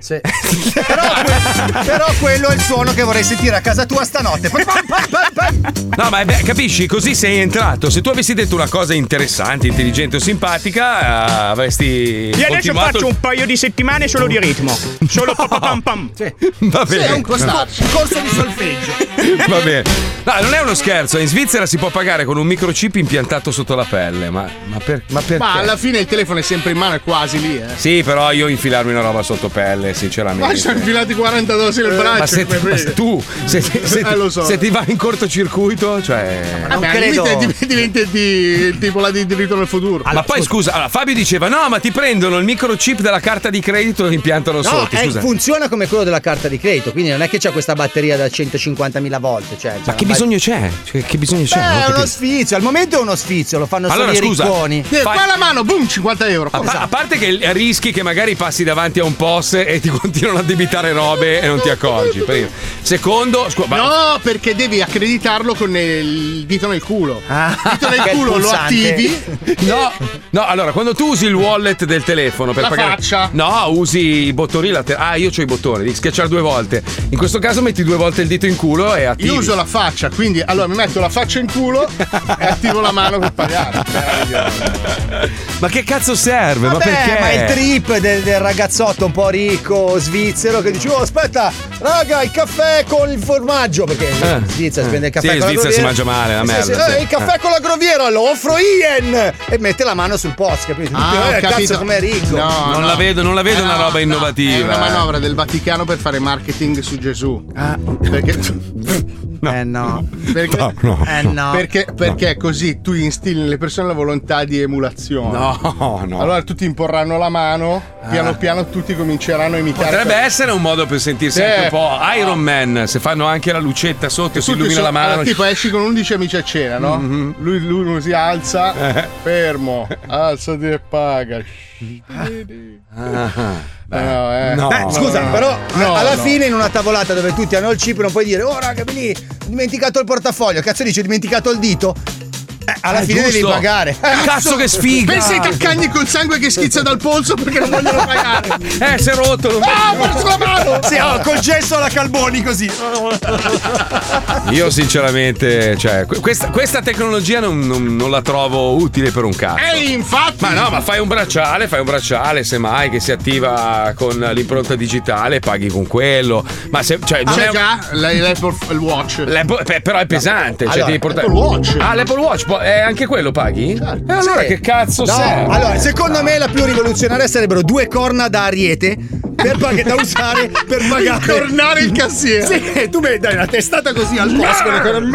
S7: Però quello è il suono che vorrei sentire a casa tua stanotte. Pam, pam, pam, pam, pam.
S2: No, ma è be- capisci? Così sei entrato. Se tu avessi detto una cosa interessante, intelligente o simpatica, eh, avresti.
S6: Io adesso
S2: continuato-
S6: faccio un paio di settimane solo di ritmo. Solo pa, pa, pam pam.
S2: Va bene.
S3: corso di solfeggio.
S2: Va bene. No, non è uno scherzo. In Svizzera si può pagare con un microchip impiantato sotto la pelle. Ma, ma, per- ma perché?
S3: Ma alla fine il telefono è sempre in mano, è quasi lì, eh.
S2: Sì, però io infilarmi una roba sotto pelle,
S3: Ma ci sono
S2: sinceramente.
S3: infilati 40 dosi nel braccio.
S2: Eh, ma se,
S3: come
S2: ma
S3: vedi.
S2: se tu se, se-
S3: Eh, lo so.
S2: se ti va in cortocircuito, cioè.
S3: Vabbè, al limite div- diventi di- tipo la di diritto nel futuro.
S2: Ma poi scusa, allora, Fabio diceva: No, ma ti prendono il microchip della carta di credito e lo impiantano
S7: No,
S2: sotto.
S7: eh,
S2: Scusa.
S7: funziona come quello della carta di credito, quindi non è che c'è questa batteria da 150.000 volte. Cioè,
S2: Ma che bisogno c'è? Cioè, che bisogno c'è? Non ho
S7: Beh, è uno
S2: capito.
S7: sfizio, al momento è uno sfizio, lo fanno
S2: Allora,
S7: solo i
S2: scusa,
S7: ricconi.
S2: Sì, fai- qua
S3: la mano, boom, 50 euro.
S2: A, pa- a parte che il- rischi che magari passi davanti a un POS e ti continuano a debitare robe e non ti accorgi. primo. Secondo, scu- ma-
S3: No, perché devi accreditarlo con il dito nel culo. il dito
S2: Ah, che
S3: nel
S2: è il
S3: culo lo
S2: pulsante.
S3: attivi.
S2: No, no, allora, quando tu usi il wallet del telefono per
S3: La
S2: pagare.
S3: faccia.
S2: No, usi i bottoni laterali. Ah, io ho i bottoni, devi schiacciare due volte. In questo caso metti due volte il dito in culo e attivi.
S3: Io uso la faccia, quindi allora mi metto la faccia in culo e attivo la mano per pagare.
S2: Ma che cazzo serve? ma
S7: Vabbè,
S2: perché?
S7: ma il trip del, del ragazzotto un po' ricco svizzero che dice: Oh, aspetta, raga, il caffè con il formaggio. Perché in Svizzera si prende il caffè
S2: Eh. Sì, in
S7: con la
S2: Svizzera si
S7: groviera.
S2: mangia male, la
S7: Sì, sì,
S2: merda,
S7: eh,
S2: sì.
S7: il caffè
S2: Eh.
S7: con la groviera lo offro Ian e mette la mano sul post, capito? Tutti,
S3: Ah, ho
S7: eh,
S3: capito.
S7: cazzo, com'è ricco.
S3: No,
S2: Non la vedo, non la vedo una roba innovativa.
S3: È una manovra del Vaticano per fare marketing su Gesù.
S7: Ah.
S3: Perché
S7: Eh no.
S3: Perché,
S7: No, no, Eh, no.
S3: perché, perché così tu instilli nelle persone la volontà di emulazione.
S2: No, no. Ah.
S3: Allora tutti imporranno la mano, piano piano tutti cominceranno a imitare.
S2: Potrebbe essere un modo per sentirsi
S3: Sì.
S2: anche un po' Iron Man, se fanno anche la lucetta sotto e si
S3: Tutti
S2: illumina
S3: sono-
S2: la mano. Mm-hmm.
S3: allora, tipo esci con 11 amici a cena, no? Lui, lui non si alza,
S2: Eh.
S3: fermo, alzati e paga.
S2: Ah, beh. Ah,
S3: No, eh.
S2: No.
S7: Eh, scusa,
S3: no,
S7: però eh,
S3: no,
S7: alla
S3: no.
S7: fine in una tavolata dove tutti hanno il chip non puoi dire "Oh raga, vieni, ho dimenticato il portafoglio". Cazzo dici, ho dimenticato il dito? Eh, alla
S2: Eh,
S7: fine devi
S2: giusto.
S7: pagare. Eh,
S2: Cazzo, che sfiga!
S3: Pensa ai taccagni col sangue che schizza dal polso perché non vogliono pagare.
S2: Eh, si è rotto. non-
S3: Ah, ho perso la mano!
S7: Sì, oh, col gesso alla Calboni così.
S2: Io sinceramente, cioè, que- questa, questa tecnologia non, non- non la trovo utile per un cazzo.
S3: E infatti.
S2: Ma no, ma fai un bracciale, fai un bracciale, semmai che si attiva con l'impronta digitale, paghi con quello. Ma se, cioè, non
S3: Ah, C'è
S2: è-
S3: già l- l'Apple Watch.
S2: L'Apple- beh, però è pesante, cioè
S7: Allora,
S2: devi portare
S7: Apple Watch.
S2: Ah, l'Apple Watch, po- eh, anche quello paghi?
S3: Certo.
S2: E allora
S7: Sì.
S2: che cazzo
S7: No,
S2: serve?
S7: Allora, secondo me la più rivoluzionaria sarebbero due corna da ariete per pag- da usare per pagare.
S3: Incornare il cassiere.
S7: Sì, tu mi dai una testata così al muscolo con-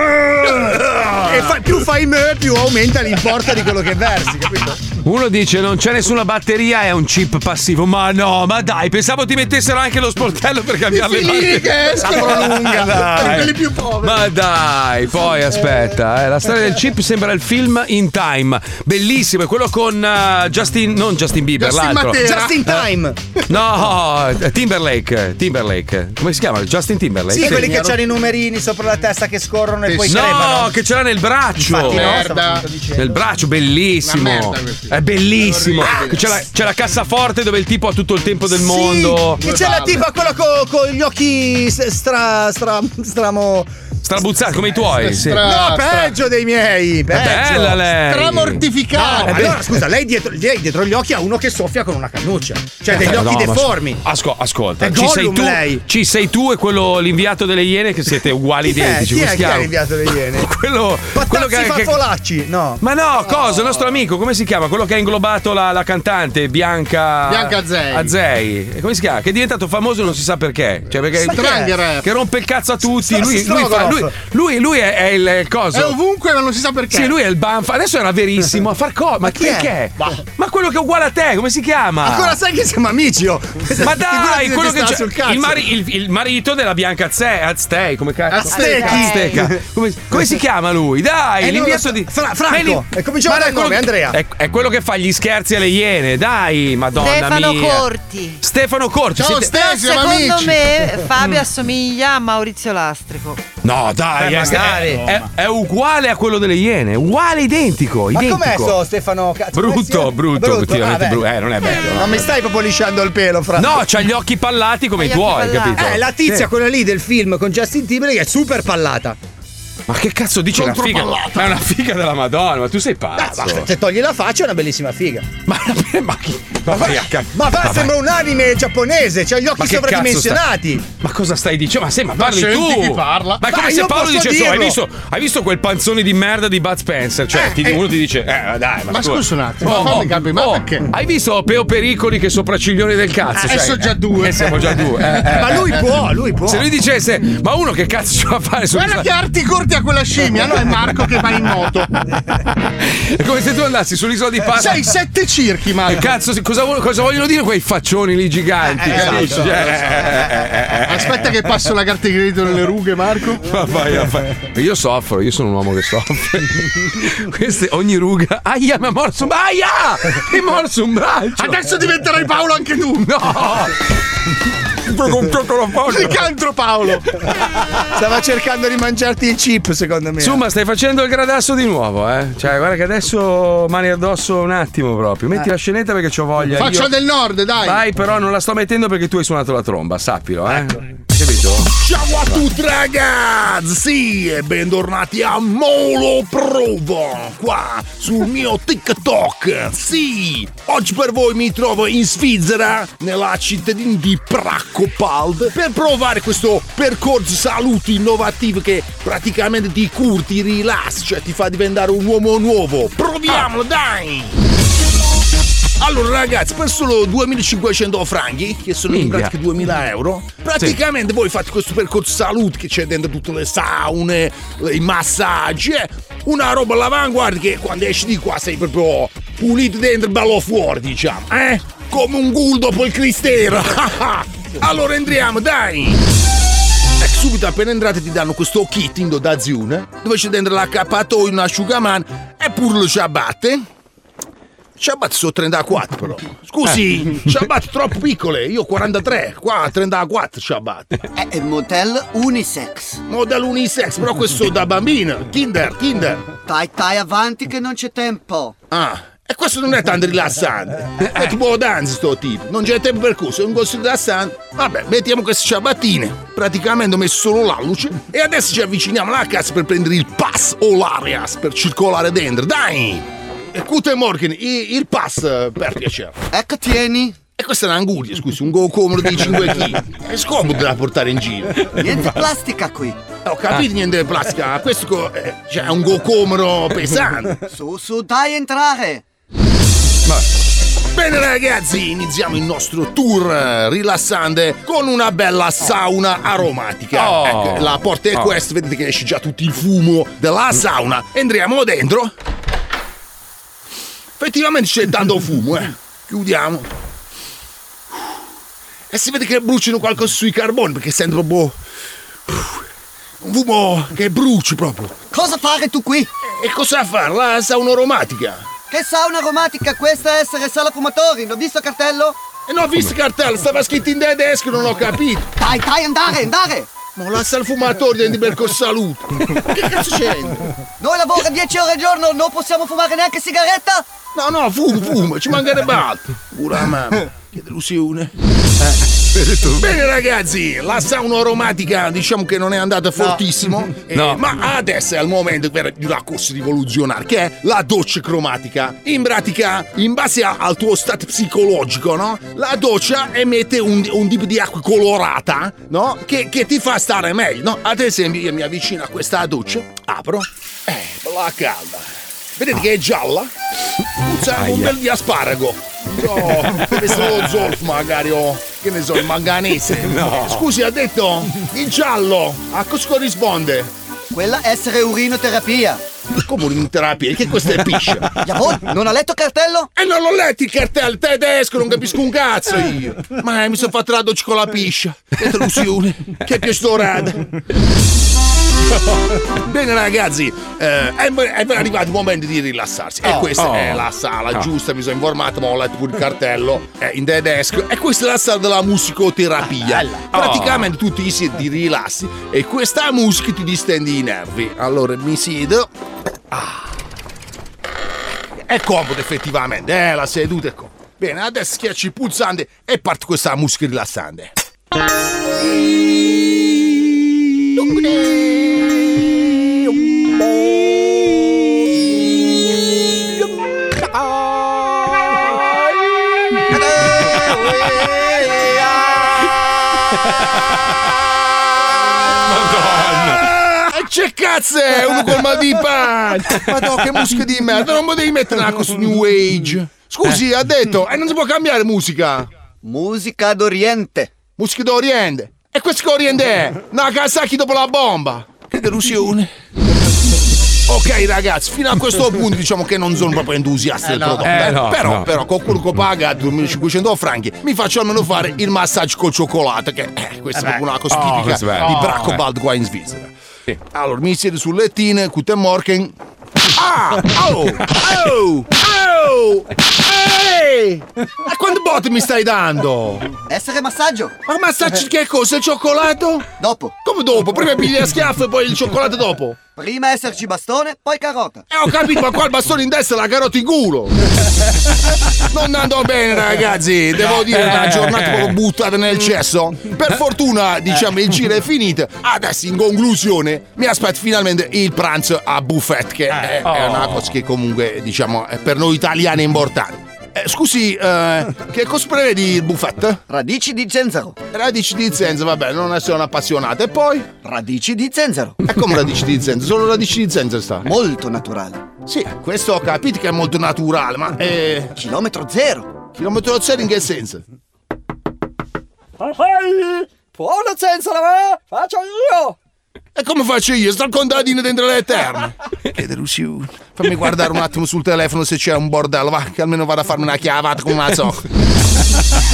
S7: e fa- più fai me, più aumenta l'importo di quello che versi, capito?
S2: Uno dice non c'è nessuna batteria, è un chip passivo. Ma no, ma dai, pensavo ti mettessero anche lo sportello per cambiare le
S3: Fili che escono
S2: Ma dai.
S3: per quelli più poveri.
S2: Ma dai, poi aspetta, eh, la storia del chip sembra il film In Time, bellissimo, è quello con eh, Justin, non Justin Bieber,
S7: Justin
S2: l'altro.
S7: Matera. Just in
S2: Eh,
S7: time.
S2: No, Timberlake, Timberlake. Come si chiama? Justin Timberlake?
S7: Sì, quelli che hanno i numerini sopra la testa che scorrono e poi crepano.
S2: No, che ce l'ha nel braccio.
S7: Infatti no, Merda. stavo
S2: Nel braccio,
S7: Una
S2: bellissimo.
S7: merda
S2: È bellissimo. C'è la, c'è la cassaforte dove il tipo ha tutto il tempo del mondo.
S7: Sì, che c'è la tipa quella co- con gli occhi s- stra, stra, stramo.
S2: Strabuzzato come i tuoi. sì.
S7: no, peggio dei miei. Peggio.
S2: bella lei.
S7: Stramortificata.
S2: No,
S7: No,
S2: è
S7: allora,
S2: be-
S7: scusa, lei dietro, lei dietro gli occhi ha uno che soffia con una cannuccia. Cioè, degli
S2: Eh,
S7: occhi
S2: no, ma-
S7: deformi.
S2: asco- ascolta,
S7: È
S2: ci sei,
S7: Gollum
S2: tu,
S7: lei.
S2: ci sei tu e quello l'inviato delle iene che siete uguali
S7: Chi è?
S2: identici.
S7: eh, Chi
S2: come
S7: è
S2: si
S7: che ha
S2: chiama?
S7: inviato le iene?
S2: Quello, quello che-
S7: Patazzi
S2: che-
S7: Fafolacci, no.
S2: Ma no, cosa? Il nostro amico, come si chiama? Quello che ha inglobato la, la cantante Bianca.
S7: Bianca Azzei.
S2: Azzei. E Come si chiama? Che è diventato famoso e non si sa perché. Cioè, perché
S3: Ma chi è?
S2: che rompe il cazzo a tutti.
S3: Sto-
S2: Lui, lui, fa-
S3: Strogonoff.
S2: lui- lui- lui è, è il il coso.
S3: È ovunque, ma non si sa perché.
S2: Sì, lui è il banfa. Adesso era verissimo. A far cosa? Ma
S3: chi è?
S2: perché? Ma quello che è uguale a te, come si chiama?
S7: Ancora sai che siamo amici, oh.
S2: Ma
S7: Figurati
S2: dai,
S7: se
S2: quello
S7: ti
S2: che
S7: sta
S2: c'è.
S7: sul cazzo.
S2: Il, mari- il- il marito della Bianca Azze- Aztei, come cazzo?
S7: Aztechi.
S2: Azteca. Come, come si chiama lui? Dai,
S7: Eh, non lo
S2: l'inviato
S7: so.
S2: di.
S7: Fra-
S2: Ma è lì-
S7: Franco, è cominciato
S2: Ma
S7: dal
S2: è quello-
S7: nome, Andrea.
S2: È, è quello che fa gli scherzi alle iene, dai, madonna
S11: Stefano
S2: mia.
S11: Corti.
S2: Stefano Corti. siete-
S11: Però secondo me Fabio assomiglia a Maurizio Lastrico.
S2: No, dai,
S7: Beh,
S2: eh, è,
S7: Eh, magari.
S2: è- è uguale a quello delle iene, uguale, identico.
S7: Ma com'è
S2: identico.
S7: so Stefano? Cazzo, come si
S2: Brutto,
S7: chiama?
S2: brutto, effettivamente
S7: ah, beh.
S2: brutto. Eh, non è bello.
S7: Ma mi stai proprio lisciando il pelo, fra.
S2: No, c'ha gli occhi pallati come i
S7: Gli occhi
S2: tuoi,
S7: pallati.
S2: capito?
S7: Eh, la tizia,
S2: Sì.
S7: quella lì del film con Justin Timberlake è super pallata.
S2: Ma che cazzo dice una figa?
S7: Contropallata. Eh,
S2: Ma è una figa della Madonna, ma tu sei pazzo.
S7: Ma se togli la faccia è una bellissima figa.
S2: Ma, ma, raga,
S7: Ma va,
S2: ma-
S7: sembra un anime giapponese, c'ha gli
S2: ma
S7: occhi
S2: che
S7: sovradimensionati.
S2: cazzo sta- Ma cosa stai dicendo? Eh, Ma se ma
S7: Ma
S2: parli
S7: senti
S2: tu.
S7: chi parla.
S2: Ma è come
S7: Ma
S2: se
S7: io
S2: Paolo
S7: posso
S2: dicesse "Oh, hai
S7: dirlo."
S2: visto, hai visto quel panzone di merda di Bud Spencer? Cioè, ti- uno ti dice "Eh, dai, ma,
S3: Ma
S2: scusa."
S3: scusa un attimo,
S2: Oh,
S3: ma fammi
S2: oh,
S3: capire, ma
S2: oh,
S3: perché?
S2: Hai visto Peo Pericoli che è sopracciglione del cazzo?
S3: Eh,
S2: cioè,
S3: sono già
S2: eh,
S3: due.
S2: eh, siamo già due. eh, eh,
S3: Ma lui
S2: eh.
S3: può, lui può.
S2: Se lui dicesse "Ma uno che cazzo ci va a fare su
S3: Guarda che arti corti a quella scimmia, no? È Marco che va in moto.
S2: È come se tu andassi sull'isola di Pasqua.
S3: Sei sette circhi,
S2: Ma
S3: Marco.
S2: cazzo, se- cosa, vo- cosa vogliono dire quei faccioni lì giganti?
S3: Eh, eh,
S2: capisci?
S3: esatto, lo
S2: Eh,
S3: so.
S2: eh, eh, eh, eh.
S3: Aspetta che passo la carta di credito nelle rughe, Marco.
S2: Ma vai, ma vai. Io soffro, io sono un uomo che soffre. Queste, ogni ruga. Aia, mi ha morso un Aia! Mi ha morso un braccio!
S3: Adesso diventerai Paolo anche tu.
S2: No!
S3: Ricantro Paolo.
S7: Stava cercando di mangiarti il chip, secondo me.
S2: Insomma, stai facendo il gradasso di nuovo, eh? Cioè, guarda che adesso mani addosso un attimo proprio. Metti
S3: Eh.
S2: la scenetta perché c'ho voglia.
S3: Faccia
S2: Io-
S3: del nord, dai.
S2: Vai, però non la sto mettendo perché tu hai suonato la tromba, sappilo, eh? Capito?
S18: Ciao a tutti ragazzi e bentornati a Molo Provo qua sul mio TikTok. Sì, oggi per voi mi trovo in Svizzera, nella cittadina di Pracopald, per provare questo percorso saluto innovativo che praticamente ti cura, ti rilassa, cioè ti fa diventare un uomo nuovo. Proviamolo, dai! Allora ragazzi, per solo 2500 franchi, che sono in
S2: Minchia.
S18: pratica 2000 euro, praticamente voi fate questo percorso salute che c'è dentro tutte le saune, le- i massaggi, eh, una roba all'avanguardia che quando esci di qua sei proprio pulito dentro e bello fuori, diciamo, eh? Come un ghoul dopo il cristero. allora entriamo, dai! Ecco, subito appena entrate ti danno questo kit in dotazione dove c'è dentro l'accappatoio, un asciugamano e pure le ciabatte. Ciabatte sono 34 però. Scusi, ciabatte troppo piccole, io 43, qua 34 ciabatte. È Eh, motel unisex. Motel unisex, però questo da bambino, kinder, kinder.
S13: Dai, dai avanti che non c'è tempo.
S18: Ah, e questo non è tanto rilassante. È tipo danza sto tipo. Non c'è tempo per questo, è un costo rilassante. Vabbè, mettiamo queste ciabattine. Praticamente ho messo solo la luce. E adesso ci avviciniamo alla casa per prendere il pass o l'arias per circolare dentro. Dai! E Guten Morgen, i- il pass eh, per piacere. Ecco, tieni. E questa è un'anguria, scusi, un gocomodo di 5 kg. È scomodo da portare in giro.
S13: Niente plastica qui.
S18: Ho capito niente di plastica, questo co- eh, cioè, è un gocomero pesante.
S13: Su, su, dai entrare.
S18: Bene ragazzi, iniziamo il nostro tour eh, rilassante con una bella sauna aromatica.
S13: Oh.
S18: Ecco, la porta è
S13: Oh. Mm.
S18: questa, vedete che esce già tutto il fumo della sauna. Entriamo dentro. Effettivamente c'è tanto fumo, eh. Chiudiamo. E si vede che bruciano qualcosa sui carboni, perché sento proprio un fumo che bruci proprio.
S13: Cosa fare tu qui?
S18: E cosa fare? La sauna aromatica.
S13: Che sauna aromatica questa essere sala fumatori? Non ho visto il cartello?
S18: Non ho visto il cartello, stava scritto in tedesco, non ho capito.
S11: Dai, dai, andare, andare!
S18: Ma lascia il fumatore dentro per col saluto. Che cazzo c'è?
S11: Noi lavoriamo 10 ore al giorno, non possiamo fumare neanche sigaretta?
S18: No, no, fumo, fumo, ci mancherebbe altro. Pura mamma, che delusione. Bene ragazzi, la sauna aromatica diciamo che non è andata fortissimo, eh,
S2: No.
S18: ma adesso è il momento per una corsa rivoluzionaria che è la doccia cromatica. In pratica, in base a- al tuo stato psicologico, no? la doccia emette un, un tipo di acqua colorata no? che, che ti fa stare meglio. No? Ad esempio io mi avvicino a questa doccia, apro, eh, la calda. Vedete che è gialla? Puzza un Aia. bel di asparago. No, questo è lo zolfo magari o che ne so, il manganese. No. Scusi, ha detto il giallo, a cosa corrisponde?
S11: Quella essere urinoterapia.
S18: Come urinoterapia? Che questo è piscia?
S11: Javon, non ha letto il cartello?
S18: Eh, non l'ho letto il cartello, tedesco, non capisco un cazzo io. Ma eh, mi sono fatto la doccia con la piscia. Che delusione, che piostorata. Bene ragazzi, eh, è, è arrivato il momento di rilassarsi. E Oh. questa Oh. è la sala Oh. giusta, mi sono informato, ma ho letto pure il cartello è in tedesco. E questa è la sala della musicoterapia. Praticamente tu ti siedi, ti rilassi e questa musica ti distendi i nervi. Allora mi siedo. Ah. È comodo effettivamente, eh, la seduta è comoda. Bene, adesso schiacci il pulsante e parte questa musica rilassante. E Che Ah, cazzo è uno col mal di pancia? Ma no, che musica di merda, non potevi mettere una cosa new age. Scusi, ha detto, e non si può cambiare musica.
S11: Musica d'Oriente.
S18: Musica d'Oriente. E questo che Oriente è? Nagasaki dopo la bomba. Che delusione. Ok ragazzi, fino a questo punto diciamo che non sono proprio entusiasta Eh, del no. prodotto. Eh, no, però, no. però, con quello che paga 2500 franchi, mi faccio almeno fare il massaggio col cioccolato, che eh, questa è Eh, proprio una cosa oh, tipica questo è bello. di Oh, Bracco eh. Bald qua in Svizzera. Allora, mi siedo sul lettino, Guten Morgen. Ah! Oh! Oh! Oh! Ehi! Ma quante botte mi stai dando?
S11: Essere massaggio.
S18: Ma massaggio che cosa? Il cioccolato?
S11: eh. Dopo.
S18: Come dopo? Prima pigli a schiaffo e poi il cioccolato dopo?
S11: Prima esserci bastone, poi carota.
S18: Eh, ho capito, ma qua il bastone in destra e la carota in culo. Non andò bene, ragazzi. Devo dire, una
S13: Eh.
S18: giornata proprio buttata nel cesso. Per fortuna, diciamo, il giro è finito. Adesso, in conclusione, mi aspetto finalmente il pranzo a buffet, che è, è una cosa che comunque, diciamo, è per noi italiani è importante. Eh, scusi, eh, che cosa prevedi il buffet?
S11: Radici di zenzero.
S18: Radici di zenzero, vabbè, non ne sono appassionato. E poi?
S11: Radici di zenzero.
S18: E come radici di zenzero? Solo radici di zenzero sta.
S11: Molto naturale.
S18: Sì, questo ho capito che è molto naturale, ma è.
S11: Chilometro zero.
S18: Chilometro zero in che senso?
S13: Buono senza la faccio io!
S18: E come faccio io? Sto al contadino dentro le terme. che delusione. Fammi guardare un attimo sul telefono se c'è un bordello, va, che almeno vado a farmi una chiavata con una zocca.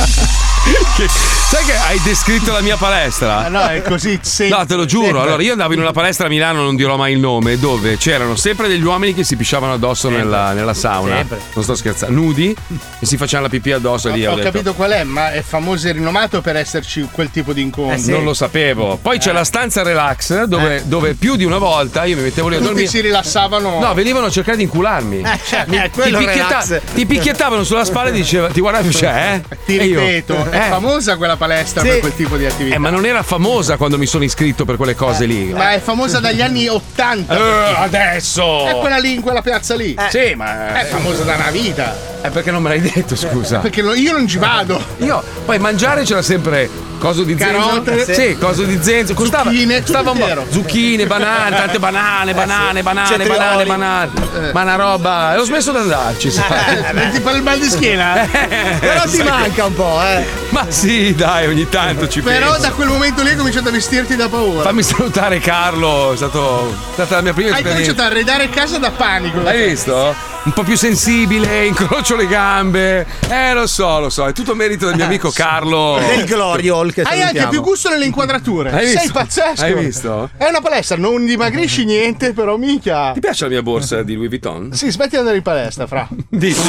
S2: Che- sai che hai descritto la mia palestra?
S18: Ah, no, è così, sì.
S2: No, te lo giuro.
S18: Sempre.
S2: Allora, io andavo in una palestra a Milano, non dirò mai il nome, dove c'erano sempre degli uomini che si pisciavano addosso nella, nella sauna.
S3: Sempre.
S2: Non sto scherzando, nudi e si facevano la pipì addosso lì.
S3: Ho
S2: ho detto,
S3: capito qual è, ma è famoso e rinomato per esserci quel tipo di incontri.
S2: Eh Non lo sapevo. Poi
S3: Eh.
S2: c'è la stanza relax eh, dove, dove più di una volta io mi mettevo lì a
S3: Tutti
S2: dormire.
S3: si rilassavano.
S2: No, venivano a cercare di incularmi.
S3: Eh, cioè,
S2: Mi-
S3: eh,
S2: ti,
S3: quello
S2: picchietta-
S3: relax.
S2: ti picchiettavano sulla spalla e diceva, ti guardavi, cioè, eh?
S3: Ti
S2: E io,
S3: ripeto,
S2: eh.
S3: è famosa quella palestra
S2: Sì.
S3: per quel tipo di attività.
S2: Eh, ma non era famosa quando mi sono iscritto per quelle cose lì.
S3: Ma è famosa dagli anni 80.
S2: Eh,
S3: perché-
S2: adesso! Eh.
S3: È quella lì, in quella piazza lì.
S2: Sì, ma-
S3: È famosa da una vita.
S2: Eh, perché non me l'hai detto, scusa.
S3: Eh, Perché lo- io non ci vado.
S2: Io, poi mangiare c'era sempre coso di
S3: Carote,
S2: zenzero. Sì, coso di zenzero. Costava,
S3: Zucchine, tutto
S2: stava un
S3: intero.
S2: po'. Zucchine, banane, tante banane,
S3: Eh,
S2: banane,
S3: sì.
S2: banane,
S3: Cetrioli.
S2: banane, banane.
S3: Eh.
S2: Ma una roba. E ho smesso di andarci, sai.
S3: Ti fa il mal di schiena?
S2: Eh,
S3: Eh, Però ti
S2: sai che-
S3: manca un po', eh.
S2: Ma sì, dai, ogni tanto ci
S3: Però
S2: penso.
S3: da quel momento lì hai cominciato a vestirti da paura.
S2: Fammi salutare Carlo, è, stato, è stata la mia prima
S3: Hai cominciato
S2: esperienza.
S3: a arredare casa da panico.
S2: Hai visto? Un po' più sensibile, incrocio le gambe. Eh, lo so, lo so, è tutto merito del mio amico Carlo.
S3: Hai anche più gusto nelle inquadrature.
S2: Hai
S3: Sei
S2: visto?
S3: pazzesco.
S2: Hai visto?
S3: È una palestra, non dimagrisci niente, però mica.
S2: Ti piace la mia borsa di Louis Vuitton?
S3: Sì, smetti di andare in palestra, fra.
S2: Dici.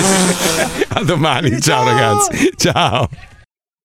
S2: A domani, ciao ragazzi. Ciao.